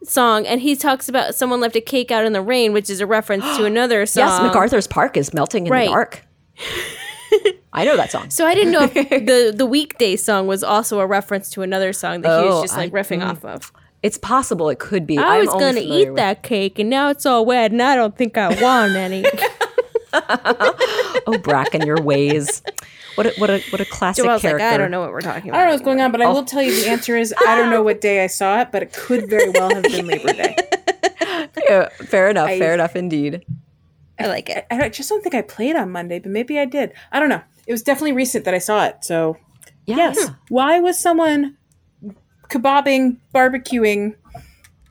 [SPEAKER 3] song and he talks about someone left a cake out in the rain which is a reference to another song.
[SPEAKER 4] yes, MacArthur's Park is melting
[SPEAKER 3] um,
[SPEAKER 4] in
[SPEAKER 3] Right.
[SPEAKER 4] the dark. I know that song.
[SPEAKER 3] So I didn't know if the the weekday song was also a reference to another song that he
[SPEAKER 4] Oh,
[SPEAKER 3] was just like
[SPEAKER 4] I-
[SPEAKER 3] riffing
[SPEAKER 4] mm.
[SPEAKER 3] off of.
[SPEAKER 4] It's possible it could be.
[SPEAKER 3] I
[SPEAKER 4] I'm
[SPEAKER 3] was
[SPEAKER 4] only
[SPEAKER 3] gonna
[SPEAKER 4] familiar
[SPEAKER 3] eat
[SPEAKER 4] with-
[SPEAKER 3] that cake and now it's all wet and I don't think I want any.
[SPEAKER 4] Oh, Brack and your ways. What a, what a what a classic
[SPEAKER 3] Joelle's like,
[SPEAKER 4] character.
[SPEAKER 3] I don't know what we're talking
[SPEAKER 2] I
[SPEAKER 3] about.
[SPEAKER 2] don't know what's going on, but I will tell you the answer is I don't know what day I saw it, but it could very well have been Labor Day.
[SPEAKER 4] Yeah, fair enough.
[SPEAKER 2] I-
[SPEAKER 4] fair enough indeed.
[SPEAKER 3] I like it.
[SPEAKER 2] I, I just don't think I played on Monday, but maybe I did. I don't know. It was definitely recent that I saw it. So
[SPEAKER 4] Yeah.
[SPEAKER 2] yes, why was someone kebabbing, barbecuing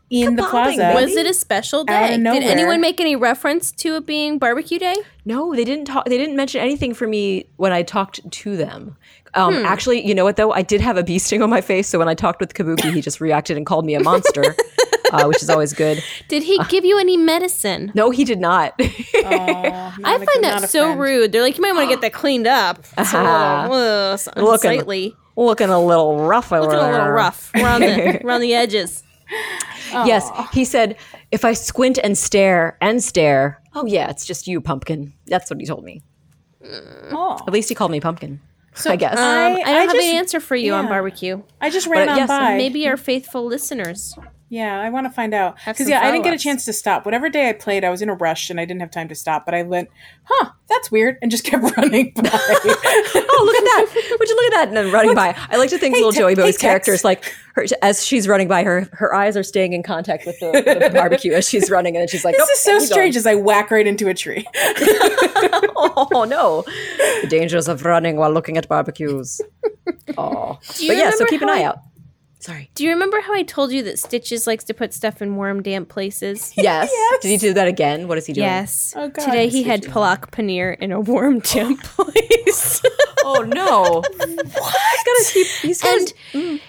[SPEAKER 2] in the
[SPEAKER 4] Kebabbing,
[SPEAKER 2] plaza?
[SPEAKER 4] baby.
[SPEAKER 3] Was it a special
[SPEAKER 2] Out of
[SPEAKER 3] day? Did
[SPEAKER 2] nowhere.
[SPEAKER 3] anyone make any reference to it being barbecue day?
[SPEAKER 4] No, they didn't talk. They didn't mention anything for me when I talked to them. Um,
[SPEAKER 3] Hmm.
[SPEAKER 4] Actually, you know what though? I did have a bee sting on my face, so when I talked with Kabuki, he just reacted and called me a monster, uh, which is always good.
[SPEAKER 3] Did he give you any medicine?
[SPEAKER 4] No, he did not.
[SPEAKER 3] Oh.
[SPEAKER 2] Aw,
[SPEAKER 3] I
[SPEAKER 2] Monica,
[SPEAKER 3] find
[SPEAKER 2] not a
[SPEAKER 3] that so
[SPEAKER 2] friend.
[SPEAKER 3] rude. They're like, you might want to get that cleaned up. It's a little, ugh, it's
[SPEAKER 4] Looking-
[SPEAKER 3] unsightly.
[SPEAKER 4] Looking a little rough over
[SPEAKER 3] Looking a little
[SPEAKER 4] there.
[SPEAKER 3] rough Oh. around the, around the edges.
[SPEAKER 4] Yes, he said, if I squint and stare and stare, oh yeah, it's just you, pumpkin. That's what he told me.
[SPEAKER 2] Aw.
[SPEAKER 4] At least he called me pumpkin.
[SPEAKER 2] So
[SPEAKER 4] I guess.
[SPEAKER 3] Um, I,
[SPEAKER 2] Oh. I-
[SPEAKER 3] don't
[SPEAKER 2] I
[SPEAKER 3] have
[SPEAKER 2] just-
[SPEAKER 3] an answer for you on
[SPEAKER 2] yeah.
[SPEAKER 3] barbecue.
[SPEAKER 2] I just ran
[SPEAKER 4] But,
[SPEAKER 2] on
[SPEAKER 4] yes,
[SPEAKER 2] by.
[SPEAKER 3] Maybe our faithful listeners.
[SPEAKER 2] Yeah, I want to find out because
[SPEAKER 3] some
[SPEAKER 2] yeah, I didn't get a
[SPEAKER 3] follow-ups.
[SPEAKER 2] chance to stop. Whatever day I played, I was in a rush and I didn't have time to stop. But I went, huh, that's weird, and just kept running by.
[SPEAKER 4] oh, look at that! Would you look at that? And then running by. I like to think little
[SPEAKER 2] Te-
[SPEAKER 4] Joey Boy's
[SPEAKER 2] hey, Tex.
[SPEAKER 4] character is like, her, as she's running by, her her eyes are staying in contact with the, the barbecue as she's running, and then she's like, "Oh,
[SPEAKER 2] this
[SPEAKER 4] "Nope,
[SPEAKER 2] is so
[SPEAKER 4] and he's
[SPEAKER 2] strange. As I whack right into a tree.
[SPEAKER 4] gone." Oh no, the dangers of running while looking at barbecues. Oh, but
[SPEAKER 3] you
[SPEAKER 4] yeah,
[SPEAKER 3] remember
[SPEAKER 4] so keep an
[SPEAKER 3] how
[SPEAKER 4] eye
[SPEAKER 3] I-
[SPEAKER 4] out. Sorry.
[SPEAKER 3] Do you remember how I told you that Stitches likes to put stuff in warm, damp places?
[SPEAKER 4] Yes. Did he do that again? What is he doing?
[SPEAKER 3] Yes.
[SPEAKER 2] Oh, God,
[SPEAKER 3] Today he had palak paneer in a warm, damp place.
[SPEAKER 4] Oh no. He's gotta keep. He's gotta
[SPEAKER 3] and
[SPEAKER 2] Mm.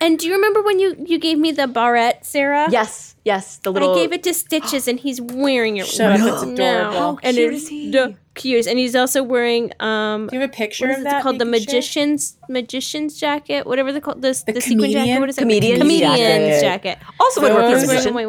[SPEAKER 3] and do you remember when you you gave me the barrette, Sarah?
[SPEAKER 4] Yes, yes, the little.
[SPEAKER 3] I gave it to Stitches, and he's wearing it
[SPEAKER 2] Shut up,
[SPEAKER 3] right
[SPEAKER 2] it's
[SPEAKER 3] now.
[SPEAKER 2] adorable.
[SPEAKER 3] and
[SPEAKER 4] cute
[SPEAKER 3] it's
[SPEAKER 4] is he?
[SPEAKER 3] the cutest. And he's also wearing um,
[SPEAKER 2] Do you have a picture
[SPEAKER 3] what
[SPEAKER 2] of
[SPEAKER 3] is
[SPEAKER 2] that?
[SPEAKER 3] it called?
[SPEAKER 2] you
[SPEAKER 3] The
[SPEAKER 2] can share?
[SPEAKER 3] magician's magician's jacket, whatever they call this, the,
[SPEAKER 2] The
[SPEAKER 3] sequin jacket.
[SPEAKER 2] comedian-
[SPEAKER 3] What is it?
[SPEAKER 4] comedian's
[SPEAKER 3] comedian's
[SPEAKER 4] jacket.
[SPEAKER 3] jacket.
[SPEAKER 4] Also, would
[SPEAKER 2] Those
[SPEAKER 4] work for
[SPEAKER 2] were
[SPEAKER 4] a
[SPEAKER 3] He's wearing a
[SPEAKER 4] musician.
[SPEAKER 3] white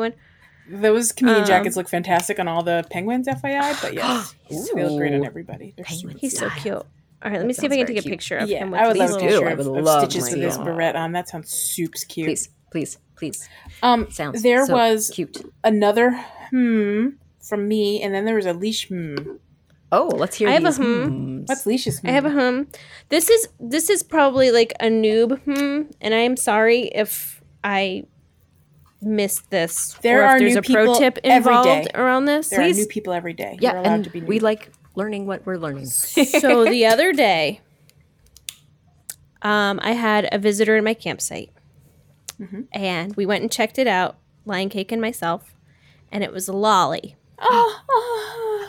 [SPEAKER 3] one.
[SPEAKER 2] Those comedian
[SPEAKER 3] Um,
[SPEAKER 2] jackets look fantastic on all the penguins, FYI. But yes, they look great on
[SPEAKER 4] Ooh.
[SPEAKER 2] everybody. They're
[SPEAKER 4] Penguins.
[SPEAKER 2] sweet.
[SPEAKER 3] He's so cute. All right, let me see if I
[SPEAKER 4] sounds
[SPEAKER 3] can
[SPEAKER 4] very
[SPEAKER 3] take a
[SPEAKER 4] cute.
[SPEAKER 3] picture of
[SPEAKER 2] Yeah,
[SPEAKER 3] him. With
[SPEAKER 2] I would
[SPEAKER 3] these
[SPEAKER 2] love a
[SPEAKER 4] Please
[SPEAKER 3] little-
[SPEAKER 4] do.
[SPEAKER 2] picture
[SPEAKER 4] I
[SPEAKER 2] of,
[SPEAKER 4] would
[SPEAKER 2] of
[SPEAKER 4] love
[SPEAKER 2] stitches
[SPEAKER 4] to
[SPEAKER 2] with
[SPEAKER 4] see
[SPEAKER 2] his
[SPEAKER 4] that.
[SPEAKER 2] barrette on. That sounds soups cute.
[SPEAKER 4] Please, please, please.
[SPEAKER 2] Um,
[SPEAKER 4] Sounds
[SPEAKER 2] there
[SPEAKER 4] so
[SPEAKER 2] was
[SPEAKER 4] cute.
[SPEAKER 2] another hmm from me, and then there was a leash hmm.
[SPEAKER 4] Oh, let's hear.
[SPEAKER 3] I have a
[SPEAKER 4] these
[SPEAKER 2] Mm-hmm.
[SPEAKER 3] hmm.
[SPEAKER 4] hmms.
[SPEAKER 2] What's leashes? Hmm?
[SPEAKER 3] I have a hum. uh-huh. This is this is probably like a noob hum, and I am sorry if I missed this.
[SPEAKER 2] There
[SPEAKER 3] or if
[SPEAKER 2] are
[SPEAKER 3] there's
[SPEAKER 2] new
[SPEAKER 3] a pro
[SPEAKER 2] people
[SPEAKER 3] tip
[SPEAKER 2] every
[SPEAKER 3] involved
[SPEAKER 2] day.
[SPEAKER 3] around this.
[SPEAKER 2] There
[SPEAKER 4] Please.
[SPEAKER 2] are new people every day.
[SPEAKER 4] Yeah,
[SPEAKER 2] You're allowed
[SPEAKER 4] and
[SPEAKER 2] to be new.
[SPEAKER 4] we like learning what we're learning.
[SPEAKER 3] so the other day, um, I had a visitor in my campsite,
[SPEAKER 2] Mm-hmm.
[SPEAKER 3] and we went and checked it out. Lion Cake and myself, and it was a lolly.
[SPEAKER 2] Ah,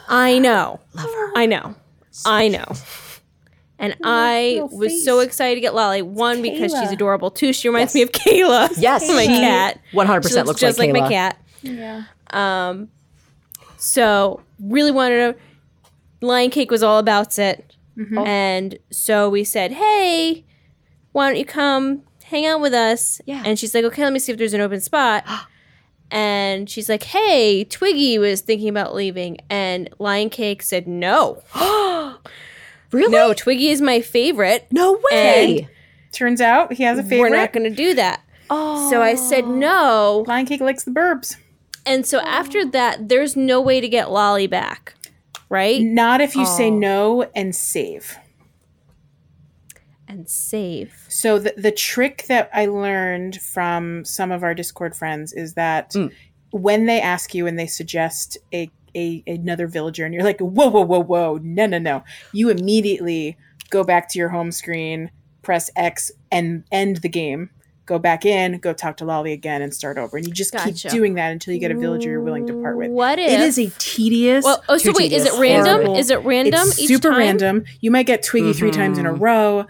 [SPEAKER 3] I know. Love her. I know. I know. And I
[SPEAKER 2] little
[SPEAKER 3] was so
[SPEAKER 2] face.
[SPEAKER 3] excited to get Lolly. One because she's
[SPEAKER 2] Kayla.
[SPEAKER 3] adorable. Two, she reminds me of Kayla.
[SPEAKER 4] Yes,
[SPEAKER 3] my
[SPEAKER 4] she
[SPEAKER 3] cat.
[SPEAKER 4] One hundred
[SPEAKER 3] She
[SPEAKER 4] percent
[SPEAKER 3] looks
[SPEAKER 4] looks
[SPEAKER 3] just like,
[SPEAKER 4] like
[SPEAKER 3] my
[SPEAKER 4] Kayla.
[SPEAKER 3] cat.
[SPEAKER 2] yeah.
[SPEAKER 3] Um, so really wanted to. Lion Cake was all about it,
[SPEAKER 4] Oh.
[SPEAKER 3] and so we said, "Hey, why don't you come hang out with us?"
[SPEAKER 4] Yeah.
[SPEAKER 3] And she's like, "Okay, let me see if there's an open spot." and she's like, "Hey, Twiggy was thinking about leaving," and Lion Cake said, "No,
[SPEAKER 4] Really?
[SPEAKER 3] no, Twiggy is my favorite."
[SPEAKER 4] No way.
[SPEAKER 2] Turns out he has a
[SPEAKER 3] We're
[SPEAKER 2] favorite.
[SPEAKER 3] not going to do that.
[SPEAKER 4] Oh.
[SPEAKER 3] So I said no.
[SPEAKER 2] Lion Cake likes the burbs.
[SPEAKER 3] And so after that, there's no way to get Lolly back, right?
[SPEAKER 2] Not if you say no and save.
[SPEAKER 3] And save.
[SPEAKER 2] So the, the trick that I learned from some of our Discord friends is that when they ask you and they suggest a, a another villager and you're like, whoa, whoa, whoa, whoa, no, no, no. You immediately go back to your home screen, press X and end the game, go back in, go talk to Lolly again and start over. And you just
[SPEAKER 3] Gotcha.
[SPEAKER 2] keep doing that until you get a villager you're willing to part with.
[SPEAKER 3] What if
[SPEAKER 2] It is a tedious.
[SPEAKER 3] Well, oh, so
[SPEAKER 2] too
[SPEAKER 3] wait, is
[SPEAKER 2] tedious,
[SPEAKER 3] it random?
[SPEAKER 2] horrible-
[SPEAKER 3] Is it random
[SPEAKER 2] It's
[SPEAKER 3] each
[SPEAKER 2] super
[SPEAKER 3] time? Mm-hmm.
[SPEAKER 2] random. You might get Twiggy three times in a row.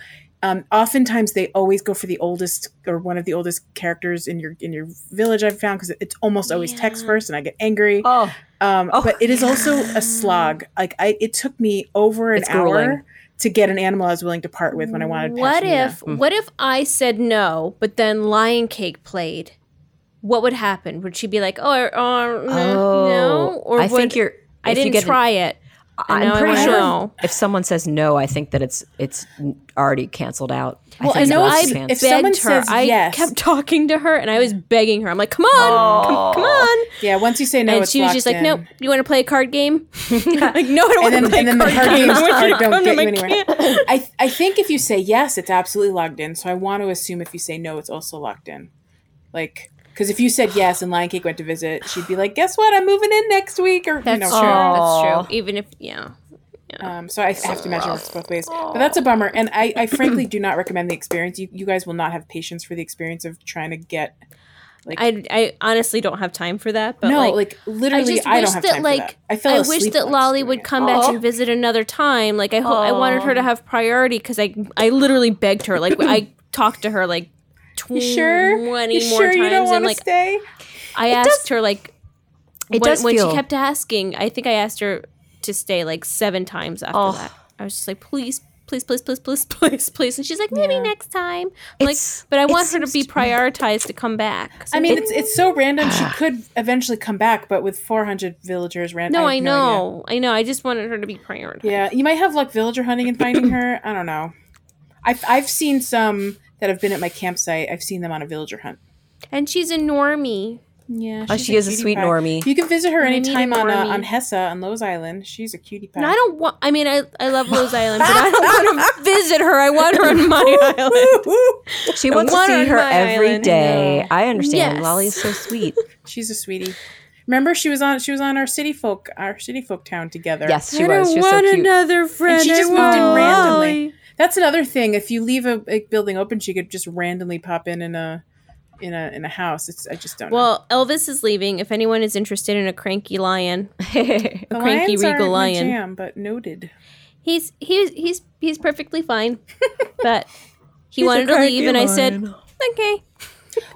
[SPEAKER 2] Um, oftentimes, they always go for the oldest or one of the oldest characters in your in your village. I've found because it's almost always text first, and I get angry.
[SPEAKER 4] Oh.
[SPEAKER 2] Um,
[SPEAKER 4] Oh.
[SPEAKER 2] But it is also a slog. Like I, it took me over an
[SPEAKER 4] It's
[SPEAKER 2] hour
[SPEAKER 4] grueling.
[SPEAKER 2] to get an animal I was willing to part with when I wanted.
[SPEAKER 3] What
[SPEAKER 2] Pashmina.
[SPEAKER 3] if
[SPEAKER 4] Hmm.
[SPEAKER 3] what if I said no, but then Lion Cake played? What would happen? Would she be like, "Oh, uh, uh, no"?
[SPEAKER 4] Oh.
[SPEAKER 3] Or
[SPEAKER 4] I
[SPEAKER 3] would,
[SPEAKER 4] think you're.
[SPEAKER 3] I
[SPEAKER 4] if you
[SPEAKER 3] didn't
[SPEAKER 4] get an-
[SPEAKER 3] try it.
[SPEAKER 4] I'm
[SPEAKER 3] now I
[SPEAKER 4] pretty
[SPEAKER 3] wanna
[SPEAKER 4] sure
[SPEAKER 3] know.
[SPEAKER 4] if someone says no, I think that it's it's already canceled out.
[SPEAKER 3] Well, I
[SPEAKER 4] think
[SPEAKER 3] know
[SPEAKER 4] it's
[SPEAKER 3] I
[SPEAKER 4] last chance.
[SPEAKER 2] if
[SPEAKER 3] begged
[SPEAKER 2] someone
[SPEAKER 3] her.
[SPEAKER 2] says
[SPEAKER 3] I
[SPEAKER 2] yes-
[SPEAKER 3] kept talking to her, and I was begging her. I'm like, "Come on, come, come on!"
[SPEAKER 2] Yeah, once you say no,
[SPEAKER 3] and
[SPEAKER 2] it's
[SPEAKER 3] she was
[SPEAKER 2] locked
[SPEAKER 3] just like,
[SPEAKER 2] in.
[SPEAKER 3] "Nope, you want to play a card game?" like, no, I don't
[SPEAKER 2] And
[SPEAKER 3] want to
[SPEAKER 2] then,
[SPEAKER 3] play
[SPEAKER 2] and then the
[SPEAKER 3] card
[SPEAKER 2] hard games are, don't
[SPEAKER 3] Come to
[SPEAKER 2] get you
[SPEAKER 3] my
[SPEAKER 2] anywhere. I, I think if you say yes, it's absolutely logged in. So I want to assume if you say no, it's also locked in. Like, because if you said yes and Lion Cake went to visit, she'd be like, guess what? I'm moving in next week. Or,
[SPEAKER 3] That's
[SPEAKER 2] you know,
[SPEAKER 3] true.
[SPEAKER 2] sure.
[SPEAKER 3] That's true. Even if yeah,
[SPEAKER 2] Um, so I, I have to imagine it works both ways. But that's a bummer. And I, I frankly do not recommend the experience. You, you guys will not have patience for the experience of trying to get.
[SPEAKER 3] I, I honestly don't have time for that. But
[SPEAKER 2] no,
[SPEAKER 3] like,
[SPEAKER 2] like, literally, I, don't have time
[SPEAKER 3] like
[SPEAKER 2] for that. I fell
[SPEAKER 3] wish
[SPEAKER 2] asleep
[SPEAKER 3] that
[SPEAKER 2] once
[SPEAKER 3] Lolly
[SPEAKER 2] doing
[SPEAKER 3] would
[SPEAKER 2] it.
[SPEAKER 3] come back and visit another time. Like I hope I wanted her to have priority because I I literally begged her. Like I talked to her like
[SPEAKER 2] You
[SPEAKER 3] twenty
[SPEAKER 2] sure?
[SPEAKER 3] more
[SPEAKER 2] you sure
[SPEAKER 3] times,
[SPEAKER 2] you don't want
[SPEAKER 3] and
[SPEAKER 2] to
[SPEAKER 3] like
[SPEAKER 2] stay?
[SPEAKER 3] I asked her like
[SPEAKER 4] It
[SPEAKER 3] when,
[SPEAKER 4] does
[SPEAKER 3] when
[SPEAKER 4] feel-
[SPEAKER 3] she kept asking. I think I asked her to stay like seven times after
[SPEAKER 4] Oh.
[SPEAKER 3] that. I was just like, please. Please, please, please, please, please, please. And she's like, maybe next time. I'm like,
[SPEAKER 4] It's-
[SPEAKER 3] but I
[SPEAKER 4] it
[SPEAKER 3] want her to be
[SPEAKER 4] seems
[SPEAKER 3] prioritized to come back. So
[SPEAKER 2] I mean, it's it's so random. She could eventually come back, but with 400 villagers, ran.
[SPEAKER 3] no,
[SPEAKER 2] have
[SPEAKER 3] I,
[SPEAKER 2] idea.
[SPEAKER 3] know, I know. I just wanted her to be prioritized.
[SPEAKER 2] yeah, you might have luck villager hunting and finding her. I don't know. I've I've seen some that have been at my campsite. I've seen them on a villager hunt.
[SPEAKER 3] And she's a normie.
[SPEAKER 2] Yeah,
[SPEAKER 4] Oh, she is a
[SPEAKER 2] cutie
[SPEAKER 4] sweet
[SPEAKER 2] pie.
[SPEAKER 4] normie.
[SPEAKER 2] You can visit her
[SPEAKER 3] I need a
[SPEAKER 2] anytime on uh,
[SPEAKER 3] normie.
[SPEAKER 2] on Hessa on Lowe's Island. She's a cutie pie.
[SPEAKER 3] And I don't want. I mean, I, I love Rose Island, but I don't want to visit her. I want her on my island.
[SPEAKER 4] She wants to
[SPEAKER 3] one
[SPEAKER 4] see
[SPEAKER 3] on
[SPEAKER 4] her
[SPEAKER 3] my
[SPEAKER 4] every
[SPEAKER 3] island,
[SPEAKER 4] day. I understand.
[SPEAKER 3] Yes.
[SPEAKER 4] Lolly is so sweet.
[SPEAKER 2] She's a sweetie. Remember, she was on she was on our city folk our city folk town together.
[SPEAKER 4] yes, she was. She was so cute.
[SPEAKER 3] another friend.
[SPEAKER 2] And she just moved in randomly. That's another thing. If you leave a, a building open, she could just randomly pop in in a in a in a house. It's I just don't. know.
[SPEAKER 3] Well, Elvis is leaving. If anyone is interested in a cranky lion,
[SPEAKER 2] the
[SPEAKER 3] cranky
[SPEAKER 2] lions aren't
[SPEAKER 3] regal
[SPEAKER 2] my
[SPEAKER 3] lion.
[SPEAKER 2] jam, but noted.
[SPEAKER 3] he's he's he's he's perfectly fine, but he
[SPEAKER 4] a
[SPEAKER 3] wanted to leave,
[SPEAKER 4] cranky
[SPEAKER 3] and I said,
[SPEAKER 4] lion.
[SPEAKER 3] okay,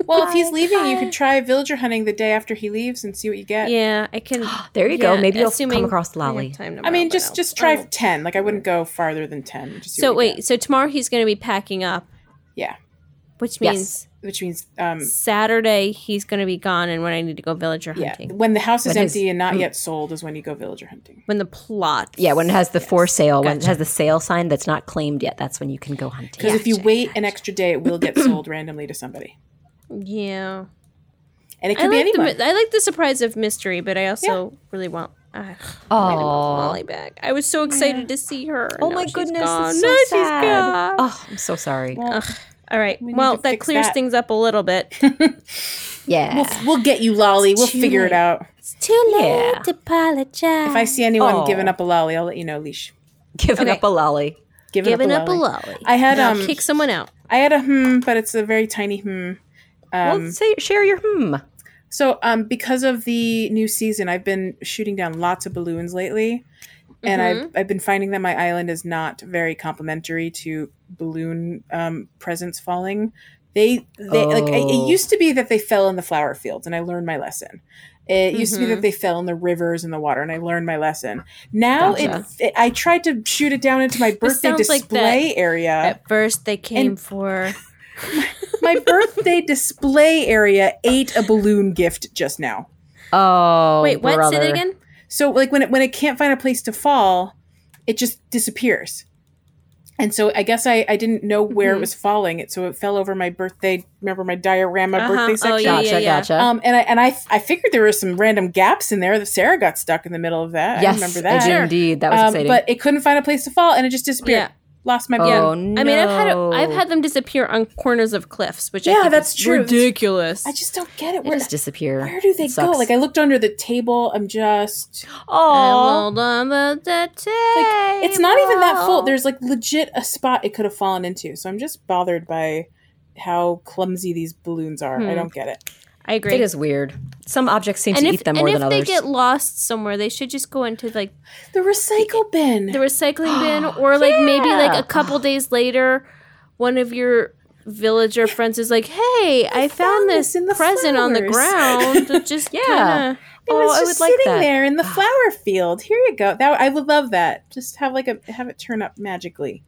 [SPEAKER 2] Well, if he's leaving, you could try villager hunting the day after he leaves and see what you get.
[SPEAKER 3] yeah, I can.
[SPEAKER 4] there you
[SPEAKER 3] yeah,
[SPEAKER 4] go. Maybe you'll
[SPEAKER 3] assuming
[SPEAKER 4] come across
[SPEAKER 3] I have
[SPEAKER 4] Lolly.
[SPEAKER 3] time
[SPEAKER 2] I
[SPEAKER 3] tomorrow,
[SPEAKER 2] mean,
[SPEAKER 3] but I'll-
[SPEAKER 2] just just try
[SPEAKER 3] I'll-
[SPEAKER 2] ten. Like I wouldn't go farther than ten. and Just see
[SPEAKER 3] So
[SPEAKER 2] what you
[SPEAKER 3] wait,
[SPEAKER 2] get.
[SPEAKER 3] so tomorrow he's going to be packing up,
[SPEAKER 2] yeah,
[SPEAKER 3] which
[SPEAKER 4] Yes.
[SPEAKER 3] means.
[SPEAKER 2] which means um,
[SPEAKER 3] Saturday he's going to be gone, and when I need to go villager
[SPEAKER 2] yeah,
[SPEAKER 3] hunting, mm.
[SPEAKER 2] when the house is
[SPEAKER 4] When his-
[SPEAKER 2] empty and not yet sold is when you go villager hunting.
[SPEAKER 3] when the plot,
[SPEAKER 4] Yeah, when it has the for sale, when it has the sale sign that's not claimed yet, that's when you can go hunting.
[SPEAKER 2] Because if you wait an extra day, it will get sold randomly to somebody,
[SPEAKER 3] yeah,
[SPEAKER 2] and it could
[SPEAKER 3] I
[SPEAKER 2] be
[SPEAKER 3] like the
[SPEAKER 2] anyone.
[SPEAKER 3] mi- I like the surprise of mystery, but I also really want. Uh,
[SPEAKER 4] Oh,
[SPEAKER 3] Molly back. I was so excited to see her.
[SPEAKER 4] oh
[SPEAKER 3] Now
[SPEAKER 4] my
[SPEAKER 3] she's
[SPEAKER 4] goodness,
[SPEAKER 3] gone.
[SPEAKER 4] it's so
[SPEAKER 3] Now she's
[SPEAKER 4] sad.
[SPEAKER 3] gone.
[SPEAKER 4] Oh, I'm so sorry.
[SPEAKER 3] All right.
[SPEAKER 2] need
[SPEAKER 3] well,
[SPEAKER 2] to
[SPEAKER 3] that
[SPEAKER 2] fix
[SPEAKER 3] clears
[SPEAKER 2] that.
[SPEAKER 3] things up a little bit.
[SPEAKER 4] yeah,
[SPEAKER 2] We'll, we'll get you, Lolly. We'll figure it out.
[SPEAKER 3] it's too late
[SPEAKER 4] Yeah.
[SPEAKER 3] to apologize.
[SPEAKER 2] If I see anyone
[SPEAKER 4] Oh.
[SPEAKER 2] giving up a Lolly, I'll let you know, Leash.
[SPEAKER 4] giving
[SPEAKER 3] okay.
[SPEAKER 4] up a lolly.
[SPEAKER 2] Giving,
[SPEAKER 3] giving
[SPEAKER 2] up a Lolly.
[SPEAKER 3] lolly,
[SPEAKER 2] I had,
[SPEAKER 3] Now
[SPEAKER 2] um,
[SPEAKER 3] kick someone out.
[SPEAKER 2] I had a hmm, but it's a very tiny hmm.
[SPEAKER 3] Um,
[SPEAKER 4] well, say share your hmm.
[SPEAKER 2] So, um, because of the new season, I've been shooting down lots of balloons lately, and I've I've been finding that my island is not very complimentary to balloon um, presents falling. They they like it- it
[SPEAKER 4] Oh.
[SPEAKER 2] used to be that they fell in the flower fields, and I learned my lesson. It used to be that they fell in the rivers and the water, and I learned my lesson. Now
[SPEAKER 4] Gotcha.
[SPEAKER 2] it, it, I tried to shoot it down into my birthday
[SPEAKER 3] sounds like
[SPEAKER 2] display area
[SPEAKER 3] At first, they came for
[SPEAKER 2] my birthday display area ate a balloon gift just now.
[SPEAKER 4] Oh,
[SPEAKER 3] wait. What? Say that
[SPEAKER 4] brother.
[SPEAKER 3] again.
[SPEAKER 2] So like when it when it can't find a place to fall, it just disappears. And so I guess I, I didn't know where
[SPEAKER 3] Mm-hmm.
[SPEAKER 2] it was falling. It so it fell over my birthday. Remember my diorama
[SPEAKER 3] Uh-huh.
[SPEAKER 2] birthday
[SPEAKER 3] Oh,
[SPEAKER 2] section.
[SPEAKER 3] Yeah,
[SPEAKER 4] Gotcha,
[SPEAKER 3] yeah, yeah.
[SPEAKER 4] gotcha.
[SPEAKER 2] Um, and I and I I figured there were some random gaps in there. That Sarah got stuck in the middle of that. I
[SPEAKER 4] yes,
[SPEAKER 2] remember that.
[SPEAKER 4] I do indeed. That was
[SPEAKER 2] Um,
[SPEAKER 4] exciting.
[SPEAKER 2] but it couldn't find a place to fall, and it just disappeared.
[SPEAKER 3] Yeah.
[SPEAKER 2] Lost my
[SPEAKER 4] oh,
[SPEAKER 2] book.
[SPEAKER 4] no.
[SPEAKER 3] I mean, I've had a, I've had them disappear on corners of cliffs, which I
[SPEAKER 2] Yeah,
[SPEAKER 3] think
[SPEAKER 2] that's
[SPEAKER 3] is
[SPEAKER 2] true.
[SPEAKER 3] Ridiculous.
[SPEAKER 2] I just don't get it.
[SPEAKER 4] They
[SPEAKER 2] Where,
[SPEAKER 4] just disappear.
[SPEAKER 2] where do they
[SPEAKER 4] It
[SPEAKER 2] go?
[SPEAKER 4] sucks.
[SPEAKER 2] Like I looked under the table. I'm just.
[SPEAKER 3] I
[SPEAKER 4] oh,
[SPEAKER 3] rolled on the table.
[SPEAKER 2] It's not even that full. There's like legit a spot it could have fallen into. So I'm just bothered by how clumsy these balloons are. I
[SPEAKER 3] Hmm.
[SPEAKER 2] don't get it.
[SPEAKER 3] I agree.
[SPEAKER 4] it is weird. Some objects seem
[SPEAKER 3] and
[SPEAKER 4] to
[SPEAKER 3] if,
[SPEAKER 4] eat them
[SPEAKER 3] and
[SPEAKER 4] more
[SPEAKER 3] if
[SPEAKER 4] than
[SPEAKER 3] they
[SPEAKER 4] others.
[SPEAKER 3] get lost somewhere, they should just go into like
[SPEAKER 2] The recycle bin.
[SPEAKER 3] the recycling bin, or like maybe like
[SPEAKER 4] Yeah.
[SPEAKER 3] a couple days later, one of your villager friends is like, "Hey, I, found
[SPEAKER 2] found
[SPEAKER 3] this,
[SPEAKER 2] this in the
[SPEAKER 3] present on the
[SPEAKER 2] flowers."
[SPEAKER 3] ground. Just
[SPEAKER 4] Yeah.
[SPEAKER 3] yeah,
[SPEAKER 4] oh,
[SPEAKER 2] it was
[SPEAKER 4] I
[SPEAKER 2] just
[SPEAKER 4] would like
[SPEAKER 2] sitting
[SPEAKER 4] that.
[SPEAKER 2] there in the flower field. Here you go. That I would love that. Just have like a have it turn up magically.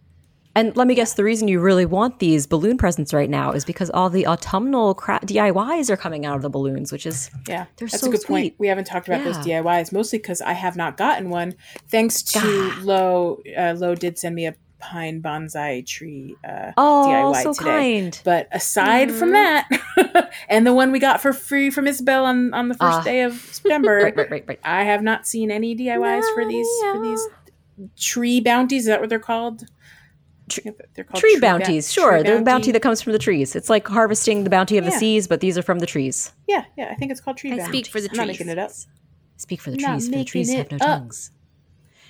[SPEAKER 4] And let me guess, the reason you really want these balloon presents right now is because all the autumnal cra- DIYs are coming out of the balloons, which is
[SPEAKER 2] Yeah,
[SPEAKER 4] They're
[SPEAKER 2] that's
[SPEAKER 4] so
[SPEAKER 2] a good point.
[SPEAKER 4] sweet.
[SPEAKER 2] We haven't talked about those
[SPEAKER 4] Yeah.
[SPEAKER 2] DIYs mostly because I have not gotten one. Thanks to Lo, uh, Lo did send me a pine bonsai tree. Uh,
[SPEAKER 4] oh,
[SPEAKER 2] DIY
[SPEAKER 4] so
[SPEAKER 2] today.
[SPEAKER 4] kind. Mm-hmm.
[SPEAKER 2] but aside from that, and the one we got for free from Isabel on, on the first
[SPEAKER 4] Ah.
[SPEAKER 2] day of September,
[SPEAKER 4] Right, right, right, right.
[SPEAKER 2] I have not seen any DIYs for these for these tree bounties. Is that what they're called?
[SPEAKER 4] Tr-
[SPEAKER 2] Yeah, they're called
[SPEAKER 4] Tree,
[SPEAKER 2] ba-
[SPEAKER 4] bounties, sure.
[SPEAKER 2] tree
[SPEAKER 4] They're the bounty
[SPEAKER 2] bounty.
[SPEAKER 4] that comes from the trees. It's like harvesting the bounty of the
[SPEAKER 2] Yeah.
[SPEAKER 4] seas, but these are from the trees.
[SPEAKER 2] Yeah, yeah. I think it's called tree
[SPEAKER 4] I
[SPEAKER 2] bounties.
[SPEAKER 3] speak for the
[SPEAKER 2] I'm not
[SPEAKER 3] trees.
[SPEAKER 2] making it up.
[SPEAKER 4] Speak for the
[SPEAKER 2] Not
[SPEAKER 4] trees, for the
[SPEAKER 2] making
[SPEAKER 4] trees have
[SPEAKER 2] it
[SPEAKER 4] no
[SPEAKER 2] up.
[SPEAKER 4] tongues.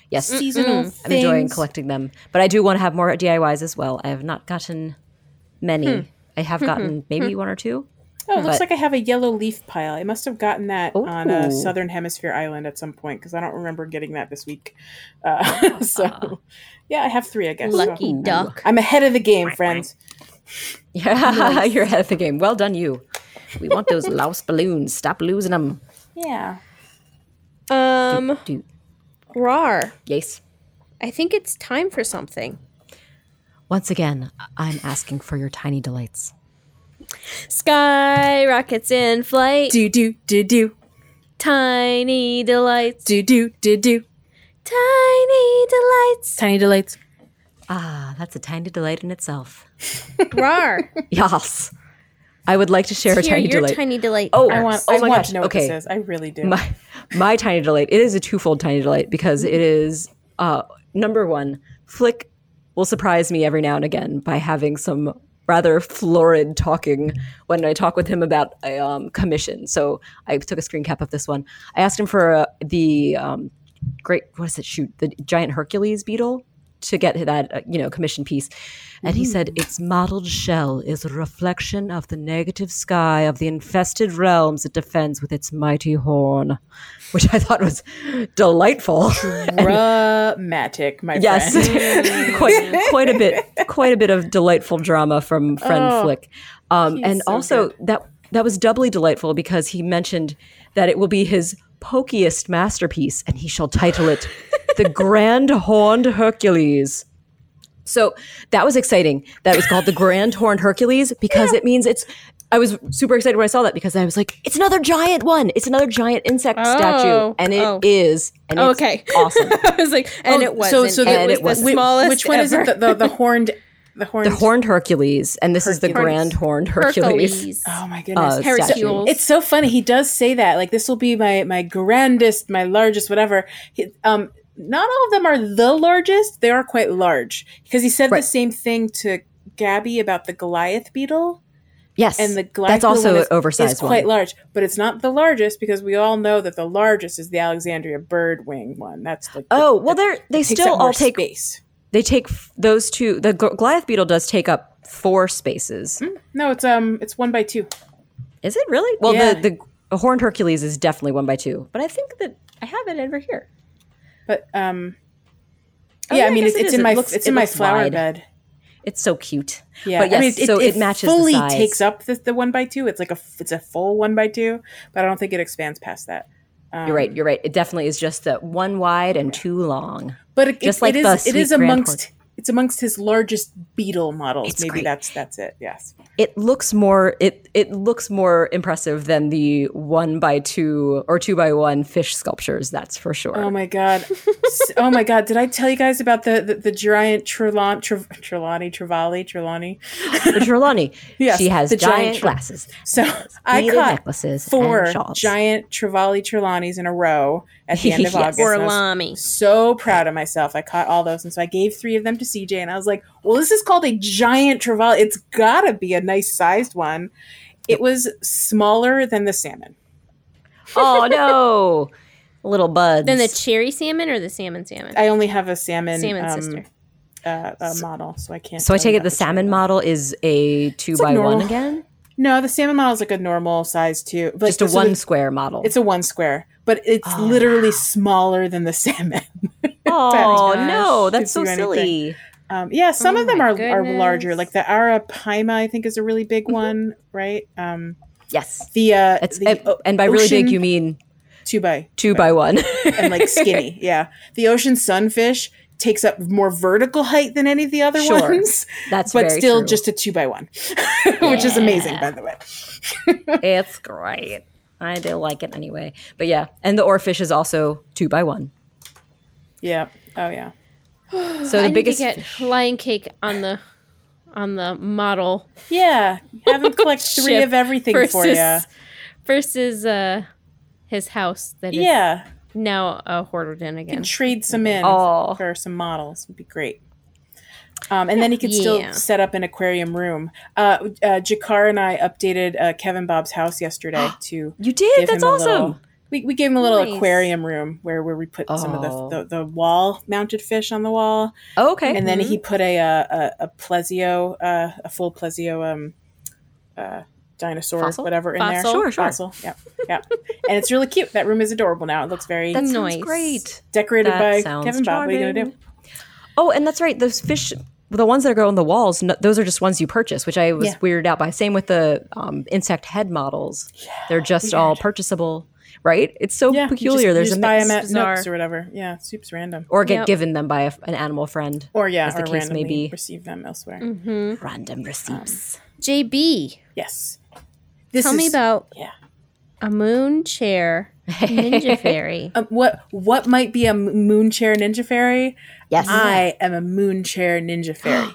[SPEAKER 4] Yes,
[SPEAKER 2] Seasonal
[SPEAKER 4] Mm, I'm enjoying
[SPEAKER 2] things.
[SPEAKER 4] collecting them, but I do want to have more DIYs as well. I have not gotten many.
[SPEAKER 2] Hmm.
[SPEAKER 4] I have gotten maybe one or two.
[SPEAKER 2] Oh, it looks
[SPEAKER 4] But-
[SPEAKER 2] like I have a yellow leaf pile. I must have gotten that on a
[SPEAKER 4] Ooh.
[SPEAKER 2] southern hemisphere island at some point because I don't remember getting that this week. Uh,
[SPEAKER 4] Ah.
[SPEAKER 2] so, yeah, I have three, I guess. So
[SPEAKER 3] lucky duck.
[SPEAKER 2] I'm ahead of the game, friends.
[SPEAKER 4] Yeah, you're ahead of the game. Well done, you. We want those louse balloons. Stop losing them.
[SPEAKER 2] Yeah.
[SPEAKER 3] Um,
[SPEAKER 4] Do
[SPEAKER 3] rar.
[SPEAKER 4] yes.
[SPEAKER 3] I think it's time for something.
[SPEAKER 4] Once again, I'm asking for your tiny delights.
[SPEAKER 3] Sky rockets in flight,
[SPEAKER 2] Do, do, do, do,
[SPEAKER 3] tiny delights,
[SPEAKER 2] do, do, do, do.
[SPEAKER 3] tiny delights.
[SPEAKER 2] Tiny delights.
[SPEAKER 4] Ah, that's a tiny delight in itself.
[SPEAKER 3] Rar.
[SPEAKER 4] Yes. I would like to share a
[SPEAKER 3] Here,
[SPEAKER 4] tiny
[SPEAKER 3] your
[SPEAKER 4] delight.
[SPEAKER 3] tiny delight.
[SPEAKER 4] oh,
[SPEAKER 2] I want,
[SPEAKER 4] oh
[SPEAKER 2] I
[SPEAKER 4] my
[SPEAKER 2] want
[SPEAKER 4] gosh.
[SPEAKER 2] to know what
[SPEAKER 4] okay.
[SPEAKER 2] this is. I really do.
[SPEAKER 4] my my tiny delight. It is a twofold tiny delight because it is uh, number one, Flick will surprise me every now and again by having some rather florid talking when I talk with him about a um, commission. So I took a screen cap of this one. I asked him for uh, the um, great what is it? Shoot, the giant Hercules beetle to get that uh, you know commission piece and he said its mottled shell is a reflection of the negative sky of the infested realms it defends with its mighty horn which i thought was delightful
[SPEAKER 2] Dramatic, my
[SPEAKER 4] yes
[SPEAKER 2] friend.
[SPEAKER 4] Mm. quite, quite a bit quite a bit of delightful drama from friend
[SPEAKER 3] Oh,
[SPEAKER 4] flick um, and
[SPEAKER 2] so
[SPEAKER 4] also that that was doubly delightful because he mentioned that it will be his pokiest masterpiece and he shall title it the grand horned hercules so that was exciting that it was called the grand horned hercules because it means it's i was super excited when i saw that because i was like it's another giant one it's another giant insect statue
[SPEAKER 3] Oh.
[SPEAKER 4] and it is,
[SPEAKER 3] Oh.
[SPEAKER 4] and it's
[SPEAKER 3] Okay.
[SPEAKER 4] awesome
[SPEAKER 3] I was like, and it was.
[SPEAKER 2] So, so
[SPEAKER 4] and
[SPEAKER 2] the,
[SPEAKER 4] it was-
[SPEAKER 2] wh- Which one is it? The, the, the horned. The horned.
[SPEAKER 4] The horned Hercules, and this is the
[SPEAKER 2] Hercules.
[SPEAKER 4] grand horned Hercules.
[SPEAKER 2] Oh my goodness.
[SPEAKER 4] Uh,
[SPEAKER 3] Hercules.
[SPEAKER 2] It's so funny. He does say that. Like this will be my my grandest, my largest, whatever. He, um, not all of them are the largest. They are quite large because he said the
[SPEAKER 4] Right.
[SPEAKER 2] same thing to Gabby about the Goliath beetle,
[SPEAKER 4] Yes,
[SPEAKER 2] and the Goliath
[SPEAKER 4] that's
[SPEAKER 2] beetle
[SPEAKER 4] also
[SPEAKER 2] one
[SPEAKER 4] an
[SPEAKER 2] is,
[SPEAKER 4] oversized
[SPEAKER 2] is quite
[SPEAKER 4] one.
[SPEAKER 2] large, but it's not the largest because we all know that the largest is the Alexandria bird wing one. That's like the,
[SPEAKER 4] Oh well, they're they
[SPEAKER 2] takes
[SPEAKER 4] still
[SPEAKER 2] up more
[SPEAKER 4] all take
[SPEAKER 2] space.
[SPEAKER 4] they take f- those two. The Go- Goliath beetle does take up four spaces.
[SPEAKER 2] No, it's um, it's one by two.
[SPEAKER 4] Is it really? Well,
[SPEAKER 2] Yeah.
[SPEAKER 4] the the horned Hercules is definitely one by two, but I think that I have it over here.
[SPEAKER 2] But um,
[SPEAKER 4] Oh,
[SPEAKER 2] yeah,
[SPEAKER 4] yeah,
[SPEAKER 2] I
[SPEAKER 4] I
[SPEAKER 2] mean
[SPEAKER 4] guess
[SPEAKER 2] it's,
[SPEAKER 4] it
[SPEAKER 2] it's
[SPEAKER 4] is.
[SPEAKER 2] in
[SPEAKER 4] It
[SPEAKER 2] my
[SPEAKER 4] looks-
[SPEAKER 2] it's
[SPEAKER 4] it
[SPEAKER 2] in my
[SPEAKER 4] looks
[SPEAKER 2] flower
[SPEAKER 4] wide.
[SPEAKER 2] bed.
[SPEAKER 4] It's so cute.
[SPEAKER 2] Yeah,
[SPEAKER 4] but yes,
[SPEAKER 2] I mean, it,
[SPEAKER 4] so
[SPEAKER 2] it,
[SPEAKER 4] it, matches the
[SPEAKER 2] fully
[SPEAKER 4] size.
[SPEAKER 2] takes up the, the one by two. It's like a f- it's a full one by two, but I don't think it expands past that. Um,
[SPEAKER 4] You're right. You're right. It definitely is just the one wide and two long.
[SPEAKER 2] but it,
[SPEAKER 4] Just
[SPEAKER 2] it-
[SPEAKER 4] like
[SPEAKER 2] it
[SPEAKER 4] the
[SPEAKER 2] is it
[SPEAKER 4] sweet
[SPEAKER 2] is
[SPEAKER 4] grand
[SPEAKER 2] amongst it's amongst his largest beetle models.
[SPEAKER 4] It's
[SPEAKER 2] Maybe
[SPEAKER 4] great.
[SPEAKER 2] that's that's it. Yes,
[SPEAKER 4] it looks more it it looks more impressive than the one by two or two by one fish sculptures. That's for sure.
[SPEAKER 2] Oh my god! S- oh my god! Did I tell you guys about the the, the giant Trelon, Tre, Trelawney Trevally Trelawney?
[SPEAKER 4] But Trelawney,
[SPEAKER 2] Yes,
[SPEAKER 4] she has
[SPEAKER 2] the giant
[SPEAKER 4] giant
[SPEAKER 2] tr-
[SPEAKER 4] glasses,
[SPEAKER 2] So I
[SPEAKER 4] beaded
[SPEAKER 2] caught
[SPEAKER 4] necklaces,
[SPEAKER 2] four
[SPEAKER 4] and shawls.
[SPEAKER 2] giant Trevally Trelawneys in a row at the end of
[SPEAKER 4] Yes.
[SPEAKER 2] August.
[SPEAKER 3] Or
[SPEAKER 2] and I was
[SPEAKER 3] Lami.
[SPEAKER 2] so proud of myself. I caught all those, and so I gave three of them to CJ, and I was like, "Well, this is called a giant Trevally. It's gotta be a nice sized one." It was smaller than the salmon.
[SPEAKER 4] oh no, little buds.
[SPEAKER 3] Then the cherry salmon or the salmon salmon?
[SPEAKER 2] I only have a salmon
[SPEAKER 3] Salmon
[SPEAKER 2] um,
[SPEAKER 3] sister.
[SPEAKER 2] Uh, uh, model, so I can't.
[SPEAKER 4] so I
[SPEAKER 2] tell
[SPEAKER 4] take
[SPEAKER 2] you
[SPEAKER 4] it
[SPEAKER 2] about
[SPEAKER 4] the
[SPEAKER 2] which one.
[SPEAKER 4] salmon model is a two
[SPEAKER 2] like
[SPEAKER 4] by one
[SPEAKER 2] normal.
[SPEAKER 4] again,
[SPEAKER 2] No, the salmon model is like a normal size too. Like,
[SPEAKER 4] just a
[SPEAKER 2] so
[SPEAKER 4] one
[SPEAKER 2] the-
[SPEAKER 4] square Oh, model.
[SPEAKER 2] It's a one square, but it's literally smaller than the salmon.
[SPEAKER 4] oh
[SPEAKER 3] gosh.
[SPEAKER 4] no, that's
[SPEAKER 2] Gives
[SPEAKER 4] so
[SPEAKER 2] you anything.
[SPEAKER 4] silly.
[SPEAKER 2] Um, yeah, some
[SPEAKER 3] Oh
[SPEAKER 2] of them
[SPEAKER 3] my
[SPEAKER 2] are, are larger.
[SPEAKER 3] goodness.
[SPEAKER 2] Like the Arapaima, I think, is a really big one, right? Um,
[SPEAKER 4] Yes,
[SPEAKER 2] the uh,
[SPEAKER 4] Mm-hmm. it's
[SPEAKER 2] the
[SPEAKER 4] and,
[SPEAKER 2] o-
[SPEAKER 4] and by really
[SPEAKER 2] ocean-
[SPEAKER 4] big you mean
[SPEAKER 2] two by
[SPEAKER 4] two by one.
[SPEAKER 2] and like skinny. yeah, the ocean sunfish takes up more vertical height than any of the other
[SPEAKER 4] Sure.
[SPEAKER 2] ones,
[SPEAKER 4] That's
[SPEAKER 2] but
[SPEAKER 4] very
[SPEAKER 2] still
[SPEAKER 4] true.
[SPEAKER 2] just a two by one, which is amazing, by the way.
[SPEAKER 4] it's great. I do like it anyway. But yeah, and the oarfish is also two by one.
[SPEAKER 2] Yeah. Oh yeah.
[SPEAKER 4] So
[SPEAKER 3] I
[SPEAKER 4] the
[SPEAKER 3] need
[SPEAKER 4] biggest
[SPEAKER 3] to get lion cake on the on the model
[SPEAKER 2] Yeah. Have them collect three
[SPEAKER 3] Ship
[SPEAKER 2] of everything for
[SPEAKER 3] versus
[SPEAKER 2] you.
[SPEAKER 3] versus uh his house that is
[SPEAKER 2] Yeah.
[SPEAKER 3] now a hoarder den again.
[SPEAKER 2] trade some in
[SPEAKER 4] Oh.
[SPEAKER 2] for some models would be great. Um, and then he could
[SPEAKER 3] Yeah.
[SPEAKER 2] still set up an aquarium room. Uh, uh, Jakar and I updated uh, Kevin Bob's house yesterday to
[SPEAKER 4] you did.
[SPEAKER 2] give
[SPEAKER 4] That's
[SPEAKER 2] him a
[SPEAKER 4] awesome.
[SPEAKER 2] little- we, we gave him a little
[SPEAKER 3] Nice.
[SPEAKER 2] aquarium room where, where we put some of
[SPEAKER 4] Oh.
[SPEAKER 2] the, the, the wall mounted fish on the wall,
[SPEAKER 4] Oh, okay.
[SPEAKER 2] and then he put a uh, a, a plesio uh, a full plesio um, uh, dinosaur
[SPEAKER 4] Fossil?
[SPEAKER 2] whatever in there.
[SPEAKER 3] Fossil? Sure,
[SPEAKER 4] sure.
[SPEAKER 2] Fossil. Yep, yep. and it's really cute. That room is adorable now. It looks very
[SPEAKER 4] that sounds
[SPEAKER 3] Nice.
[SPEAKER 4] great.
[SPEAKER 2] decorated
[SPEAKER 4] That
[SPEAKER 2] by
[SPEAKER 4] sounds
[SPEAKER 2] Kevin Bob. What are you gonna do?
[SPEAKER 4] charming. Oh, and that's right. Those fish, the ones that go on the walls, no, those are just ones you purchase, which I was
[SPEAKER 2] Yeah.
[SPEAKER 4] weirded out by. Same with the um, insect head models; they're just all purchasable, right? It's so
[SPEAKER 2] Yeah, you
[SPEAKER 4] peculiar.
[SPEAKER 2] Just,
[SPEAKER 4] There's
[SPEAKER 2] you just
[SPEAKER 4] a
[SPEAKER 2] buy
[SPEAKER 4] mix.
[SPEAKER 2] them at
[SPEAKER 3] Bizarre.
[SPEAKER 2] Nooks or whatever. Yeah, it's super random.
[SPEAKER 4] or get
[SPEAKER 3] Yep.
[SPEAKER 4] given them by a, an animal friend.
[SPEAKER 2] Or yeah,
[SPEAKER 4] As the
[SPEAKER 2] or
[SPEAKER 4] case may
[SPEAKER 2] randomly
[SPEAKER 4] be. Mm-hmm.
[SPEAKER 2] receive them elsewhere. um,
[SPEAKER 4] Random receipts.
[SPEAKER 3] JB,
[SPEAKER 2] Yes. This
[SPEAKER 3] tell me
[SPEAKER 2] is-
[SPEAKER 3] about
[SPEAKER 2] yeah.
[SPEAKER 3] a moon chair ninja fairy.
[SPEAKER 2] Um, what what might be a m- moon chair ninja fairy?
[SPEAKER 4] yes.
[SPEAKER 2] I am a moon chair ninja fairy.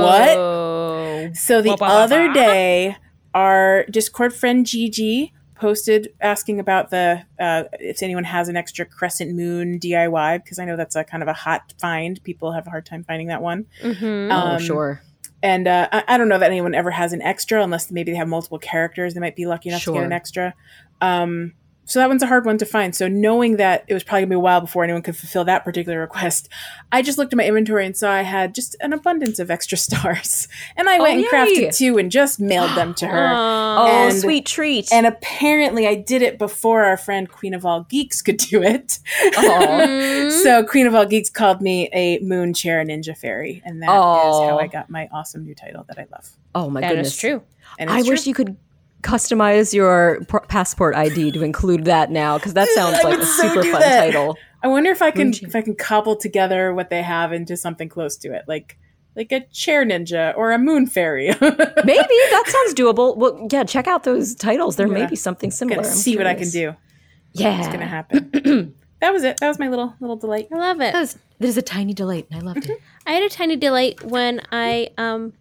[SPEAKER 3] Whoa.
[SPEAKER 2] So the
[SPEAKER 3] Ba, ba, ba,
[SPEAKER 2] other
[SPEAKER 3] ba.
[SPEAKER 2] day, our Discord friend Gigi posted asking about the uh, if anyone has an extra crescent moon DIY because I know that's a kind of a hot find. People have a hard time finding that one.
[SPEAKER 3] Mhm.
[SPEAKER 4] oh,
[SPEAKER 2] Um,
[SPEAKER 4] sure.
[SPEAKER 2] And uh, I, I don't know that anyone ever has an extra, unless maybe they have multiple characters. They might be lucky enough to
[SPEAKER 4] Sure.
[SPEAKER 2] get an extra. Um, so that one's a hard one to find. So knowing that it was probably gonna be a while before anyone could fulfill that particular request, I just looked at my inventory and saw I had just an abundance of extra stars, and I went and
[SPEAKER 4] Oh, yay.
[SPEAKER 2] crafted two and just mailed them to her.
[SPEAKER 3] Aw.
[SPEAKER 4] Oh,
[SPEAKER 2] and-
[SPEAKER 4] sweet treat.
[SPEAKER 2] And apparently, I did it before our friend Queen of All Geeks could do it. oh,
[SPEAKER 4] Aw.
[SPEAKER 3] Mm-hmm.
[SPEAKER 2] so Queen of All Geeks called me a moon chair ninja fairy, and that is
[SPEAKER 4] Aw.
[SPEAKER 2] how I got my awesome new title that I love.
[SPEAKER 4] oh my
[SPEAKER 3] That
[SPEAKER 4] goodness.
[SPEAKER 3] is true.
[SPEAKER 2] And
[SPEAKER 4] I
[SPEAKER 2] it's
[SPEAKER 4] wish
[SPEAKER 2] true.
[SPEAKER 4] you could customize your p- passport ID to include that now because that sounds
[SPEAKER 2] I
[SPEAKER 4] like
[SPEAKER 2] would
[SPEAKER 4] a
[SPEAKER 2] so
[SPEAKER 4] super
[SPEAKER 2] do
[SPEAKER 4] fun
[SPEAKER 2] that.
[SPEAKER 4] title.
[SPEAKER 2] I wonder if I can
[SPEAKER 4] Moonshine.
[SPEAKER 2] if I can cobble together what they have into something close to it, like like a chair ninja or a moon fairy. Gonna
[SPEAKER 4] Maybe that sounds doable. Well, yeah, check out those titles. There may
[SPEAKER 2] Yeah.
[SPEAKER 4] be something similar. I'm
[SPEAKER 2] see what I can
[SPEAKER 4] curious.
[SPEAKER 2] do.
[SPEAKER 4] Yeah,
[SPEAKER 2] It's gonna happen. that was it. That was my little little delight.
[SPEAKER 3] I love it.
[SPEAKER 4] That was, that is a tiny delight, and I loved it.
[SPEAKER 3] I had a tiny delight when I um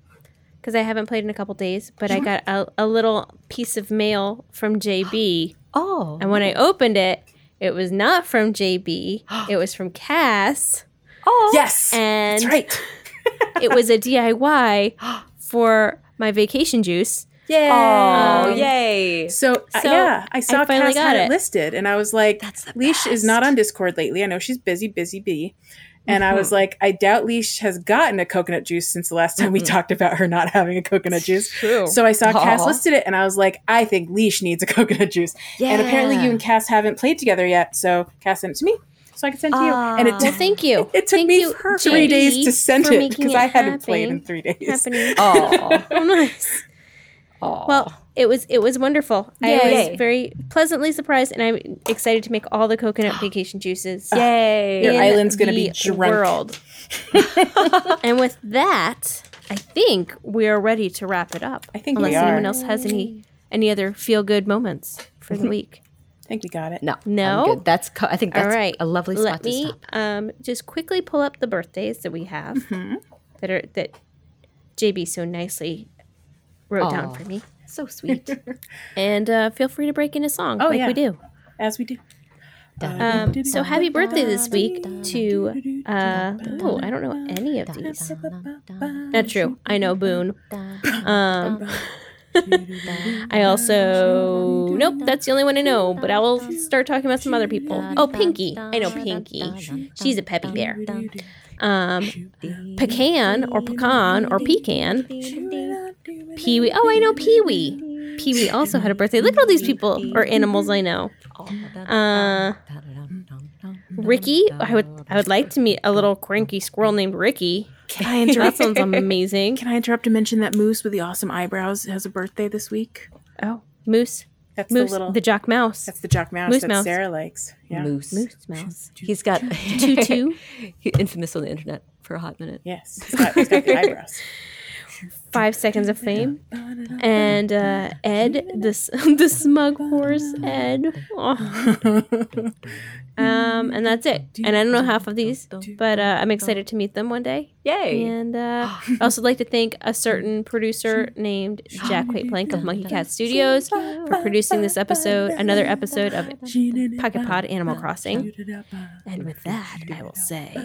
[SPEAKER 3] because I haven't played in a couple days, but I got a, a little piece of mail from JB,
[SPEAKER 4] Oh,
[SPEAKER 3] and when I opened it, it was not from JB. It was from Cass,
[SPEAKER 4] oh,
[SPEAKER 2] Yes,
[SPEAKER 3] and
[SPEAKER 2] that's right.
[SPEAKER 3] it was a DIY for my vacation juice.
[SPEAKER 2] Yay!
[SPEAKER 4] Oh,
[SPEAKER 3] Um,
[SPEAKER 4] yay!
[SPEAKER 2] So, uh,
[SPEAKER 3] So,
[SPEAKER 2] yeah, I saw
[SPEAKER 3] finally
[SPEAKER 2] Cass
[SPEAKER 3] got
[SPEAKER 2] had it.
[SPEAKER 3] it.
[SPEAKER 2] listed, and I was like,
[SPEAKER 4] That's the
[SPEAKER 2] Leash is not on Discord lately. I know she's busy, busy bee. And I was like, I doubt Leash has gotten a coconut juice since the last time we talked about her not having a coconut juice.
[SPEAKER 3] True.
[SPEAKER 2] So I saw Cass
[SPEAKER 4] Aw.
[SPEAKER 2] listed it, and I was like, I think Leash needs a coconut juice. And apparently,
[SPEAKER 4] Yeah.
[SPEAKER 2] you and Cass haven't played together yet, so Cass sent it to me, so I could send it to you. And it
[SPEAKER 3] Well, thank you.
[SPEAKER 2] It took
[SPEAKER 3] Thank
[SPEAKER 2] me
[SPEAKER 3] you,
[SPEAKER 2] three
[SPEAKER 3] JB,
[SPEAKER 2] days to send
[SPEAKER 3] for
[SPEAKER 2] it
[SPEAKER 3] making
[SPEAKER 2] because I hadn't played in
[SPEAKER 3] happen-
[SPEAKER 2] three days.
[SPEAKER 3] Happening.
[SPEAKER 4] Oh,
[SPEAKER 3] Oh, nice.
[SPEAKER 4] oh.
[SPEAKER 3] Well, it was it was wonderful. I
[SPEAKER 4] Yay.
[SPEAKER 3] was very pleasantly surprised, and I'm excited to make all the coconut vacation juices.
[SPEAKER 4] yay!
[SPEAKER 2] Your
[SPEAKER 3] in
[SPEAKER 2] island's gonna be
[SPEAKER 3] the
[SPEAKER 2] drunk.
[SPEAKER 3] World. and with that, I think we are ready to wrap it up.
[SPEAKER 2] I think we
[SPEAKER 3] unless anyone
[SPEAKER 2] are.
[SPEAKER 3] else has any any other feel good moments for the week.
[SPEAKER 2] I think we got it.
[SPEAKER 4] No, I'm
[SPEAKER 3] No?
[SPEAKER 4] good. That's co- I think Mm-hmm. that's
[SPEAKER 3] All right,
[SPEAKER 4] a lovely spot
[SPEAKER 3] Let
[SPEAKER 4] to
[SPEAKER 3] me
[SPEAKER 4] stop.
[SPEAKER 3] um, just quickly pull up the birthdays that we have
[SPEAKER 4] Mm-hmm.
[SPEAKER 3] that are that JB so nicely wrote
[SPEAKER 4] Aw.
[SPEAKER 3] down for me,
[SPEAKER 4] So sweet.
[SPEAKER 3] and uh, feel free to break in a song
[SPEAKER 2] Oh,
[SPEAKER 3] like
[SPEAKER 2] yeah.
[SPEAKER 3] we do.
[SPEAKER 2] As we do.
[SPEAKER 3] Um, so happy birthday this week to uh, oh I don't know any of these. Not true. I know Boone. Um, I also nope. That's the only one I know. But I will start talking about some other people. Oh, Pinky. I know Pinky. She's a peppy bear. Um, pecan or pecan or pecan. Pee wee. Oh, I know Pee wee. Pee wee also had a birthday. Look at all these people or animals I know.
[SPEAKER 4] Oh,
[SPEAKER 3] Uh, Ricky. I would. I would like to meet a little cranky squirrel named Ricky. That sounds amazing.
[SPEAKER 2] Can I interrupt to mention that Moose with the awesome eyebrows has a birthday this week?
[SPEAKER 3] Oh, moose.
[SPEAKER 2] That's
[SPEAKER 3] Moose,
[SPEAKER 2] the little.
[SPEAKER 3] the, jock mouse.
[SPEAKER 2] that's the jock mouse
[SPEAKER 3] Moose
[SPEAKER 2] that
[SPEAKER 3] mouse.
[SPEAKER 2] Sarah likes. Yeah.
[SPEAKER 4] Moose.
[SPEAKER 3] moose mouse.
[SPEAKER 4] He's got
[SPEAKER 3] Tutu.
[SPEAKER 4] He- infamous on the internet for a hot minute.
[SPEAKER 2] Yes. He's got, he's got the eyebrows.
[SPEAKER 3] Five seconds of fame. And uh, Ed, the, s- the smug horse, Ed. Aw. Um, and that's it. And I don't know half of these, but uh, I'm excited to meet them one day.
[SPEAKER 4] Yay!
[SPEAKER 3] And uh, I also like to thank a certain producer named Jack Quaid Plank of Monkey Cat Studios for producing this episode, another episode of Pocket Pod Animal Crossing. And with that, I will say,